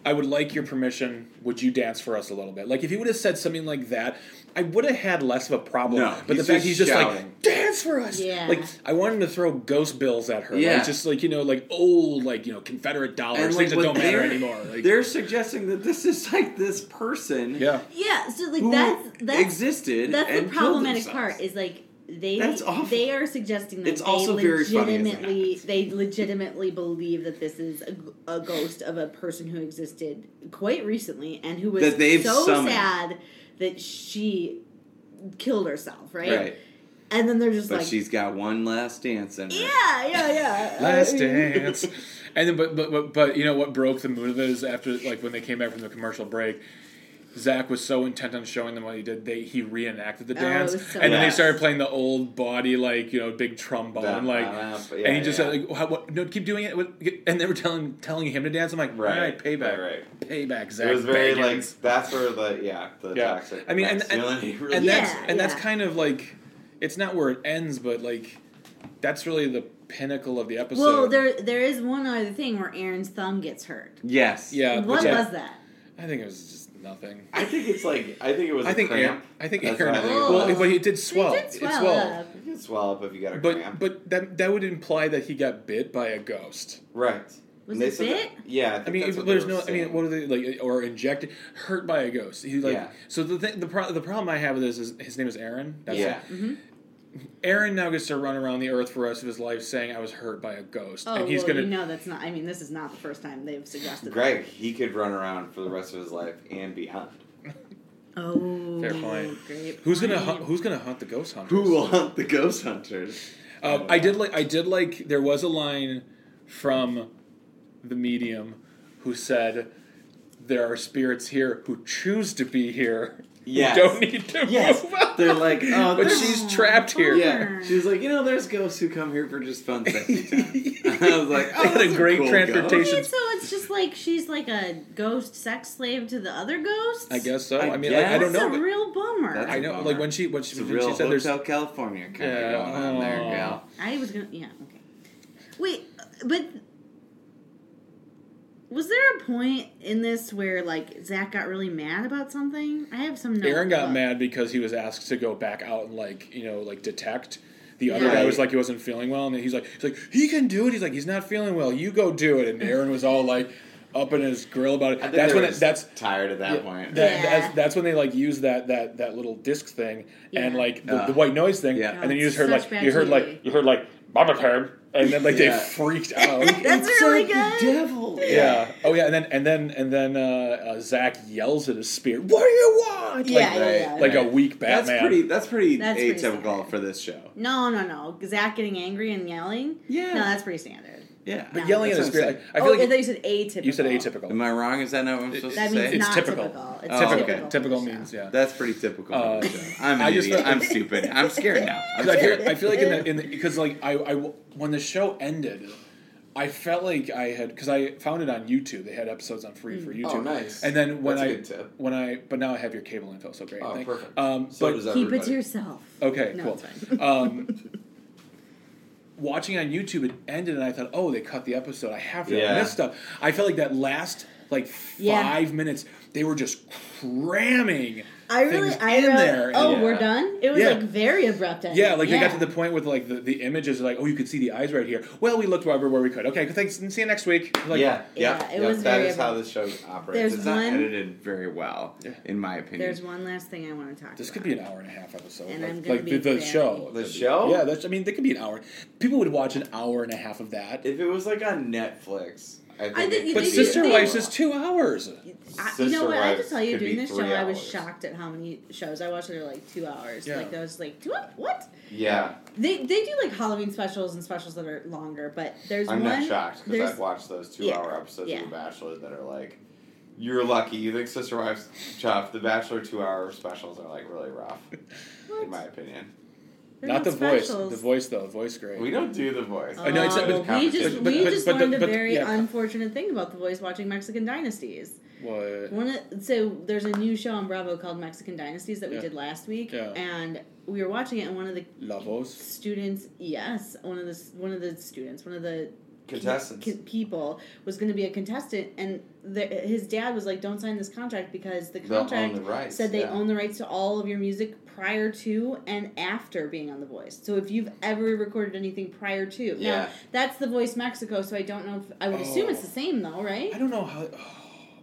[SPEAKER 3] "I would like your permission. Would you dance for us a little bit?" Like if he would have said something like that, I would have had less of a problem.
[SPEAKER 2] No,
[SPEAKER 3] but the
[SPEAKER 2] he's
[SPEAKER 3] fact
[SPEAKER 2] just
[SPEAKER 3] he's just
[SPEAKER 2] shouting.
[SPEAKER 3] like, "Dance for us!"
[SPEAKER 4] Yeah.
[SPEAKER 3] Like I want him to throw ghost bills at her. Like,
[SPEAKER 2] Yeah.
[SPEAKER 3] just like you know, like old like you know Confederate dollars, things that
[SPEAKER 2] what
[SPEAKER 3] don't matter
[SPEAKER 2] they're-
[SPEAKER 3] anymore. Like,
[SPEAKER 2] they're suggesting that this is like this person
[SPEAKER 3] yeah.
[SPEAKER 4] yeah. So like
[SPEAKER 2] who
[SPEAKER 4] that's that's
[SPEAKER 2] existed.
[SPEAKER 4] that's
[SPEAKER 2] and
[SPEAKER 4] the
[SPEAKER 2] killed
[SPEAKER 4] problematic
[SPEAKER 2] themselves.
[SPEAKER 4] part is like they
[SPEAKER 2] That's awful.
[SPEAKER 4] they are suggesting that
[SPEAKER 2] It's
[SPEAKER 4] they
[SPEAKER 2] also very funny as it
[SPEAKER 4] legitimately
[SPEAKER 2] happens.
[SPEAKER 4] they legitimately believe that this is a, g- a ghost of a person who existed quite recently and who was
[SPEAKER 2] That they've
[SPEAKER 4] so
[SPEAKER 2] summoned.
[SPEAKER 4] sad that she killed herself, right?
[SPEAKER 2] Right.
[SPEAKER 4] And then they're just
[SPEAKER 2] But
[SPEAKER 4] like,
[SPEAKER 2] she's got one last dance in her.
[SPEAKER 4] yeah, yeah, yeah.
[SPEAKER 3] Last dance. And then, but, but but but you know what broke the mood of it is after like when they came back from the commercial break. Zach was so intent on showing them what he did, they he reenacted the
[SPEAKER 4] Oh,
[SPEAKER 3] dance,
[SPEAKER 4] it was so
[SPEAKER 3] and then they
[SPEAKER 2] nice.
[SPEAKER 3] started playing the old body like you know big trombone
[SPEAKER 2] That-
[SPEAKER 3] like,
[SPEAKER 2] uh, yeah,
[SPEAKER 3] and he just
[SPEAKER 2] yeah.
[SPEAKER 3] said like "How- what, no keep doing it, What- and they were telling telling him to dance. I'm like right,
[SPEAKER 2] Right,
[SPEAKER 3] all right payback,
[SPEAKER 2] right,
[SPEAKER 3] payback, Zach.
[SPEAKER 2] It was very
[SPEAKER 3] Bagans."
[SPEAKER 2] like that's where the yeah the
[SPEAKER 3] yeah.
[SPEAKER 2] toxic.
[SPEAKER 3] I mean, and, and,
[SPEAKER 2] masculinity really
[SPEAKER 3] and that's
[SPEAKER 4] Yeah,
[SPEAKER 3] and that's
[SPEAKER 4] yeah.
[SPEAKER 3] kind of like it's not where it ends, but like that's really the pinnacle of the episode.
[SPEAKER 4] Uh, Well, there there is one other thing where Aaron's thumb gets hurt.
[SPEAKER 2] yes
[SPEAKER 3] yeah,
[SPEAKER 4] what
[SPEAKER 3] which
[SPEAKER 4] was
[SPEAKER 3] I-
[SPEAKER 4] that?
[SPEAKER 3] I think it was just nothing.
[SPEAKER 2] I think it's like I think it was.
[SPEAKER 3] I
[SPEAKER 2] a
[SPEAKER 3] think Aaron,
[SPEAKER 2] cramp.
[SPEAKER 3] I think
[SPEAKER 2] That's
[SPEAKER 3] Aaron.
[SPEAKER 2] what I think it
[SPEAKER 4] Oh.
[SPEAKER 3] Well,
[SPEAKER 2] was.
[SPEAKER 3] but it did swell.
[SPEAKER 4] It did swell up.
[SPEAKER 2] you can swell up if you got a
[SPEAKER 3] But
[SPEAKER 2] cramp.
[SPEAKER 3] but that that would imply that he got bit by a ghost.
[SPEAKER 2] right.
[SPEAKER 4] Was
[SPEAKER 2] And they
[SPEAKER 4] it
[SPEAKER 2] said that-
[SPEAKER 4] bit?
[SPEAKER 2] yeah. I, think
[SPEAKER 3] I mean,
[SPEAKER 2] that's
[SPEAKER 3] if-
[SPEAKER 2] what they
[SPEAKER 3] there's
[SPEAKER 2] were
[SPEAKER 3] no. I mean,
[SPEAKER 2] saying.
[SPEAKER 3] what are they like? Or injected, hurt by a ghost. He like.
[SPEAKER 2] Yeah.
[SPEAKER 3] So the thing, the pro- the problem I have with this is his name is Aaron. That's
[SPEAKER 2] yeah.
[SPEAKER 3] it. Aaron now gets to run around the earth for the rest of his life saying I was hurt by a ghost,
[SPEAKER 4] Oh,
[SPEAKER 3] and he's
[SPEAKER 4] well,
[SPEAKER 3] gonna.
[SPEAKER 4] you know that's not. I mean, this is not the first time they've suggested.
[SPEAKER 2] Greg, he could run around for the rest of his life and beyond.
[SPEAKER 4] That. Oh,
[SPEAKER 3] Fair point.
[SPEAKER 4] Great
[SPEAKER 3] Who's gonna
[SPEAKER 4] point.
[SPEAKER 3] hunt, who's gonna hunt the ghost hunters?
[SPEAKER 2] Who will hunt the ghost hunters?
[SPEAKER 3] Um, I
[SPEAKER 2] uh,
[SPEAKER 3] did like. I did like. There was a line from the medium who said, "There are spirits here who choose to be here. who
[SPEAKER 2] Yes.
[SPEAKER 3] don't need to
[SPEAKER 2] Yes.
[SPEAKER 3] move out."
[SPEAKER 2] They're like, oh,
[SPEAKER 3] but
[SPEAKER 2] there's-
[SPEAKER 3] she's trapped here.
[SPEAKER 2] Yeah, she's like, you know, there's ghosts who come here for just fun sexy time. I was like, oh,
[SPEAKER 3] What a
[SPEAKER 2] that's
[SPEAKER 3] great
[SPEAKER 2] cool
[SPEAKER 3] transportation.
[SPEAKER 4] Wait, so it's just like she's like a ghost sex slave to the other ghosts.
[SPEAKER 3] I guess so. I,
[SPEAKER 2] I
[SPEAKER 3] mean, like, I don't
[SPEAKER 4] that's
[SPEAKER 3] know.
[SPEAKER 4] a
[SPEAKER 3] but-
[SPEAKER 4] real bummer.
[SPEAKER 2] That's
[SPEAKER 3] I
[SPEAKER 4] I,
[SPEAKER 2] a
[SPEAKER 3] know.
[SPEAKER 2] bummer.
[SPEAKER 3] Like when she when she,
[SPEAKER 2] It's a
[SPEAKER 3] when
[SPEAKER 2] real
[SPEAKER 3] she said there's
[SPEAKER 2] Hotel California kind
[SPEAKER 3] Yeah.
[SPEAKER 2] of going on there,
[SPEAKER 3] Aw.
[SPEAKER 2] gal.
[SPEAKER 4] was gonna. Yeah. Okay. Wait, but was there a point in this where like Zach got really mad about something? I have some. Notes
[SPEAKER 3] Aaron got
[SPEAKER 4] about-
[SPEAKER 3] mad because he was asked to go back out and like you know like detect. The other
[SPEAKER 4] Yeah.
[SPEAKER 3] guy was like he wasn't feeling well, and then he's like he's like he can do it. He's like he's not feeling well. You go do it. And Aaron was all like, up in his grill about it.
[SPEAKER 2] I think
[SPEAKER 3] That's
[SPEAKER 2] they
[SPEAKER 3] when
[SPEAKER 2] were
[SPEAKER 3] it,
[SPEAKER 2] just
[SPEAKER 3] that's
[SPEAKER 2] tired at that point.
[SPEAKER 3] that-
[SPEAKER 4] Yeah.
[SPEAKER 3] that's, that's when they like use that that that little disc thing and
[SPEAKER 4] Yeah.
[SPEAKER 3] like the,
[SPEAKER 2] Ah.
[SPEAKER 3] the white noise thing,
[SPEAKER 2] Yeah.
[SPEAKER 3] and then you
[SPEAKER 4] It's
[SPEAKER 3] just heard
[SPEAKER 4] such
[SPEAKER 3] like
[SPEAKER 4] bad
[SPEAKER 3] you heard
[SPEAKER 4] TV.
[SPEAKER 3] like you heard like Mama Curb, and then like
[SPEAKER 2] Yeah.
[SPEAKER 3] they freaked out.
[SPEAKER 4] That's really good.
[SPEAKER 2] devil.
[SPEAKER 3] Yeah. Oh yeah, and then and then and then uh, uh, Zach yells at his spear. What do you want?
[SPEAKER 4] Yeah,
[SPEAKER 3] like,
[SPEAKER 4] yeah, yeah.
[SPEAKER 3] like a
[SPEAKER 2] Right.
[SPEAKER 3] weak Batman.
[SPEAKER 2] That's pretty. That's pretty
[SPEAKER 4] That's pretty
[SPEAKER 2] atypical
[SPEAKER 4] standard.
[SPEAKER 2] for this show.
[SPEAKER 4] No, no, no. Zach getting angry and yelling.
[SPEAKER 2] Yeah.
[SPEAKER 4] No, that's pretty standard.
[SPEAKER 2] Yeah,
[SPEAKER 4] But
[SPEAKER 3] Yelling at
[SPEAKER 2] That's
[SPEAKER 3] his
[SPEAKER 2] what
[SPEAKER 3] spear.
[SPEAKER 2] I'm
[SPEAKER 3] Like,
[SPEAKER 2] saying.
[SPEAKER 3] I feel
[SPEAKER 4] oh,
[SPEAKER 3] like
[SPEAKER 4] I thought you said atypical.
[SPEAKER 3] you said atypical.
[SPEAKER 2] Am I wrong? Is that not what I'm supposed
[SPEAKER 4] That
[SPEAKER 2] to
[SPEAKER 4] means
[SPEAKER 2] say?
[SPEAKER 3] It's
[SPEAKER 4] not
[SPEAKER 3] typical.
[SPEAKER 4] typical. It's
[SPEAKER 2] Oh,
[SPEAKER 4] typical.
[SPEAKER 2] okay.
[SPEAKER 4] for
[SPEAKER 3] typical
[SPEAKER 4] the
[SPEAKER 3] means
[SPEAKER 4] show.
[SPEAKER 3] yeah.
[SPEAKER 2] That's pretty typical. for
[SPEAKER 3] Uh,
[SPEAKER 2] the show. I'm an
[SPEAKER 3] I just
[SPEAKER 2] idiot.
[SPEAKER 3] thought-
[SPEAKER 2] I'm stupid. I'm scared now. I'm
[SPEAKER 3] Because I
[SPEAKER 2] scared.
[SPEAKER 3] feel, I feel like in the in the because like I, I when the show ended, I felt like I had because I found it on YouTube. They had episodes on free for YouTube.
[SPEAKER 2] Oh, nice.
[SPEAKER 3] And then when
[SPEAKER 2] That's a
[SPEAKER 3] I
[SPEAKER 2] good tip.
[SPEAKER 3] when I but now I have your cable info, so great.
[SPEAKER 2] Oh,
[SPEAKER 3] Thank-
[SPEAKER 2] perfect.
[SPEAKER 3] Um,
[SPEAKER 2] So
[SPEAKER 3] but
[SPEAKER 2] does
[SPEAKER 4] Keep it
[SPEAKER 2] everybody.
[SPEAKER 4] to yourself.
[SPEAKER 3] okay,
[SPEAKER 4] No,
[SPEAKER 3] cool.
[SPEAKER 4] it's fine.
[SPEAKER 3] Um, watching on YouTube, it ended, and I thought, oh, they cut the episode. I have to
[SPEAKER 2] Yeah.
[SPEAKER 3] miss stuff. I felt like that last like five
[SPEAKER 4] Yeah.
[SPEAKER 3] minutes, they were just cramming.
[SPEAKER 4] I really,
[SPEAKER 3] things
[SPEAKER 4] I
[SPEAKER 3] in
[SPEAKER 4] really.
[SPEAKER 3] there.
[SPEAKER 4] Oh,
[SPEAKER 2] Yeah.
[SPEAKER 4] we're done. It was
[SPEAKER 3] Yeah.
[SPEAKER 4] like very abrupt. Ending.
[SPEAKER 3] Yeah, like they got to the point with like the, the images, like oh, you could see the eyes right here. Well, we looked wherever where we could. Okay, thanks, and see you next week. Like,
[SPEAKER 2] yeah,
[SPEAKER 4] Yeah,
[SPEAKER 2] yeah,
[SPEAKER 4] it was
[SPEAKER 2] That
[SPEAKER 4] very
[SPEAKER 2] is how
[SPEAKER 4] abrupt.
[SPEAKER 2] this show operates.
[SPEAKER 4] There's
[SPEAKER 2] it's
[SPEAKER 4] one-
[SPEAKER 2] not edited very well,
[SPEAKER 3] Yeah.
[SPEAKER 2] in my opinion.
[SPEAKER 4] There's one last thing I want to talk.
[SPEAKER 3] this
[SPEAKER 4] about.
[SPEAKER 3] could be an hour and a half episode.
[SPEAKER 4] And
[SPEAKER 3] like
[SPEAKER 4] I'm gonna
[SPEAKER 3] like
[SPEAKER 4] be
[SPEAKER 3] the, the
[SPEAKER 4] very-
[SPEAKER 3] show.
[SPEAKER 2] The show?
[SPEAKER 3] Yeah, that's. I mean, they could be an hour. People would watch an hour and a half of that.
[SPEAKER 2] if it was like on Netflix, I think.
[SPEAKER 4] think
[SPEAKER 2] it
[SPEAKER 4] you
[SPEAKER 2] could
[SPEAKER 3] but
[SPEAKER 4] they
[SPEAKER 2] be-
[SPEAKER 4] do-
[SPEAKER 3] Sister
[SPEAKER 4] they-
[SPEAKER 3] Wives is two hours.
[SPEAKER 4] I, you
[SPEAKER 2] Sister
[SPEAKER 4] know what? I have to
[SPEAKER 2] Wives
[SPEAKER 4] tell you,
[SPEAKER 2] could be
[SPEAKER 4] during this show,
[SPEAKER 2] three
[SPEAKER 4] I was
[SPEAKER 2] hours.
[SPEAKER 4] shocked at how many shows I watched that are like two hours.
[SPEAKER 3] Yeah.
[SPEAKER 4] Like I was like, two what? What?
[SPEAKER 2] Yeah,
[SPEAKER 4] They they do like Halloween specials and specials that are longer, but there's
[SPEAKER 2] I'm
[SPEAKER 4] one.
[SPEAKER 2] not shocked
[SPEAKER 4] there's-
[SPEAKER 2] because I've watched those
[SPEAKER 4] Yeah,
[SPEAKER 2] two-hour episodes
[SPEAKER 4] yeah.
[SPEAKER 2] of The Bachelor that are like, you're lucky. You think Sister Wives tough? The Bachelor two-hour specials are like really rough,
[SPEAKER 4] What?
[SPEAKER 2] in my opinion.
[SPEAKER 4] They're
[SPEAKER 3] Not the
[SPEAKER 4] specials.
[SPEAKER 3] voice. The voice though. The voice great.
[SPEAKER 2] We don't do the voice.
[SPEAKER 4] Oh,
[SPEAKER 3] I know, it's-
[SPEAKER 2] It's
[SPEAKER 4] we
[SPEAKER 3] but-
[SPEAKER 4] just
[SPEAKER 2] competition.
[SPEAKER 3] but-
[SPEAKER 4] we
[SPEAKER 3] but-
[SPEAKER 4] just
[SPEAKER 3] but the-
[SPEAKER 4] learned a
[SPEAKER 3] but-
[SPEAKER 4] very
[SPEAKER 3] yeah.
[SPEAKER 4] unfortunate thing about the voice watching Mexican dynasties.
[SPEAKER 3] What?
[SPEAKER 4] One of, so there's a new show on Bravo called Mexican Dynasties that we
[SPEAKER 3] Yeah.
[SPEAKER 4] did last week,
[SPEAKER 3] Yeah.
[SPEAKER 4] and we were watching it, and one of the
[SPEAKER 3] La voz.
[SPEAKER 4] students, yes, one of the one of the students, one of the
[SPEAKER 2] contestants.
[SPEAKER 4] con- people was going to be a contestant, and the, his dad was like, "Don't sign this contract because the
[SPEAKER 2] They'll own
[SPEAKER 4] contract
[SPEAKER 2] the rights,
[SPEAKER 4] said they
[SPEAKER 2] yeah.
[SPEAKER 4] own the rights to all of your music prior to and after being on The Voice. So if you've ever recorded anything prior to, now
[SPEAKER 2] Yeah.
[SPEAKER 4] that's The Voice Mexico. So I don't know. if I would assume it's the
[SPEAKER 3] Oh.
[SPEAKER 4] same though, right?
[SPEAKER 3] I don't know how. oh.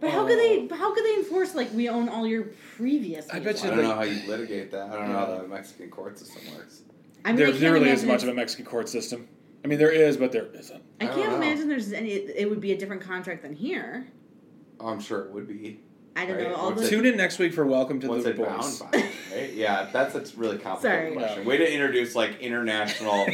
[SPEAKER 4] But how could they? How could they enforce like we own all your previous?
[SPEAKER 3] I bet
[SPEAKER 4] music?
[SPEAKER 2] I
[SPEAKER 3] you
[SPEAKER 2] don't know
[SPEAKER 3] like-
[SPEAKER 2] how you litigate that. I don't know
[SPEAKER 3] Yeah.
[SPEAKER 2] how the Mexican court system works.
[SPEAKER 4] I mean, I
[SPEAKER 3] there
[SPEAKER 4] can't
[SPEAKER 3] there really
[SPEAKER 4] imagine
[SPEAKER 3] isn't much of
[SPEAKER 4] it's-
[SPEAKER 3] a Mexican court system. I mean, there is, but there isn't.
[SPEAKER 4] I
[SPEAKER 2] I
[SPEAKER 4] can't
[SPEAKER 2] don't know.
[SPEAKER 4] imagine there's any. It would be a different contract than here.
[SPEAKER 2] Oh, I'm sure it would be.
[SPEAKER 4] I don't
[SPEAKER 2] Right,
[SPEAKER 4] know. All
[SPEAKER 2] what's
[SPEAKER 4] the
[SPEAKER 2] it-
[SPEAKER 3] Tune in next week for Welcome to
[SPEAKER 2] What's
[SPEAKER 3] the
[SPEAKER 2] it
[SPEAKER 3] Voice.
[SPEAKER 2] bound by? Right? Yeah, that's a really complicated
[SPEAKER 4] Sorry.
[SPEAKER 2] question. Way to introduce like international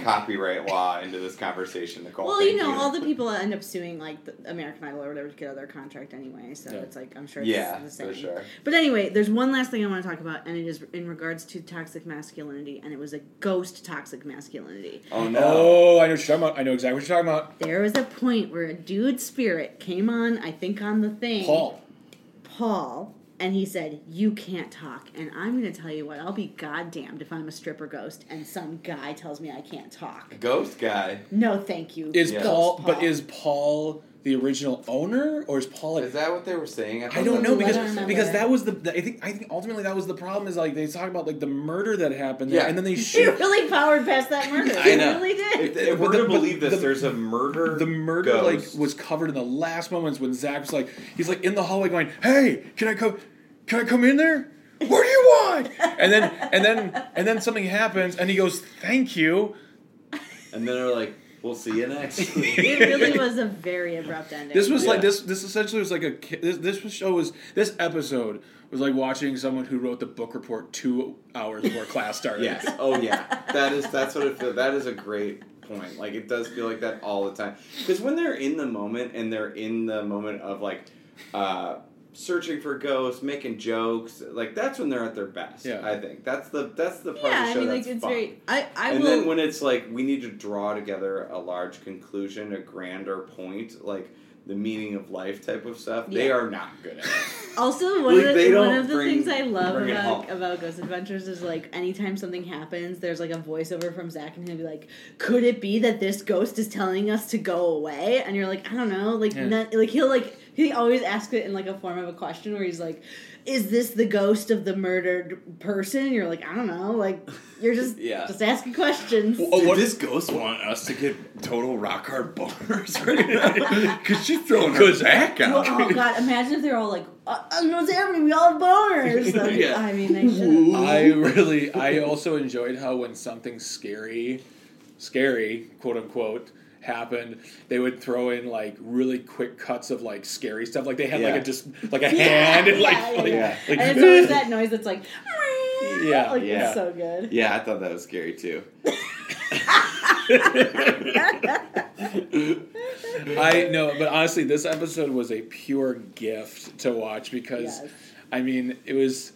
[SPEAKER 2] copyright law into this conversation, Nicole.
[SPEAKER 4] Well,
[SPEAKER 2] Thank
[SPEAKER 4] you know, all the people that end up suing like the American Idol or whatever to get out of their contract anyway. So
[SPEAKER 3] Yeah.
[SPEAKER 4] it's like I'm sure it's
[SPEAKER 2] yeah,
[SPEAKER 4] the same.
[SPEAKER 2] for sure.
[SPEAKER 4] But anyway, there's one last thing I want to talk about, and it is in regards to toxic masculinity, and it was a ghost toxic masculinity.
[SPEAKER 2] Oh no.
[SPEAKER 3] Oh, I know what you're talking about. I know exactly what you're talking about.
[SPEAKER 4] There was a point where a dude's spirit came on, I think, on the thing.
[SPEAKER 3] Paul.
[SPEAKER 4] Paul, and he said, "You can't talk." And I'm going to tell you what, I'll be goddamned if I'm a stripper ghost and some guy tells me I can't talk.
[SPEAKER 2] Ghost guy.
[SPEAKER 4] No, thank you.
[SPEAKER 3] Is
[SPEAKER 2] Yeah.
[SPEAKER 3] Paul,
[SPEAKER 4] Ghost
[SPEAKER 3] But is Paul the original owner, or is Paul?
[SPEAKER 2] Is that what they were saying?
[SPEAKER 3] I
[SPEAKER 2] thought
[SPEAKER 3] don't
[SPEAKER 2] that
[SPEAKER 3] know
[SPEAKER 2] was-
[SPEAKER 3] because
[SPEAKER 4] I don't remember.
[SPEAKER 3] because that was the, the- I think I think ultimately that was the problem is like they talk about like the murder that happened
[SPEAKER 2] Yeah.
[SPEAKER 3] and then they
[SPEAKER 4] He
[SPEAKER 3] shoot
[SPEAKER 4] really powered past that murder.
[SPEAKER 2] I
[SPEAKER 4] He
[SPEAKER 2] know.
[SPEAKER 4] really did.
[SPEAKER 2] If, if
[SPEAKER 3] But
[SPEAKER 2] we're
[SPEAKER 3] the-
[SPEAKER 2] gonna
[SPEAKER 3] but
[SPEAKER 2] believe this,
[SPEAKER 3] the-
[SPEAKER 2] there's a murder.
[SPEAKER 3] the murder
[SPEAKER 2] ghost.
[SPEAKER 3] like was covered in the last moments when Zach was like he's like in the hallway going hey can I come can I come in there what do you want and then and then and then something happens and he goes thank you
[SPEAKER 2] and then they're like, "We'll see you next."
[SPEAKER 4] It really was a very abrupt ending.
[SPEAKER 3] This was like
[SPEAKER 2] Yeah.
[SPEAKER 3] this. This essentially was like a ki- this. This was- show was this episode was like watching someone who wrote the book report two hours before class started.
[SPEAKER 2] Yes. Oh yeah. That is that's what it feels. That is a great point. Like it does feel like that all the time. Because when they're in the moment and they're in the moment of like uh, searching for ghosts, making jokes, like that's when they're at their best.
[SPEAKER 3] Yeah.
[SPEAKER 2] I think that's the that's the part
[SPEAKER 4] yeah,
[SPEAKER 2] of the
[SPEAKER 4] I
[SPEAKER 2] show
[SPEAKER 4] mean, like
[SPEAKER 2] that's
[SPEAKER 4] it's
[SPEAKER 2] fun.
[SPEAKER 4] very. I I
[SPEAKER 2] and
[SPEAKER 4] will.
[SPEAKER 2] then when it's like we need to draw together a large conclusion, a grander point, like the meaning of life type of stuff, they
[SPEAKER 4] Yeah.
[SPEAKER 2] are not good at. It.
[SPEAKER 4] also, one
[SPEAKER 2] like,
[SPEAKER 4] of
[SPEAKER 2] they
[SPEAKER 4] the, one
[SPEAKER 2] don't
[SPEAKER 4] of the
[SPEAKER 2] bring-
[SPEAKER 4] things I love
[SPEAKER 2] bring it
[SPEAKER 4] about
[SPEAKER 2] home.
[SPEAKER 4] about Ghost Adventures is like anytime something happens, there's like a voiceover from Zach, and he'll be like, "Could it be that this ghost is telling us to go away?" And you're like, "I don't know." Like,
[SPEAKER 3] Yeah.
[SPEAKER 4] not, like he'll like he always asks it in like a form of a question where he's like. is this the ghost of the murdered person? And you're like, I don't know. Like, you're just
[SPEAKER 2] Yeah.
[SPEAKER 4] just asking questions.
[SPEAKER 3] Oh,
[SPEAKER 2] Did
[SPEAKER 3] what-
[SPEAKER 2] this ghost want us to get total rock hard boners? Because she's throwing her
[SPEAKER 3] Because-
[SPEAKER 2] back
[SPEAKER 4] Well,
[SPEAKER 2] out.
[SPEAKER 4] oh God! Imagine if they're all like, uh, uh, "What's happening? We all have boners." Like,
[SPEAKER 2] Yeah.
[SPEAKER 4] I mean, they should.
[SPEAKER 3] I really, I also enjoyed how when something scary, scary, quote unquote, happened, they would throw in like really quick cuts of like scary stuff. Like they had like
[SPEAKER 2] Yeah.
[SPEAKER 3] a just like a hand and like,
[SPEAKER 4] yeah,
[SPEAKER 3] like,
[SPEAKER 4] yeah.
[SPEAKER 3] like-
[SPEAKER 4] and it's always that noise that's like,
[SPEAKER 3] Yeah,
[SPEAKER 4] like
[SPEAKER 2] yeah.
[SPEAKER 4] it's so good.
[SPEAKER 2] yeah, I thought that was scary too.
[SPEAKER 3] I know, but honestly, this episode was a pure gift to watch because,
[SPEAKER 4] Yes.
[SPEAKER 3] I mean, it was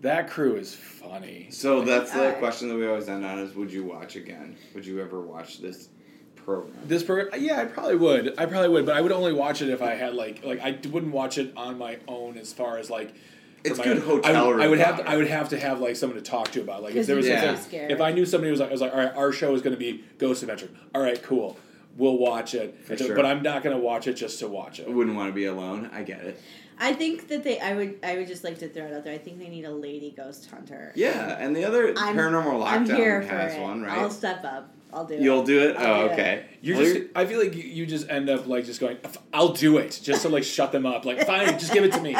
[SPEAKER 3] that crew is funny.
[SPEAKER 2] So that's the
[SPEAKER 4] I-
[SPEAKER 2] question that we always end on: is Would you watch again? Would you ever watch this program?
[SPEAKER 3] This program, yeah, I probably would. I probably would, but I would only watch it if I had like, like I wouldn't watch it on my own. As far as like, for
[SPEAKER 2] It's
[SPEAKER 3] my-
[SPEAKER 2] good hotel
[SPEAKER 3] I would, I would
[SPEAKER 2] room
[SPEAKER 3] have, to,
[SPEAKER 2] fodder.
[SPEAKER 3] I would have to have like someone to talk to about. it. Like if
[SPEAKER 4] 'Cause
[SPEAKER 3] there was,
[SPEAKER 2] you'd
[SPEAKER 3] like,
[SPEAKER 2] be
[SPEAKER 3] a-
[SPEAKER 2] so
[SPEAKER 4] scared.
[SPEAKER 3] if I knew somebody was like, I was like, all right, our show is going to be Ghost Adventure. All right, cool, we'll watch it.
[SPEAKER 2] For
[SPEAKER 3] It's a-
[SPEAKER 2] sure.
[SPEAKER 3] But I'm not going to watch it just to watch it.
[SPEAKER 2] I wouldn't want to be alone. I get it.
[SPEAKER 4] I think that they. I would. I would just like to throw it out there. I think they need a lady ghost hunter.
[SPEAKER 2] Yeah, and the other
[SPEAKER 4] I'm-
[SPEAKER 2] paranormal lockdown
[SPEAKER 4] I'm here for
[SPEAKER 2] has
[SPEAKER 4] it.
[SPEAKER 2] one, right?
[SPEAKER 4] I'll step up. I'll do it.
[SPEAKER 2] You'll do it.
[SPEAKER 4] I'll
[SPEAKER 2] oh,
[SPEAKER 4] do it.
[SPEAKER 2] okay.
[SPEAKER 3] You're
[SPEAKER 2] Well,
[SPEAKER 3] just, I feel like you, you just end up like just going, "F- I'll do it, just to like shut them up. Like, fine, just give it to me.
[SPEAKER 4] No,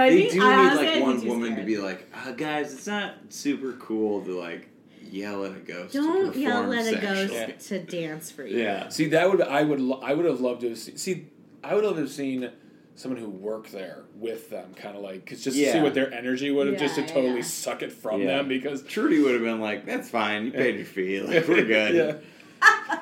[SPEAKER 4] I
[SPEAKER 2] they
[SPEAKER 4] think,
[SPEAKER 2] do
[SPEAKER 4] I honestly,
[SPEAKER 2] need
[SPEAKER 4] I
[SPEAKER 2] like
[SPEAKER 4] think
[SPEAKER 2] one
[SPEAKER 4] she's
[SPEAKER 2] woman to
[SPEAKER 4] scared.
[SPEAKER 2] be like, uh, guys, it's not super cool to like yell at a ghost. to
[SPEAKER 4] Don't yell
[SPEAKER 2] perform
[SPEAKER 4] at a
[SPEAKER 2] sexually."
[SPEAKER 4] ghost
[SPEAKER 3] Yeah.
[SPEAKER 4] to dance for you.
[SPEAKER 3] Yeah. See, that would I would lo- I would have loved to have seen, see I would have loved to have seen someone who worked there with them, kind of like 'cause just to see
[SPEAKER 2] Yeah.
[SPEAKER 3] what their energy would have, just to
[SPEAKER 4] Yeah,
[SPEAKER 3] totally
[SPEAKER 4] yeah.
[SPEAKER 3] suck it from
[SPEAKER 2] Yeah.
[SPEAKER 3] them because
[SPEAKER 2] Trudy would have been like, "That's fine. You paid your fee. Like we're good."
[SPEAKER 3] yeah.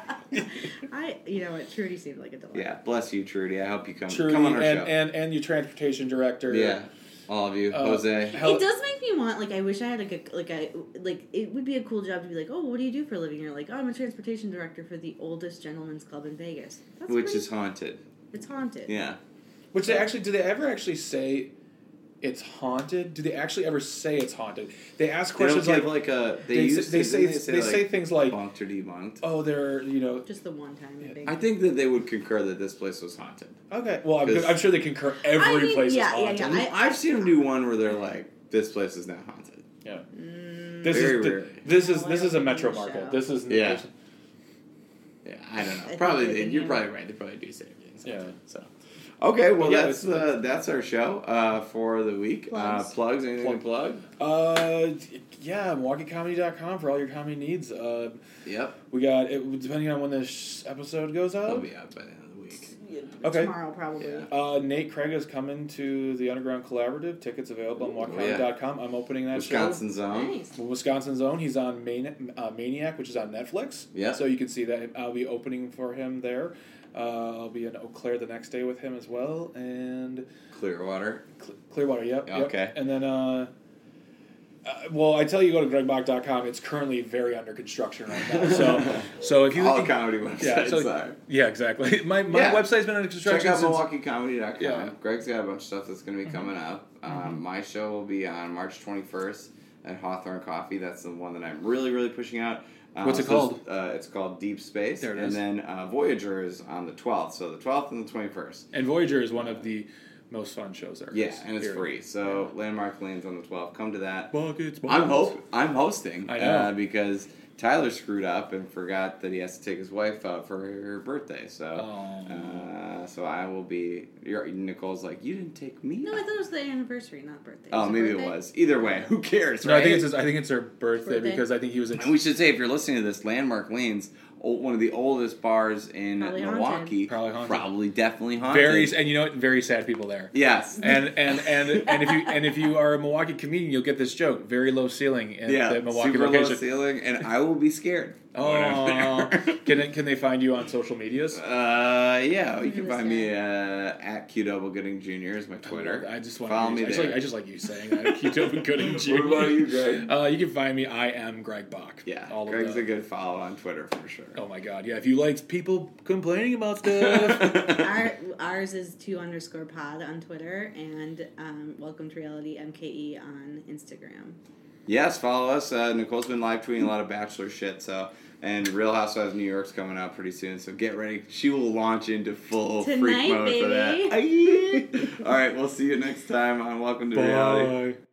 [SPEAKER 4] I, you know what? Trudy seemed like a delight.
[SPEAKER 2] Yeah, bless you, Trudy. I hope you come
[SPEAKER 3] True,
[SPEAKER 2] come on our
[SPEAKER 3] and,
[SPEAKER 2] show.
[SPEAKER 3] and and your transportation director.
[SPEAKER 2] yeah, all of you,
[SPEAKER 3] Uh,
[SPEAKER 2] Jose.
[SPEAKER 3] Hel-
[SPEAKER 4] It does make me want like I wish I had like a like a like it would be a cool job to be like oh what do you do for a living you're like oh I'm a transportation director for the oldest gentleman's club in Vegas That's
[SPEAKER 2] Which
[SPEAKER 4] pretty-
[SPEAKER 2] is haunted.
[SPEAKER 4] it's haunted
[SPEAKER 2] Yeah,
[SPEAKER 3] Which they actually do they ever actually say it's haunted? Do they actually ever say it's haunted? They ask
[SPEAKER 2] they don't
[SPEAKER 3] questions
[SPEAKER 2] give like
[SPEAKER 3] like.
[SPEAKER 2] a. They,
[SPEAKER 3] They,
[SPEAKER 2] used
[SPEAKER 3] say, they,
[SPEAKER 2] to,
[SPEAKER 3] say,
[SPEAKER 2] didn't
[SPEAKER 3] they say things
[SPEAKER 2] like,
[SPEAKER 3] like,
[SPEAKER 2] bunked or debunked.
[SPEAKER 3] oh, they're, you know,
[SPEAKER 4] just the one time in Vegas
[SPEAKER 2] I think that they would concur that this place was haunted.
[SPEAKER 3] Okay. Well, I'm,
[SPEAKER 2] 'Cause-
[SPEAKER 3] I'm sure they concur every
[SPEAKER 4] I mean,
[SPEAKER 3] place
[SPEAKER 4] yeah,
[SPEAKER 3] is haunted.
[SPEAKER 4] yeah,
[SPEAKER 2] And
[SPEAKER 4] I-
[SPEAKER 2] I've seen them do one where they're like, "This place is not haunted."
[SPEAKER 3] Yeah.
[SPEAKER 4] Mm.
[SPEAKER 3] This
[SPEAKER 2] Very
[SPEAKER 3] is the-
[SPEAKER 2] rarely.
[SPEAKER 3] this is
[SPEAKER 4] No, I
[SPEAKER 3] this
[SPEAKER 4] don't
[SPEAKER 3] is a
[SPEAKER 4] think
[SPEAKER 3] metro
[SPEAKER 4] they
[SPEAKER 3] market.
[SPEAKER 4] show.
[SPEAKER 3] This is
[SPEAKER 2] Yeah.
[SPEAKER 3] this-
[SPEAKER 2] Yeah, I don't know.
[SPEAKER 4] think
[SPEAKER 2] Probably
[SPEAKER 4] they
[SPEAKER 2] they,
[SPEAKER 4] can
[SPEAKER 2] you're
[SPEAKER 4] handle
[SPEAKER 2] probably right. They probably do say everything.
[SPEAKER 3] Yeah.
[SPEAKER 2] Yeah. So. Okay, well
[SPEAKER 3] But yeah,
[SPEAKER 2] that's
[SPEAKER 3] it's-
[SPEAKER 2] uh, that's our show uh, for the week.
[SPEAKER 4] Plugs.
[SPEAKER 2] Uh, plugs, anything
[SPEAKER 3] Plug.
[SPEAKER 2] to plug?
[SPEAKER 3] Uh, yeah, MilwaukeeComedy.com for all your comedy needs. Uh,
[SPEAKER 2] Yep,
[SPEAKER 3] we got it depending on when this episode goes
[SPEAKER 2] they'll
[SPEAKER 3] out.
[SPEAKER 2] be out by the end of the week.
[SPEAKER 3] Okay.
[SPEAKER 4] tomorrow probably
[SPEAKER 2] Yeah.
[SPEAKER 3] Uh, Nate Craig is coming to the Underground Collaborative. Tickets available on
[SPEAKER 2] Ooh,
[SPEAKER 3] MilwaukeeComedy.com. I'm opening that
[SPEAKER 2] Wisconsin zone.
[SPEAKER 4] nice
[SPEAKER 3] show. Wisconsin Zone. He's on Man- uh, Maniac, which is on Netflix.
[SPEAKER 2] Yeah.
[SPEAKER 3] So you can see that I'll be opening for him there. Uh, I'll be in Eau Claire the next day with him as well, and.
[SPEAKER 2] Clearwater.
[SPEAKER 3] Cl- Clearwater, yep. yep.
[SPEAKER 2] Okay.
[SPEAKER 3] And then, uh, uh, well, I tell you, go to gregbach.com. It's currently very under construction right now. So, so if you.
[SPEAKER 2] All comedy websites
[SPEAKER 3] yeah, so-
[SPEAKER 2] are.
[SPEAKER 3] yeah, exactly. My, my
[SPEAKER 2] Oh, Yeah.
[SPEAKER 3] website's been under construction
[SPEAKER 2] Check out
[SPEAKER 3] since.
[SPEAKER 2] MilwaukeeComedy.com.
[SPEAKER 3] Yeah. Mm-hmm.
[SPEAKER 2] Greg's got a bunch of stuff that's going to be coming up. Um, My show will be on March 21st at Hawthorne Coffee. That's the one that I'm really, really pushing out. Um,
[SPEAKER 3] What's it
[SPEAKER 2] so it's-
[SPEAKER 3] called?
[SPEAKER 2] Uh, it's called Deep Space.
[SPEAKER 3] There it
[SPEAKER 2] and
[SPEAKER 3] is.
[SPEAKER 2] then uh, Voyager is on the 12th. So the 12th and the 21st.
[SPEAKER 3] And Voyager is one of the most fun shows there.
[SPEAKER 2] Yeah,
[SPEAKER 3] is,
[SPEAKER 2] and it's
[SPEAKER 3] period.
[SPEAKER 2] free. So Landmark Lane's on the 12th. Come to that.
[SPEAKER 3] Buckets, buckets.
[SPEAKER 2] I'm hope I'm hosting
[SPEAKER 3] I know.
[SPEAKER 2] Uh, because Tyler screwed up and forgot that he has to take his wife out for her birthday. So,
[SPEAKER 3] Oh.
[SPEAKER 2] uh, so I will be. You're, Nicole's like, you didn't take me.
[SPEAKER 4] no I
[SPEAKER 2] out."
[SPEAKER 4] thought it was the anniversary not birthday
[SPEAKER 2] oh,
[SPEAKER 4] Is
[SPEAKER 2] maybe it
[SPEAKER 4] birthday?
[SPEAKER 2] was. Either way, who cares?
[SPEAKER 3] No, I think it's
[SPEAKER 2] right?
[SPEAKER 3] his, I think it's her birthday,
[SPEAKER 4] Birthday.
[SPEAKER 3] because I think he was in.
[SPEAKER 2] And we should say, if you're listening to this, Landmark Lanes, old, one of the oldest bars in
[SPEAKER 4] Probably haunted.
[SPEAKER 2] Milwaukee,
[SPEAKER 3] Probably haunted.
[SPEAKER 2] probably definitely haunted.
[SPEAKER 3] Very and you know what? Very sad people there.
[SPEAKER 2] yes.
[SPEAKER 3] and and and and if you and if you are a Milwaukee comedian, you'll get this joke. Very low ceiling in
[SPEAKER 2] yeah,
[SPEAKER 3] the Milwaukee
[SPEAKER 2] super
[SPEAKER 3] location.
[SPEAKER 2] low ceiling, and I will be scared. when
[SPEAKER 3] Oh,
[SPEAKER 2] I'm there.
[SPEAKER 3] can it, can they find you on social medias?
[SPEAKER 2] Uh, yeah, you can
[SPEAKER 4] Understand.
[SPEAKER 2] find me uh, at Q Double Gooding Jr. is my Twitter.
[SPEAKER 3] I just want
[SPEAKER 2] follow
[SPEAKER 3] to
[SPEAKER 2] me
[SPEAKER 3] I just,
[SPEAKER 2] there.
[SPEAKER 3] like, I just like you saying that. Keep doing good in June.
[SPEAKER 2] about you, Greg?
[SPEAKER 3] Uh, you can find me. I am Greg Bach.
[SPEAKER 2] yeah,
[SPEAKER 3] all
[SPEAKER 2] Greg's
[SPEAKER 3] of the,
[SPEAKER 2] a good follow on Twitter for sure.
[SPEAKER 3] Oh my God! Yeah, if you like people complaining about stuff,
[SPEAKER 4] Our, ours is two underscore pod on Twitter and um, welcome to reality MKE on Instagram.
[SPEAKER 2] yes, follow us. Uh, Nicole's been live tweeting a lot of bachelor shit, so And Real Housewives of New York's coming out pretty soon, so get ready. She will launch into full freak
[SPEAKER 4] Tonight,
[SPEAKER 2] mode for that. All right, we'll see you next time on Welcome to Reality.
[SPEAKER 3] Bye.